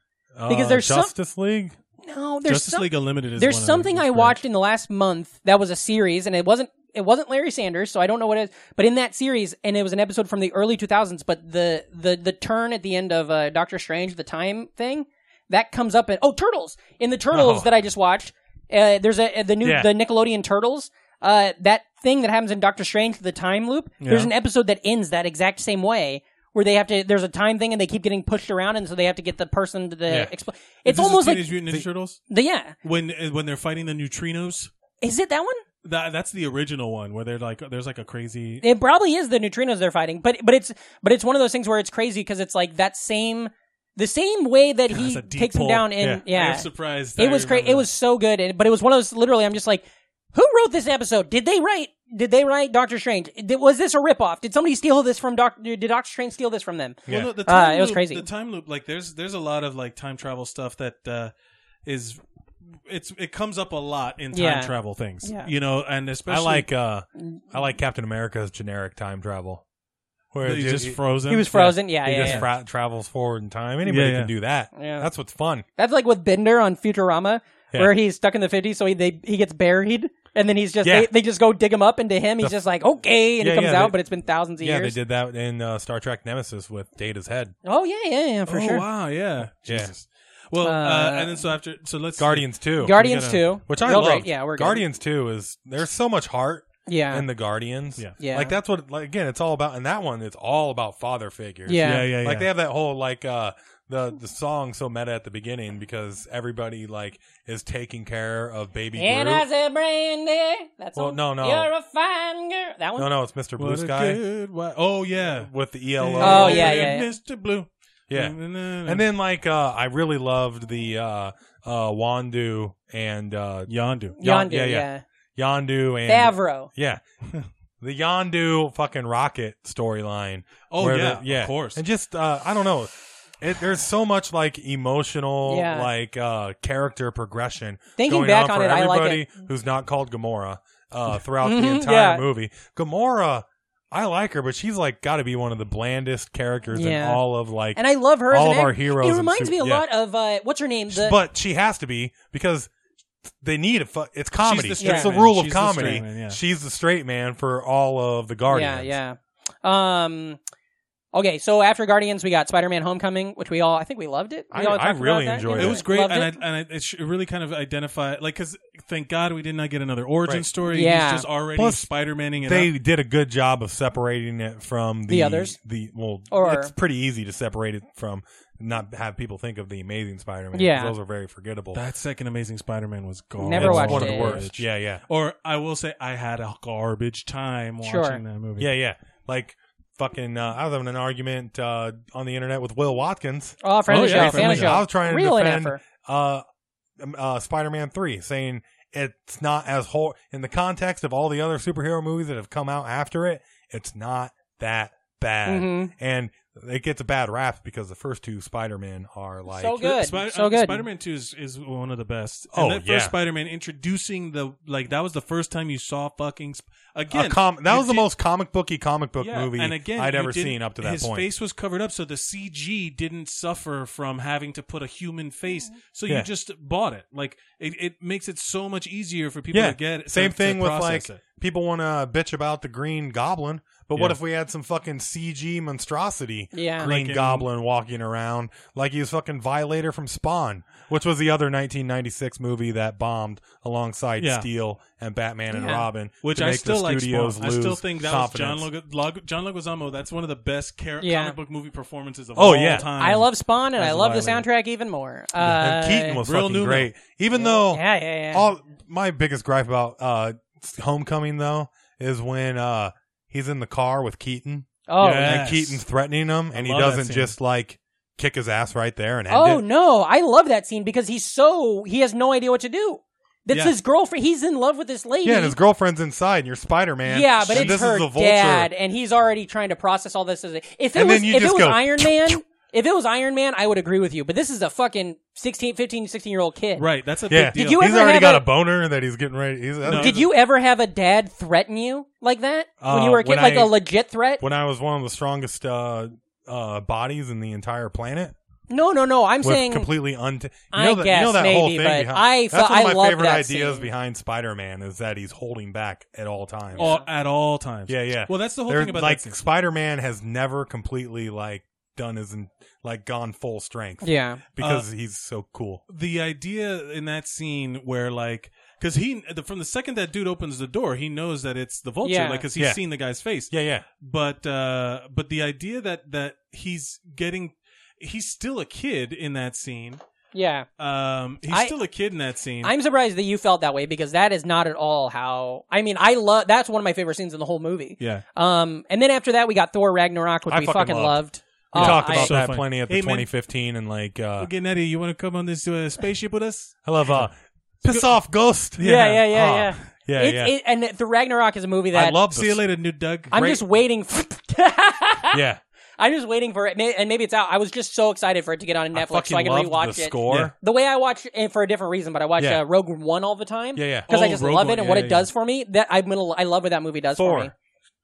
Speaker 4: because
Speaker 5: Uh,
Speaker 4: there's some-
Speaker 5: Justice League.
Speaker 4: No, there's
Speaker 6: Justice
Speaker 4: some-
Speaker 6: League Unlimited. Is
Speaker 4: There's
Speaker 6: one of
Speaker 4: something
Speaker 6: those,
Speaker 4: I
Speaker 6: correct?
Speaker 4: watched in the last month that was a series, and it wasn't it wasn't Larry Sanders, so I don't know what it is. But in that series, and it was an episode from the early 2000s. But the the the turn at the end of uh, Doctor Strange, the time thing, that comes up in oh Turtles in the Turtles
Speaker 5: Oh.
Speaker 4: that I just watched. Uh, there's a the new
Speaker 5: Yeah.
Speaker 4: the Nickelodeon Turtles. Uh, that thing that happens in Doctor Strange, the time loop. There's an episode that ends that exact same way. Where they have to, there's a time thing, and they keep getting pushed around, and so they have to get the person to the. Expl- it's
Speaker 6: This is
Speaker 4: almost like,
Speaker 6: Teenage Mutant Ninja Turtles
Speaker 4: the, yeah,
Speaker 6: when uh, when they're fighting the neutrinos.
Speaker 4: is it that one?
Speaker 6: That that's the original one where they're like, there's like a crazy.
Speaker 4: It probably is the neutrinos they're fighting, but but it's but it's one of those things where it's crazy because it's like that same the same way that he
Speaker 6: That's a deep
Speaker 4: takes
Speaker 6: pull.
Speaker 4: him down in yeah.
Speaker 6: I'm surprised.
Speaker 4: It
Speaker 6: I
Speaker 4: was great.
Speaker 6: remember
Speaker 4: It was so good, and, but it was one of those literally. I'm just like, who wrote this episode? Did they write? Did they write Doctor Strange? Did, was this a ripoff? Did somebody steal this from Doctor? Did Doctor Strange steal this from them?
Speaker 6: Well, no, the
Speaker 4: Uh,
Speaker 6: time
Speaker 4: it was
Speaker 6: loop-
Speaker 4: crazy.
Speaker 6: The time loop, like there's there's a lot of like time travel stuff that uh, is it's it comes up a lot in time
Speaker 4: Yeah.
Speaker 6: travel things.
Speaker 4: Yeah.
Speaker 6: You know, and
Speaker 5: I
Speaker 6: especially
Speaker 5: like. uh
Speaker 4: Mm.
Speaker 5: I like Captain America's generic time travel, where
Speaker 6: he's
Speaker 5: it
Speaker 6: just
Speaker 5: it-
Speaker 6: frozen.
Speaker 4: He was frozen. Yeah,
Speaker 5: He
Speaker 4: yeah.
Speaker 5: just
Speaker 4: yeah.
Speaker 5: fra- travels forward in time. Anybody
Speaker 6: Yeah, yeah.
Speaker 5: can do that.
Speaker 4: Yeah.
Speaker 5: That's what's fun.
Speaker 4: That's like with Bender on Futurama,
Speaker 5: Yeah.
Speaker 4: where he's stuck in the 50s, so he they, he gets buried, and then he's just
Speaker 5: Yeah.
Speaker 4: they, they just go dig him up, and to him he's just like okay, and
Speaker 5: Yeah,
Speaker 4: he comes
Speaker 5: yeah,
Speaker 4: out,
Speaker 5: they-
Speaker 4: but it's been thousands of
Speaker 5: Yeah,
Speaker 4: years.
Speaker 5: they did that in uh, Star Trek Nemesis with Data's head.
Speaker 4: Oh yeah, yeah, yeah, for
Speaker 6: oh
Speaker 4: sure.
Speaker 6: wow, yeah,
Speaker 5: Yeah.
Speaker 6: Jesus. Well, uh,
Speaker 4: Uh,
Speaker 6: and then so after, so let's
Speaker 5: Guardians two.
Speaker 4: Guardians
Speaker 6: gotta-
Speaker 4: too,
Speaker 5: which I
Speaker 4: Real
Speaker 5: love.
Speaker 4: great. Yeah, we're good.
Speaker 5: Guardians two is there's so much heart
Speaker 4: Yeah,
Speaker 5: in the Guardians.
Speaker 6: Yeah.
Speaker 4: Yeah.
Speaker 5: Like that's what like again it's all about. And that one it's all about father figures.
Speaker 4: Yeah.
Speaker 6: Yeah, yeah, yeah.
Speaker 5: Like they have that whole like uh the the song so meta at the beginning because everybody like is taking care of baby
Speaker 4: and
Speaker 5: Groot.
Speaker 4: I said, Brandy, that's
Speaker 5: Well,
Speaker 4: all.
Speaker 5: no, no.
Speaker 4: you're a fine girl. That one.
Speaker 5: no, no, it's Mr. Blue
Speaker 6: What a
Speaker 5: Sky
Speaker 6: good wi- oh yeah.
Speaker 5: with the ELO.
Speaker 4: Oh, yeah, yeah, yeah.
Speaker 6: Mr. Blue.
Speaker 5: Yeah.
Speaker 6: and
Speaker 5: And then like uh I really loved the uh uh Wandu and uh
Speaker 6: Yondu.
Speaker 5: Yon-
Speaker 4: Yondu,
Speaker 5: yeah,
Speaker 4: yeah,
Speaker 5: yeah. Yondu and
Speaker 4: Favreau.
Speaker 5: Yeah. The Yondu fucking rocket storyline.
Speaker 6: Oh
Speaker 5: Where
Speaker 6: yeah,
Speaker 5: the- yeah,
Speaker 6: of course.
Speaker 5: And just uh I don't know. It, there's so much like emotional,
Speaker 4: Yeah.
Speaker 5: like uh character progression.
Speaker 4: Thinking
Speaker 5: going
Speaker 4: back
Speaker 5: on,
Speaker 4: on
Speaker 5: for
Speaker 4: it, I like
Speaker 5: everybody who's not called Gamora uh, throughout the
Speaker 4: Mhm,
Speaker 5: entire
Speaker 4: yeah.
Speaker 5: movie. Gamora, I like her, but she's like got to be one of the blandest characters
Speaker 4: Yeah.
Speaker 5: in all of like
Speaker 4: And I love her.
Speaker 5: All
Speaker 4: as an
Speaker 5: of our
Speaker 4: act-
Speaker 5: heroes
Speaker 4: It
Speaker 5: and
Speaker 4: reminds
Speaker 5: super-
Speaker 4: me a
Speaker 5: yeah.
Speaker 4: lot of uh, what's her name? The,
Speaker 5: but she has to be because they need a fu- it's comedy.
Speaker 6: the straight
Speaker 5: It's the
Speaker 6: man.
Speaker 5: rule of
Speaker 6: She's the straight
Speaker 5: comedy.
Speaker 6: man, yeah.
Speaker 5: She's the straight man for all of the Guardians.
Speaker 4: Yeah, yeah. Um, okay, so after Guardians, we got Spider-Man: Homecoming, which we all I think we loved it. We
Speaker 5: I-
Speaker 4: all
Speaker 5: I
Speaker 4: talked about
Speaker 5: really
Speaker 4: that.
Speaker 5: enjoyed
Speaker 4: You
Speaker 5: it.
Speaker 6: It
Speaker 5: Yeah.
Speaker 6: was great,
Speaker 4: loved
Speaker 6: and I,
Speaker 4: it?
Speaker 6: and I, it sh- really kind of identify like because thank God we did not get another origin
Speaker 5: Right.
Speaker 6: story.
Speaker 4: Yeah.
Speaker 6: He's just already
Speaker 5: Plus,
Speaker 6: Spider-Maning it
Speaker 5: They
Speaker 6: up.
Speaker 5: did a good job of separating it from the,
Speaker 4: The others?
Speaker 5: The well,
Speaker 4: Or-
Speaker 5: it's pretty easy to separate it from not have people think of the Amazing Spider-Man. 'cause
Speaker 4: Yeah.
Speaker 5: those are very forgettable.
Speaker 6: That second Amazing Spider-Man was garbage.
Speaker 4: Never
Speaker 5: it's
Speaker 4: watched
Speaker 5: one of
Speaker 4: it.
Speaker 5: the worst. Yeah, yeah,
Speaker 6: Or I will say I had a garbage time watching
Speaker 4: Sure.
Speaker 6: that movie.
Speaker 5: yeah, yeah. Like fucking, uh, I was having an argument uh, on the internet with Will Watkins.
Speaker 4: Oh, friend of
Speaker 6: Oh,
Speaker 4: the
Speaker 6: yeah,
Speaker 4: show,
Speaker 6: friend
Speaker 4: fan of
Speaker 6: of
Speaker 4: the
Speaker 6: the
Speaker 4: show.
Speaker 5: show. I was trying to
Speaker 4: Real
Speaker 5: defend-
Speaker 4: an effort.
Speaker 5: uh, um, uh, Spider-Man Three, saying it's not as hor in the context of all the other superhero movies that have come out after it. It's not that bad,
Speaker 4: Mm-hmm.
Speaker 5: and it gets a bad rap because the first two Spider Men are like uh,
Speaker 4: so good,
Speaker 6: Spider-
Speaker 4: so good.
Speaker 6: uh, Spider-Man Two is, is one of the best.
Speaker 5: Oh,
Speaker 6: and that
Speaker 5: yeah.
Speaker 6: first Spider-Man introducing the like that was the first time you saw fucking sp-
Speaker 5: a
Speaker 6: again.
Speaker 5: com- that
Speaker 6: you
Speaker 5: was the
Speaker 6: did-
Speaker 5: most comic booky comic book
Speaker 6: yeah,
Speaker 5: movie
Speaker 6: and again,
Speaker 5: I'd
Speaker 6: you
Speaker 5: ever
Speaker 6: didn't-
Speaker 5: seen up to that
Speaker 6: his
Speaker 5: point.
Speaker 6: face was covered up, so the CG didn't suffer from having to put a human face.
Speaker 4: Mm-hmm.
Speaker 6: So
Speaker 5: Yeah.
Speaker 6: you just bought it. Like it, it makes it so much easier for people to get.
Speaker 5: Same
Speaker 6: to- to
Speaker 5: thing with
Speaker 6: process
Speaker 5: like
Speaker 6: it.
Speaker 5: people want to bitch about the Green Goblin, but what
Speaker 6: Yeah.
Speaker 5: if we had some fucking CG monstrosity
Speaker 4: Yeah.
Speaker 5: Green
Speaker 6: Like in-
Speaker 5: Goblin walking around like he was fucking Violator from Spawn, which was the other 1996 movie that bombed alongside
Speaker 6: Yeah.
Speaker 5: Steel and Batman and
Speaker 4: Yeah.
Speaker 5: Robin,
Speaker 6: Which
Speaker 5: to
Speaker 6: I
Speaker 5: make
Speaker 6: still
Speaker 5: the
Speaker 6: like.
Speaker 5: studios
Speaker 6: Spawn. I still
Speaker 5: lose
Speaker 6: think that
Speaker 5: confidence.
Speaker 6: was John, Leg- Log- John Leguizamo. That's one of the best char-
Speaker 4: Yeah.
Speaker 6: comic book movie performances of
Speaker 5: Oh,
Speaker 6: all
Speaker 5: yeah.
Speaker 6: time.
Speaker 4: I love Spawn, and
Speaker 6: As
Speaker 4: I
Speaker 6: a
Speaker 4: love the
Speaker 6: violator.
Speaker 4: soundtrack even more. Uh,
Speaker 5: and Keaton was
Speaker 6: Real
Speaker 5: fucking
Speaker 6: Newman.
Speaker 5: great, even though
Speaker 4: yeah, yeah, yeah.
Speaker 5: all my biggest gripe about uh, Homecoming though is when uh, he's in the car with Keaton.
Speaker 4: oh,
Speaker 6: Yeah.
Speaker 5: and
Speaker 6: Yes.
Speaker 5: Keaton's threatening him, and he
Speaker 6: love that
Speaker 5: doesn't
Speaker 6: scene.
Speaker 5: just like kick his ass right there and end
Speaker 4: oh
Speaker 5: it.
Speaker 4: no, I love that scene because he's so he has no idea what to do. That's
Speaker 6: Yeah.
Speaker 4: his girlfriend. He's in love with this lady.
Speaker 5: Yeah, and his girlfriend's inside, and you're Spider Man.
Speaker 4: Yeah, but
Speaker 5: and
Speaker 4: it's
Speaker 5: this
Speaker 4: her
Speaker 5: is the vulture.
Speaker 4: dad, and he's already trying to process all this. As a, if it
Speaker 5: And
Speaker 4: was,
Speaker 5: then you
Speaker 4: if it
Speaker 5: just
Speaker 4: was
Speaker 5: go,
Speaker 4: Iron Man, if it was Iron Man, I would agree with you. But this is a fucking 16, 15, 16 year old kid.
Speaker 6: Right. That's a
Speaker 5: Yeah,
Speaker 6: big deal.
Speaker 4: Did you
Speaker 5: he's
Speaker 4: ever
Speaker 5: already
Speaker 4: have
Speaker 5: got
Speaker 4: a-
Speaker 5: a boner that he's getting ready. He's, uh, that's-
Speaker 4: Did you ever have a dad threaten you like that when
Speaker 5: Uh,
Speaker 4: you were a kid,
Speaker 5: when
Speaker 4: like a
Speaker 5: I-
Speaker 4: legit threat?
Speaker 5: When I was one of the strongest uh, uh, bodies in the entire planet,
Speaker 4: No, no, no. I'm
Speaker 5: with
Speaker 4: saying
Speaker 5: completely unt. You
Speaker 4: I
Speaker 5: know that,
Speaker 4: guess
Speaker 5: you know that whole
Speaker 4: maybe,
Speaker 5: thing.
Speaker 4: but
Speaker 5: behind,
Speaker 4: I
Speaker 5: that's
Speaker 4: fe-
Speaker 5: one of
Speaker 4: I
Speaker 5: my
Speaker 4: loved
Speaker 5: favorite
Speaker 4: that
Speaker 5: ideas
Speaker 4: scene.
Speaker 5: behind Spider Man is that he's holding back at all times.
Speaker 6: all, at all times.
Speaker 5: Yeah, yeah.
Speaker 6: Well, that's Oh, the whole
Speaker 5: They're-
Speaker 6: thing about
Speaker 5: like
Speaker 6: that scene.
Speaker 5: Spider Man has never completely like done his in, like gone full strength.
Speaker 4: yeah,
Speaker 5: because he's so cool.
Speaker 6: the idea in that scene where like because he the, from the second that dude opens the door, he knows that it's the vulture,
Speaker 4: Yeah.
Speaker 6: like because he's
Speaker 5: Yeah.
Speaker 6: seen the guy's face.
Speaker 5: Yeah, yeah.
Speaker 6: But uh, but the idea that that he's getting, he's still a kid in that scene.
Speaker 4: yeah.
Speaker 6: Um, he's
Speaker 4: I-
Speaker 6: still a kid in that scene.
Speaker 4: I'm surprised that you felt that way because that is not at all how. I mean, I love. That's one of my favorite scenes in the whole movie.
Speaker 6: yeah.
Speaker 4: Um, and then after that, we got Thor Ragnarok, which
Speaker 5: I
Speaker 4: we
Speaker 5: fucking
Speaker 4: fucking loved. Uh,
Speaker 5: loved. We talked
Speaker 4: I-
Speaker 5: about
Speaker 6: So
Speaker 5: that
Speaker 6: funny.
Speaker 5: plenty at the
Speaker 6: Hey, man.
Speaker 5: 2015 and like uh,
Speaker 6: Okay, Nettie, you want to come on this uh, spaceship with us?
Speaker 5: I love uh, piss off ghost.
Speaker 4: Yeah, yeah, yeah,
Speaker 5: Ah,
Speaker 4: yeah.
Speaker 5: yeah,
Speaker 4: It-
Speaker 5: yeah.
Speaker 4: it- and the Ragnarok is a movie that
Speaker 5: I love.
Speaker 6: See you later, new Doug.
Speaker 4: I'm
Speaker 5: great-
Speaker 4: just waiting. For,
Speaker 5: Yeah,
Speaker 4: I'm just waiting for it, May- and maybe it's out. I was just so excited for it to get on
Speaker 5: I
Speaker 4: Netflix,
Speaker 5: fucking
Speaker 4: so I can
Speaker 5: love
Speaker 4: rewatch
Speaker 5: the
Speaker 4: it.
Speaker 5: score.
Speaker 6: Yeah.
Speaker 4: The way I watch it eh, for a different reason, but I watch
Speaker 5: Yeah.
Speaker 4: uh, Rogue One all the time.
Speaker 5: Yeah, yeah.
Speaker 4: because I
Speaker 6: Oh,
Speaker 4: just
Speaker 6: Rogue
Speaker 4: love it
Speaker 6: One.
Speaker 4: and what it
Speaker 6: Yeah, yeah,
Speaker 4: does for me. That I'm gonna, I love what that movie does for me.
Speaker 5: Thor,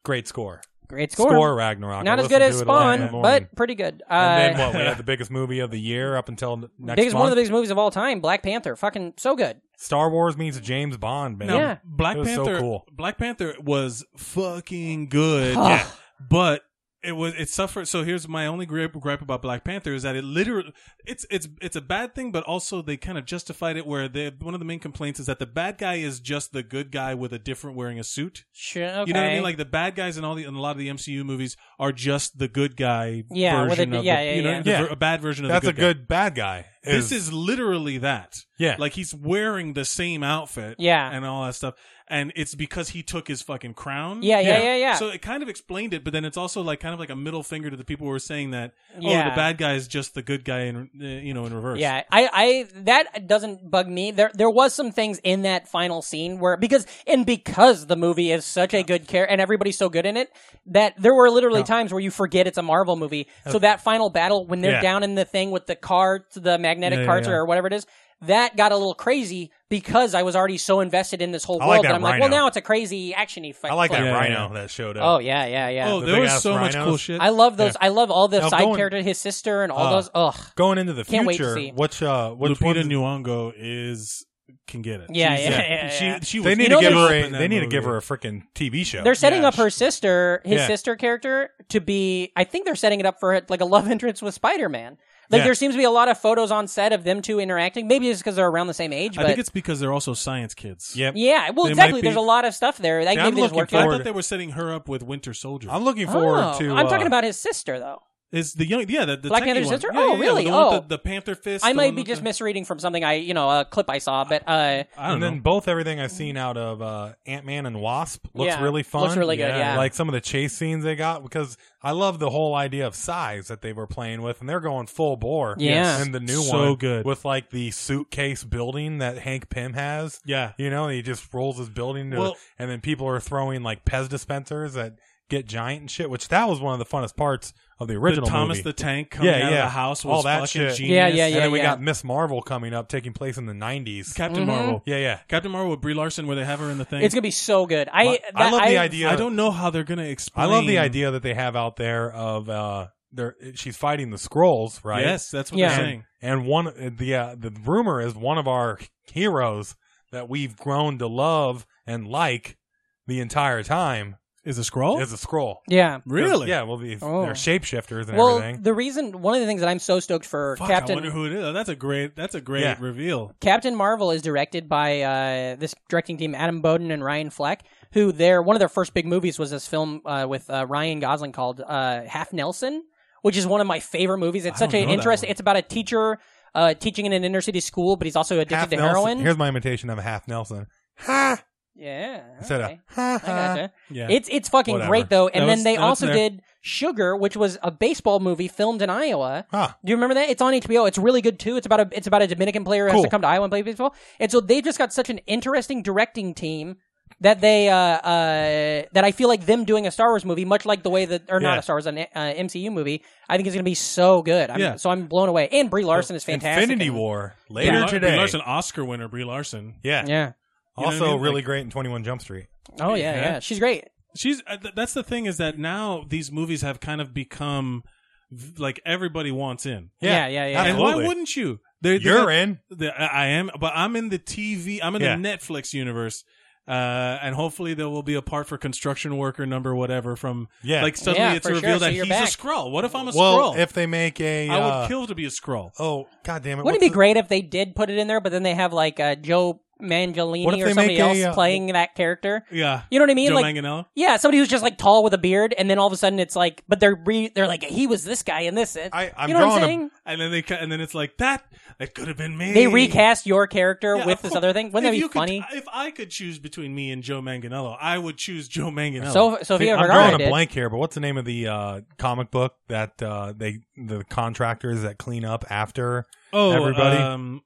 Speaker 5: great score.
Speaker 4: Great score,
Speaker 5: Score, Ragnarok.
Speaker 4: not
Speaker 5: I
Speaker 4: as good as
Speaker 5: listened to it a lot in
Speaker 4: Spawn,
Speaker 5: the morning.
Speaker 4: but pretty good. Uh,
Speaker 5: and then what? We had the biggest movie of the year up until n- next
Speaker 4: biggest
Speaker 5: month.
Speaker 4: one of the biggest movies of all time, Black Panther. Fucking so good.
Speaker 5: Star Wars means James Bond, man.
Speaker 6: Now,
Speaker 4: Yeah.
Speaker 6: Black
Speaker 5: It was so
Speaker 6: Panther.
Speaker 5: cool.
Speaker 6: Black Panther was fucking good. yeah. But it was it suffered. So here's my only gripe, gripe about Black Panther is that it literally it's it's it's a bad thing, but also they kind of justified it where they one of the main complaints is that the bad guy is just the good guy with a different wearing a suit.
Speaker 4: Sure, okay.
Speaker 6: You know what I mean? Like the bad guys in all the in a lot of the MCU movies are just the good guy.
Speaker 4: Yeah, with a-
Speaker 6: version of the-
Speaker 4: yeah, yeah,
Speaker 6: you know,
Speaker 4: yeah.
Speaker 6: the
Speaker 5: Yeah.
Speaker 6: ver- a bad version of
Speaker 5: That's
Speaker 6: the
Speaker 5: a
Speaker 6: good guy.
Speaker 5: good bad guy.
Speaker 6: This is literally that.
Speaker 5: Yeah.
Speaker 6: Like he's wearing the same outfit.
Speaker 4: Yeah.
Speaker 6: And all that stuff. And it's because he took his fucking crown.
Speaker 4: Yeah, yeah, yeah, yeah.
Speaker 6: So it kind of explained it, but then it's also like kind of like a middle finger to the people who are saying that, oh,
Speaker 4: Yeah.
Speaker 6: the bad guy is just the good guy in, uh, you know, in reverse.
Speaker 4: Yeah, I, I that doesn't bug me. There there was some things in that final scene where because and because the movie is such a good care and everybody's so good in it that there were literally times where you forget it's a Marvel movie. So that final battle when they're
Speaker 5: Yeah.
Speaker 4: down in the thing with the car, the magnetic
Speaker 6: Yeah, yeah,
Speaker 4: carts
Speaker 6: yeah.
Speaker 4: or whatever it is, that got a little crazy because I was already so invested in this whole
Speaker 5: I like
Speaker 4: world
Speaker 5: that
Speaker 4: I'm like, well,
Speaker 5: Rhino.
Speaker 4: now it's a crazy actiony fight.
Speaker 5: I like that
Speaker 6: Yeah, yeah,
Speaker 5: Rhino
Speaker 6: yeah.
Speaker 5: that showed up.
Speaker 4: Oh yeah, yeah, yeah.
Speaker 6: Oh,
Speaker 5: The
Speaker 6: there was
Speaker 5: big-ass
Speaker 6: so much
Speaker 5: rhinos.
Speaker 6: cool shit.
Speaker 4: I love those. I love all the
Speaker 5: Now,
Speaker 4: side
Speaker 5: going-
Speaker 4: character, his sister, and all
Speaker 5: Uh,
Speaker 4: those. Ugh.
Speaker 5: Going into the
Speaker 4: Can't wait to
Speaker 5: future,
Speaker 4: see.
Speaker 5: which uh, which
Speaker 6: Lupita
Speaker 5: one's-
Speaker 6: Nyong'o is can get it.
Speaker 4: Yeah,
Speaker 6: She's-
Speaker 4: yeah, yeah, yeah.
Speaker 6: She, she was
Speaker 5: They need
Speaker 4: You know
Speaker 5: to give
Speaker 4: there's-
Speaker 5: her.
Speaker 6: in
Speaker 5: A,
Speaker 6: that
Speaker 5: they need to
Speaker 6: movie.
Speaker 5: give her a freaking TV show.
Speaker 4: They're setting
Speaker 6: Yeah,
Speaker 4: up her sister, his
Speaker 5: Oh, Yeah.
Speaker 4: sister character, to be. I think they're setting it up for like a love entrance with Spider Man. Like
Speaker 5: Yeah.
Speaker 4: there seems to be a lot of photos on set of them two interacting. Maybe it's because they're around the same age. But
Speaker 6: I think it's because they're also science kids.
Speaker 5: Yep.
Speaker 4: yeah, well,
Speaker 6: They
Speaker 4: exactly.
Speaker 6: might be-
Speaker 4: There's a lot of stuff there. Like,
Speaker 5: I'm
Speaker 4: maybe this
Speaker 5: looking
Speaker 6: I
Speaker 4: worked out.
Speaker 5: forward-
Speaker 6: thought they were setting her up with Winter Soldier.
Speaker 5: I'm looking
Speaker 4: Oh,
Speaker 5: forward to.
Speaker 4: I'm
Speaker 5: uh,
Speaker 4: talking about his sister though.
Speaker 6: Is the young yeah the, the
Speaker 4: Black
Speaker 6: techie
Speaker 4: Panther's
Speaker 6: one.
Speaker 4: sister?
Speaker 6: Yeah,
Speaker 4: Oh,
Speaker 6: yeah, the
Speaker 4: really?
Speaker 6: one with
Speaker 4: Oh.
Speaker 6: the, the Panther fist.
Speaker 4: I
Speaker 6: the
Speaker 4: might
Speaker 6: one
Speaker 4: be
Speaker 6: with
Speaker 4: just
Speaker 6: the-
Speaker 4: misreading from something I, you know, a clip I saw, but uh,
Speaker 6: I don't
Speaker 5: and
Speaker 6: know.
Speaker 5: then both everything I've seen out of uh, Ant Man and Wasp looks
Speaker 4: Yeah,
Speaker 5: really fun.
Speaker 4: looks really good, yeah.
Speaker 5: like some of the chase scenes they got because I love the whole idea of size that they were playing with, and they're going full bore.
Speaker 4: Yes.
Speaker 5: and the new
Speaker 6: So
Speaker 5: one
Speaker 6: good.
Speaker 5: with like the suitcase building that Hank Pym has.
Speaker 6: yeah,
Speaker 5: You know, he just rolls his building, to,
Speaker 6: Well-
Speaker 5: and then people are throwing like Pez dispensers that get giant and shit. Which that was one of the funnest parts of the
Speaker 6: the
Speaker 5: original
Speaker 6: Thomas
Speaker 5: movie.
Speaker 6: the Tank coming out of the house was
Speaker 5: all that
Speaker 6: fucking
Speaker 5: shit.
Speaker 6: genius.
Speaker 4: Yeah, yeah,
Speaker 5: And
Speaker 4: yeah. Mm-hmm.
Speaker 5: then we got Miss Marvel coming up, taking place in the nineties.
Speaker 6: Captain Marvel.
Speaker 5: yeah, yeah.
Speaker 6: Captain Marvel with Brie Larson, where they have her in the thing.
Speaker 4: it's gonna be so good. I
Speaker 5: I-
Speaker 4: that,
Speaker 5: I love the idea.
Speaker 6: I don't know how they're gonna explain.
Speaker 5: I love the idea that they have out there of uh, they're she's fighting the scrolls, right?
Speaker 6: Yes, that's what
Speaker 4: Yeah.
Speaker 6: they're
Speaker 4: And-
Speaker 6: saying.
Speaker 5: And one the uh, the rumor is one of our heroes that we've grown to love and like the entire time
Speaker 6: Is a scroll?
Speaker 5: is a scroll.
Speaker 4: Yeah.
Speaker 6: Oh. really?
Speaker 5: Yeah. Well, the,
Speaker 4: Oh.
Speaker 5: they're shapeshifters and
Speaker 4: Well,
Speaker 5: everything.
Speaker 4: the reason one of the things that I'm so stoked for
Speaker 6: Fuck, I
Speaker 4: Captain
Speaker 6: wonder who it is. That's a great. That's a great
Speaker 5: Yeah.
Speaker 6: reveal.
Speaker 4: Captain Marvel is directed by uh, this directing team, Adam Bowden and Ryan Fleck, who their one of their first big movies was this film uh, with uh, Ryan Gosling called uh, Half Nelson, which is one of my favorite movies. It's
Speaker 6: I
Speaker 4: such
Speaker 6: don't
Speaker 4: an
Speaker 6: know that
Speaker 4: interest.
Speaker 6: one.
Speaker 4: It's about a teacher uh, teaching in an inner city school, but he's also addicted
Speaker 5: Half
Speaker 4: to
Speaker 5: Nelson-
Speaker 4: heroin.
Speaker 5: Here's my imitation of a half Nelson. Ha!
Speaker 4: yeah,
Speaker 6: uh,
Speaker 5: Instead
Speaker 4: okay.
Speaker 5: of ha
Speaker 4: I
Speaker 5: ha.
Speaker 4: gotcha.
Speaker 6: Yeah.
Speaker 4: It's it's fucking
Speaker 5: Whatever.
Speaker 4: great though. And
Speaker 6: That
Speaker 4: then
Speaker 6: was-
Speaker 4: they
Speaker 6: that was
Speaker 4: also
Speaker 6: there.
Speaker 4: did Sugar, which was a baseball movie filmed in Iowa.
Speaker 5: Huh.
Speaker 4: Do you remember that? It's on HBO. It's really good too. It's about a it's about a Dominican player who has to
Speaker 5: Cool.
Speaker 4: come to Iowa and play baseball. And so they've just got such an interesting directing team that they uh, uh that I feel like them doing a Star Wars movie, much like the way that or not
Speaker 5: Yeah.
Speaker 4: a Star Wars an uh, MCU movie, I think is going to be so good. I'm,
Speaker 6: Yeah.
Speaker 4: So I'm blown away. And Brie Larson is fantastic.
Speaker 5: Infinity
Speaker 4: And-
Speaker 5: War
Speaker 6: Brie
Speaker 5: later
Speaker 6: Lar- Brie
Speaker 5: today.
Speaker 6: Larson, Oscar winner, Brie Larson.
Speaker 5: Yeah.
Speaker 4: Yeah.
Speaker 6: You know what I
Speaker 5: Also,
Speaker 6: mean?
Speaker 5: really
Speaker 6: Like-
Speaker 5: great in Twenty One Jump Street.
Speaker 4: Oh yeah,
Speaker 6: Yeah.
Speaker 4: yeah. She's great.
Speaker 6: She's uh, th- that's the thing is that now these movies have kind of become v- like everybody wants in.
Speaker 4: Yeah, yeah, yeah.
Speaker 6: And why
Speaker 5: Absolutely.
Speaker 6: wouldn't you? They're, they
Speaker 5: You're
Speaker 6: got-
Speaker 5: in.
Speaker 6: The, I I am, but I'm in the TV. I'm in
Speaker 5: Yeah.
Speaker 6: the Netflix universe, uh, and hopefully there will be a part for construction worker number whatever from.
Speaker 5: Yeah.
Speaker 6: Like suddenly
Speaker 4: Yeah,
Speaker 6: it's
Speaker 4: for
Speaker 6: revealed
Speaker 4: sure. So
Speaker 6: that
Speaker 4: you're
Speaker 6: he's
Speaker 4: back.
Speaker 6: a scroll. What if I'm a
Speaker 5: well,
Speaker 6: scroll?
Speaker 5: if they make a,
Speaker 6: I
Speaker 5: uh,
Speaker 6: would kill to be a scroll.
Speaker 5: Oh god damn it!
Speaker 4: Wouldn't
Speaker 5: what's
Speaker 4: it be
Speaker 5: the-
Speaker 4: great if they did put it in there, but then they have like uh, Joe Mangelini
Speaker 5: What if
Speaker 4: or
Speaker 5: they
Speaker 4: somebody
Speaker 5: make
Speaker 4: else
Speaker 5: a, uh,
Speaker 4: playing that character?
Speaker 6: Yeah.
Speaker 4: You know what I mean?
Speaker 6: Joe
Speaker 4: like,
Speaker 6: Manganiello.
Speaker 4: yeah, somebody who's just like tall with a beard, and then all of a sudden it's like, but they're re- they're like, he was this guy and this. and-"
Speaker 5: I- I'm
Speaker 4: you know what I'm
Speaker 5: drawing a-
Speaker 4: saying?
Speaker 6: And then they ca- and then it's like that. That could have been me.
Speaker 4: they recast your character
Speaker 6: Yeah,
Speaker 4: with
Speaker 6: of
Speaker 4: this
Speaker 6: course.
Speaker 4: other thing. Wouldn't
Speaker 6: If
Speaker 4: that
Speaker 6: you
Speaker 4: be
Speaker 6: could-
Speaker 4: funny?
Speaker 6: if I could choose between me and Joe Manganello, I would choose Joe Manganello.
Speaker 4: So Sophia
Speaker 5: I'm
Speaker 4: Vergara
Speaker 5: drawing a
Speaker 4: did.
Speaker 5: blank here, but what's the name of the uh, comic book that uh, they the contractors that clean up after?
Speaker 6: oh,
Speaker 5: everybody.
Speaker 6: Um,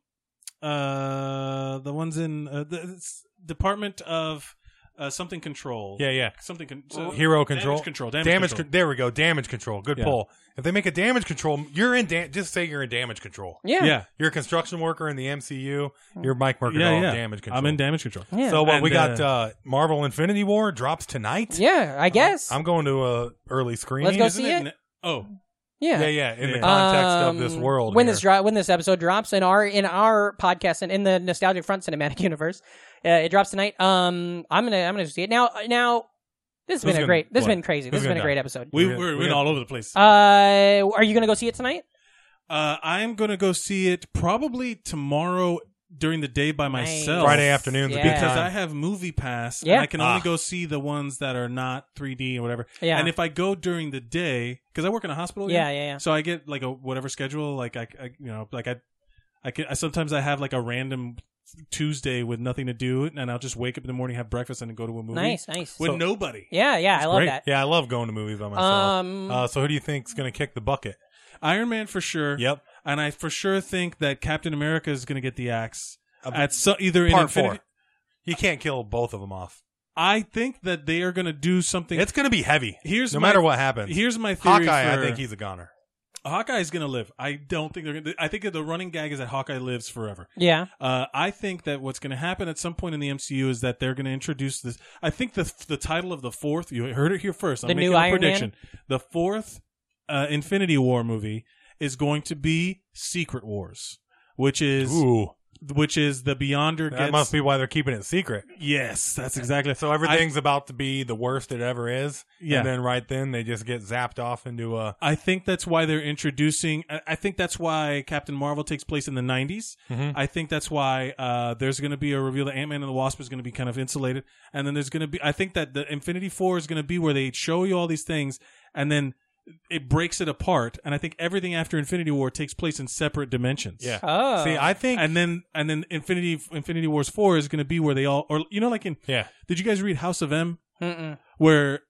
Speaker 6: uh, the ones in uh, the it's Department of uh, something control.
Speaker 5: Yeah, yeah.
Speaker 6: something. Con- so-
Speaker 5: Hero
Speaker 6: damage
Speaker 5: control,
Speaker 6: control, damage,
Speaker 5: con-
Speaker 6: control.
Speaker 5: there we go. Damage control. Good
Speaker 6: Yeah.
Speaker 5: pull. If they make a damage control, you're in. Da- just say you're in damage control.
Speaker 4: Yeah.
Speaker 6: yeah,
Speaker 5: You're a construction worker in the MCU. You're Mike Mercadal.
Speaker 6: yeah,
Speaker 5: in
Speaker 6: yeah.
Speaker 5: Damage control.
Speaker 6: I'm in damage control.
Speaker 4: Yeah.
Speaker 5: So what
Speaker 6: And,
Speaker 5: we got?
Speaker 6: uh,
Speaker 5: Uh, Marvel Infinity War drops tonight.
Speaker 4: Yeah, I guess.
Speaker 5: I'm going to a early screening.
Speaker 4: Let's go
Speaker 6: Isn't
Speaker 4: see it.
Speaker 6: ne- oh,
Speaker 4: yeah.
Speaker 5: Yeah, yeah. In the
Speaker 6: Yeah.
Speaker 5: context of
Speaker 4: Um,
Speaker 5: this world,
Speaker 4: When
Speaker 5: here.
Speaker 4: this dro- when this episode drops in our in our podcast and in the nostalgic front cinematic universe, uh, it drops tonight. Um, I'm gonna I'm gonna see it now. uh, Now, this has
Speaker 5: Who's
Speaker 4: been a
Speaker 5: gonna-
Speaker 4: great. This has
Speaker 5: what?
Speaker 4: been crazy.
Speaker 5: Who's
Speaker 4: This has been a
Speaker 5: gonna
Speaker 4: great episode.
Speaker 6: we,
Speaker 5: We're
Speaker 6: we're,
Speaker 5: gonna-
Speaker 6: we're,
Speaker 5: we're gonna-
Speaker 6: all over the place.
Speaker 4: Uh, are you gonna go see it tonight?
Speaker 6: Uh, I'm gonna go see it probably tomorrow during the day by
Speaker 4: Nice.
Speaker 6: myself.
Speaker 5: Friday afternoon's a
Speaker 4: Yeah.
Speaker 5: good
Speaker 6: because I
Speaker 5: time.
Speaker 6: have Movie Pass.
Speaker 4: Yeah.
Speaker 6: and I can only
Speaker 5: Ah.
Speaker 6: go see the ones that are not 3D or whatever.
Speaker 4: Yeah.
Speaker 6: and if I go during the day, because I work in a hospital. you
Speaker 4: Yeah,
Speaker 6: know,
Speaker 4: yeah, yeah.
Speaker 6: So I get like a whatever schedule. Like I, I you know, like I, I can. I, sometimes I have like a random Tuesday with nothing to do, and I'll just wake up in the morning, have breakfast, and then go to a movie.
Speaker 4: Nice, nice.
Speaker 6: With
Speaker 5: So-
Speaker 6: nobody.
Speaker 4: yeah, yeah. I love
Speaker 5: Great.
Speaker 4: that.
Speaker 5: Yeah, I love going to movies by myself.
Speaker 4: Um,
Speaker 5: uh, so who do you think's going to kick the bucket?
Speaker 6: Iron Man for sure.
Speaker 5: Yep.
Speaker 6: And I for sure think that Captain America is going to get the axe at so, either in
Speaker 5: Part
Speaker 6: Infinity.
Speaker 5: four. You can't kill both of them off.
Speaker 6: I think that they are going to do something.
Speaker 5: It's going to be heavy.
Speaker 6: Here's
Speaker 5: no
Speaker 6: my-
Speaker 5: matter what happens.
Speaker 6: Here's my theory.
Speaker 5: Hawkeye,
Speaker 6: for-
Speaker 5: I think he's a goner.
Speaker 6: Hawkeye's going to live. I don't think they're going to. I think that the running gag is that Hawkeye lives forever.
Speaker 4: yeah,
Speaker 6: Uh, I think that what's going to happen at some point in the MCU is that they're going to introduce this. I think the the title of the fourth. You heard it here first. I'm
Speaker 4: The
Speaker 6: making
Speaker 4: new
Speaker 6: a
Speaker 4: Iron
Speaker 6: prediction. The fourth uh, Infinity War movie is going to be Secret Wars, which is
Speaker 5: Ooh,
Speaker 6: which is the Beyonder
Speaker 5: that
Speaker 6: gets.
Speaker 5: must be why they're keeping it secret.
Speaker 6: yes, that's exactly.
Speaker 5: So everything's about to be the worst it ever is.
Speaker 6: Yeah.
Speaker 5: And then right then they just get zapped off into a.
Speaker 6: I think that's why they're introducing. I I think that's why Captain Marvel takes place in the 90s. I think that's why uh, there's going to be a reveal that Ant Man and the Wasp is going to be kind of insulated. And then there's going to be. I think that the Infinity Four is going to be where they show you all these things and then it breaks it apart, and I think everything after Infinity War takes place in separate dimensions.
Speaker 5: Yeah.
Speaker 4: Oh.
Speaker 5: See, I think.
Speaker 6: And then and then Infinity Infinity Wars four is going to be where they all or you know like in
Speaker 5: yeah.
Speaker 6: did you guys read House of M
Speaker 4: Mm-mm.
Speaker 6: where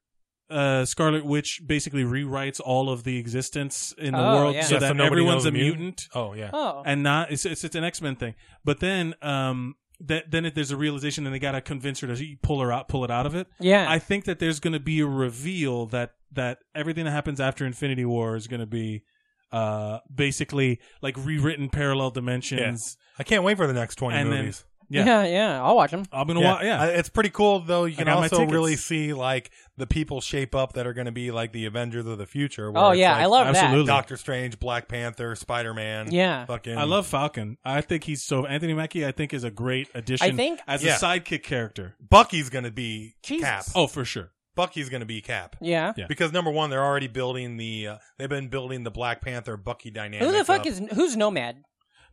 Speaker 6: uh, Scarlet Witch basically rewrites all of the existence in the
Speaker 4: Oh,
Speaker 6: world
Speaker 4: yeah.
Speaker 6: so
Speaker 5: Yeah, so
Speaker 6: that
Speaker 5: nobody
Speaker 6: everyone's
Speaker 5: knows
Speaker 6: a
Speaker 5: a
Speaker 6: mutant,
Speaker 5: mutant. Oh yeah.
Speaker 4: Oh.
Speaker 6: and not it's it's, it's an X Men thing. But then um that then if there's a realization and they gotta convince her to pull her out pull it out of it.
Speaker 4: yeah.
Speaker 6: I think that there's going to be a reveal that that everything that happens after Infinity War is going to be uh basically like rewritten parallel dimensions.
Speaker 5: I can't wait for the next twenty
Speaker 6: And then-
Speaker 5: movies.
Speaker 6: yeah.
Speaker 4: yeah. Yeah. I'll watch them.
Speaker 6: I'm gonna
Speaker 5: yeah.
Speaker 6: watch. Yeah,
Speaker 5: Uh, it's pretty cool though. You
Speaker 6: I
Speaker 5: can
Speaker 6: got my
Speaker 5: also
Speaker 6: tickets.
Speaker 5: really see like the people shape up that are going to be like the Avengers of the future. where
Speaker 4: Oh
Speaker 5: it's,
Speaker 4: yeah,
Speaker 5: like,
Speaker 4: I love
Speaker 6: absolutely.
Speaker 5: Doctor Strange, Black Panther, Spider Man.
Speaker 4: Yeah.
Speaker 5: Fucking.
Speaker 6: I love Falcon. I think he's so Anthony Mackie. I think is a great addition.
Speaker 4: I think-
Speaker 6: as
Speaker 5: Yeah.
Speaker 6: a sidekick character.
Speaker 5: Bucky's going to be
Speaker 4: Jesus.
Speaker 5: Cap.
Speaker 6: Oh, for sure.
Speaker 5: Bucky's going to be Cap.
Speaker 4: that. Yeah.
Speaker 6: Yeah.
Speaker 5: Because number one, they're already building the. Uh, they've been building the Black Panther Bucky dynamic.
Speaker 4: Who the fuck
Speaker 5: up.
Speaker 4: is who's Nomad?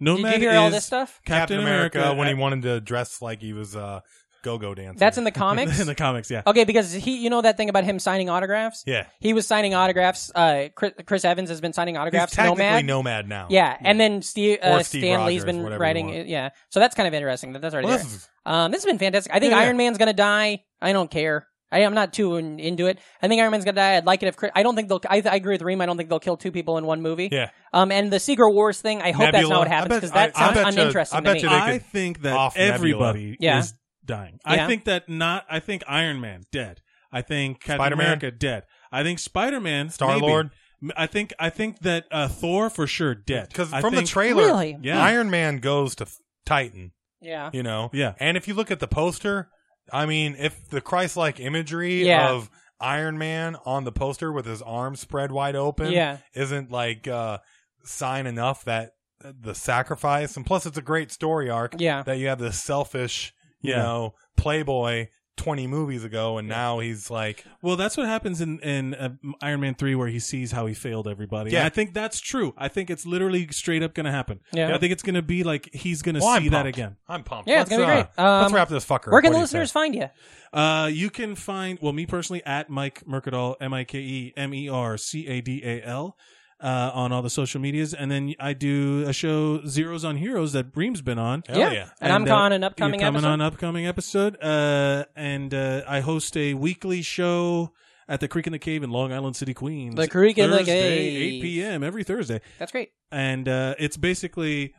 Speaker 6: Nomad
Speaker 4: Did you hear all
Speaker 6: is
Speaker 4: this stuff?
Speaker 5: Captain, America, when he wanted to dress like he was uh, go-go dancer?
Speaker 4: That's in the comics. Oh.
Speaker 6: in the comics. Yeah,
Speaker 4: okay, because he, you know that thing about him signing autographs.
Speaker 5: yeah.
Speaker 4: He was signing autographs. Uh, Chris, Chris Evans has been signing
Speaker 5: He's
Speaker 4: autographs.
Speaker 5: technically
Speaker 4: Nomad.
Speaker 5: nomad, now.
Speaker 4: Yeah, and then Steve, uh,
Speaker 5: Or Steve
Speaker 4: Stan Lee's
Speaker 5: Rogers,
Speaker 4: been
Speaker 5: whatever you
Speaker 4: writing.
Speaker 5: want.
Speaker 4: it- Yeah, so that's kind of interesting. That that's already
Speaker 5: Well,
Speaker 4: there.
Speaker 5: this is-
Speaker 4: um, this has been fantastic. I think
Speaker 5: Yeah, yeah.
Speaker 4: Iron Man's gonna die. I don't care. I am not too in, into it. I think Iron Man's gonna die. I'd like it if Chris, I don't think they'll. I, I agree with Reem. I don't think they'll kill two people in one movie.
Speaker 5: Yeah.
Speaker 4: Um, and the Secret Wars thing. I hope that's
Speaker 5: Nebula.
Speaker 4: not what
Speaker 5: I
Speaker 4: happens
Speaker 5: bet-
Speaker 4: because
Speaker 5: I-
Speaker 4: that
Speaker 5: I
Speaker 4: sounds
Speaker 5: bet you-
Speaker 4: uninteresting.
Speaker 5: I bet
Speaker 4: to
Speaker 5: you
Speaker 4: me.
Speaker 5: they
Speaker 6: I
Speaker 5: could
Speaker 6: think that
Speaker 5: off Nebula.
Speaker 6: everybody
Speaker 4: Yeah.
Speaker 6: is dying.
Speaker 4: Yeah.
Speaker 6: I think that not. I think Iron Man dead. I think Captain
Speaker 5: Spider-Man?
Speaker 6: America dead. I think Spider Man,
Speaker 5: Star-Lord?
Speaker 6: I think I think that uh, Thor for sure dead.
Speaker 5: Because
Speaker 6: I
Speaker 5: from the
Speaker 6: think-
Speaker 5: trailer,
Speaker 4: Really?
Speaker 6: Yeah.
Speaker 5: Iron Man goes to Titan.
Speaker 4: yeah.
Speaker 5: You know,
Speaker 6: Yeah.
Speaker 5: And if you look at the poster, I mean, if the Christ-like imagery
Speaker 4: Yeah.
Speaker 5: of Iron Man on the poster with his arms spread wide open,
Speaker 4: Yeah.
Speaker 5: isn't like uh, sign enough that the sacrifice, and plus it's a great story arc.
Speaker 4: Yeah.
Speaker 5: that you have this selfish, you
Speaker 6: Yeah.
Speaker 5: know, playboy twenty movies ago, and now he's like,
Speaker 6: Well, that's what happens in in uh, Iron Man three, where he sees how he failed everybody.
Speaker 5: Yeah.
Speaker 6: And I think that's true. I think it's literally straight up going to happen.
Speaker 4: Yeah.
Speaker 6: I think it's going to be like he's going to
Speaker 5: well, I'm
Speaker 6: see that
Speaker 5: pumped.
Speaker 6: again.
Speaker 5: I'm pumped.
Speaker 4: Yeah, it's
Speaker 5: Let's,
Speaker 4: gonna be
Speaker 5: uh,
Speaker 4: great. Um,
Speaker 5: let's wrap this fucker. up.
Speaker 4: Where can
Speaker 5: What
Speaker 4: the
Speaker 5: do you say?
Speaker 4: listeners find you?
Speaker 6: Uh, you can find well me personally at Mike Mercadal M I K E M E R C A D A L uh, on all the social medias, and then I do a show Zeros on Heroes that Bream's been on.
Speaker 5: Hell Oh, yeah.
Speaker 4: And, I'm on
Speaker 6: uh,
Speaker 4: an upcoming
Speaker 6: you're coming
Speaker 4: episode.
Speaker 6: on upcoming episode, uh, and uh, I host a weekly show at the Creek in the Cave in Long Island City, Queens.
Speaker 4: The Creek in the
Speaker 6: Thursday,
Speaker 4: Cave.
Speaker 6: eight p.m. every Thursday,
Speaker 4: That's great.
Speaker 6: and uh, it's basically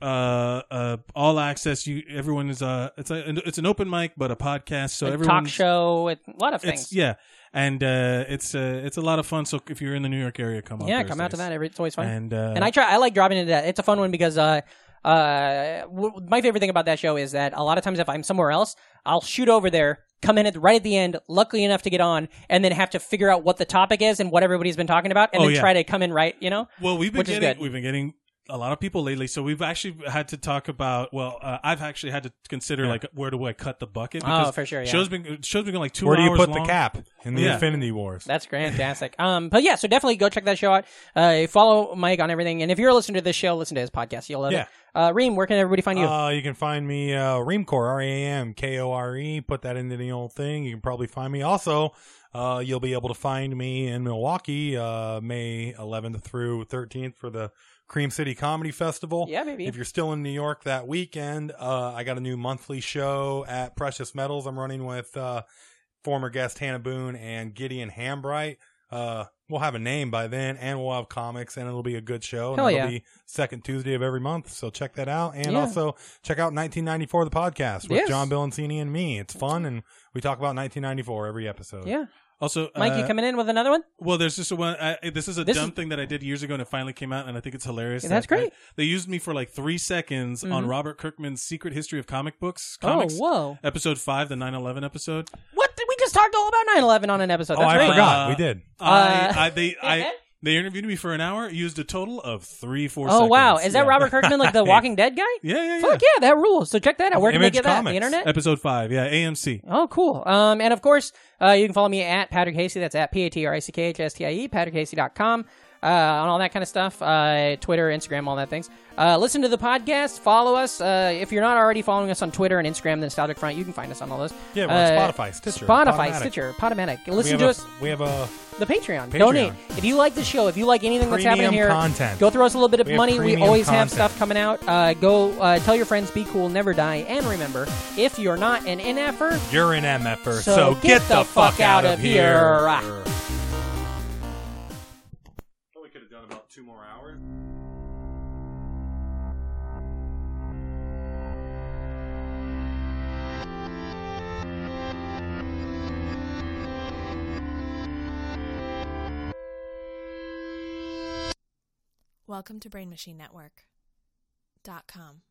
Speaker 6: uh, uh, all access. You everyone is uh, it's a it's an open mic, but a podcast, so
Speaker 4: Like
Speaker 6: everyone
Speaker 4: talk show, it, a lot of things.
Speaker 6: It's, yeah, and uh, it's uh, it's a lot of fun. So if you're in the New York area, come on.
Speaker 4: yeah, come out to
Speaker 6: Thursdays.
Speaker 4: that. Every, it's always fun.
Speaker 6: And uh,
Speaker 4: and I try. I like dropping into that. It's a fun one because uh, uh, w- my favorite thing about that show is that a lot of times if I'm somewhere else, I'll shoot over there, come in at right at the end, luckily enough to get on, and then have to figure out what the topic is and what everybody's been talking about, and
Speaker 6: Oh,
Speaker 4: then
Speaker 6: yeah.
Speaker 4: try to come in right. You know,
Speaker 6: well, we've been
Speaker 4: which is
Speaker 6: getting
Speaker 4: good.
Speaker 6: we've been getting a lot of people lately. So we've actually had to talk about. Well, uh, I've actually had to consider like where do I cut the bucket?
Speaker 4: Oh, for sure, yeah.
Speaker 6: Show's been show's been going like two
Speaker 5: Where do you
Speaker 6: hours
Speaker 5: put the
Speaker 6: long.
Speaker 5: cap in the
Speaker 6: Yeah.
Speaker 5: Infinity Wars?
Speaker 4: That's fantastic. um, but yeah, so definitely go check that show out. Uh, follow Mike on everything, and if you're listening to this show, listen to his podcast. You'll love
Speaker 5: Yeah.
Speaker 4: it. Uh, Reem, where can everybody find you?
Speaker 5: Uh, you can find me uh, Reamcore, R A M K O R E. Put that into the old thing. You can probably find me. Also, uh, you'll be able to find me in Milwaukee uh, May 11th through 13th for the Cream City Comedy Festival.
Speaker 4: Yeah, baby.
Speaker 5: If you're still in New York that weekend, uh, I got a new monthly show at Precious Metals. I'm running with uh, former guest Hannah Boone and Gideon Hambright. Uh, we'll have a name by then, and we'll have comics, and it'll be a good show.
Speaker 4: Hell
Speaker 5: and it'll
Speaker 4: yeah.
Speaker 5: be second Tuesday of every month, so check that out. And
Speaker 4: Yeah.
Speaker 5: also check out 1994, the podcast with
Speaker 4: Yes.
Speaker 5: John Bilancini and me. It's fun, and we talk about 1994 every episode.
Speaker 4: yeah,
Speaker 6: Also,
Speaker 4: Mike, you
Speaker 6: uh,
Speaker 4: coming in with another one?
Speaker 6: Well, there's just a one. I, this is a
Speaker 4: This
Speaker 6: dumb
Speaker 4: is-
Speaker 6: thing that I did years ago, and it finally came out, and I think it's hilarious.
Speaker 4: Yeah, that's
Speaker 6: that-
Speaker 4: great. Mm-hmm.
Speaker 6: that- they used me for like three seconds on Robert Kirkman's Secret History of Comic Books. Comics,
Speaker 4: Oh, whoa!
Speaker 6: Episode five, the 9-11 episode.
Speaker 4: What did we just talked all about 9/11 on an episode?
Speaker 5: Oh,
Speaker 4: That's
Speaker 5: I
Speaker 4: right.
Speaker 5: forgot.
Speaker 6: Uh,
Speaker 5: we did.
Speaker 4: Uh,
Speaker 6: I, I they
Speaker 4: yeah.
Speaker 6: I they interviewed me for an hour. Used a total of three four.
Speaker 4: Oh
Speaker 6: seconds.
Speaker 4: wow! Is that
Speaker 6: Yeah.
Speaker 4: Robert Kirkman, like the Walking Dead guy?
Speaker 6: Yeah, yeah, yeah.
Speaker 4: Fuck yeah, that rules. So check that out. Where can
Speaker 5: Image
Speaker 4: they get that? The
Speaker 5: Comics.
Speaker 4: internet.
Speaker 6: Episode five, yeah, AMC.
Speaker 4: Oh, cool. Um, and of course, uh, you can follow me at Patrick Hasty. That's at P A T R I C K H S T I E, patrickhasty.com. uh, on all that kind of stuff. Uh, Twitter, Instagram, all that things. Uh, listen to the podcast. Follow us. Uh, if you're not already following us on Twitter and Instagram, the Nostalgic Front, you can find us on all those.
Speaker 5: Yeah, we're on
Speaker 4: Uh,
Speaker 5: Spotify, Stitcher,
Speaker 4: Spotify,
Speaker 5: Podomatic.
Speaker 4: Stitcher, Podomatic.
Speaker 5: We
Speaker 4: Listen
Speaker 5: have
Speaker 4: to
Speaker 5: a-
Speaker 4: us
Speaker 5: We have a
Speaker 4: the Patreon. Donate if you like the show. If you like anything that's happening
Speaker 5: Premium
Speaker 4: here,
Speaker 5: content.
Speaker 4: go throw us a little bit of
Speaker 5: We have
Speaker 4: money. We
Speaker 5: premium
Speaker 4: always have
Speaker 5: content.
Speaker 4: stuff coming out. Uh, go uh, tell your friends, be cool, never die, and remember, if you're not an NFer,
Speaker 5: you're in MFer,
Speaker 4: So
Speaker 5: er. so,
Speaker 4: get
Speaker 5: get,
Speaker 4: the fuck out of here.
Speaker 5: We could have done about two more hours.
Speaker 7: Welcome to Brain Machine Network. dot com.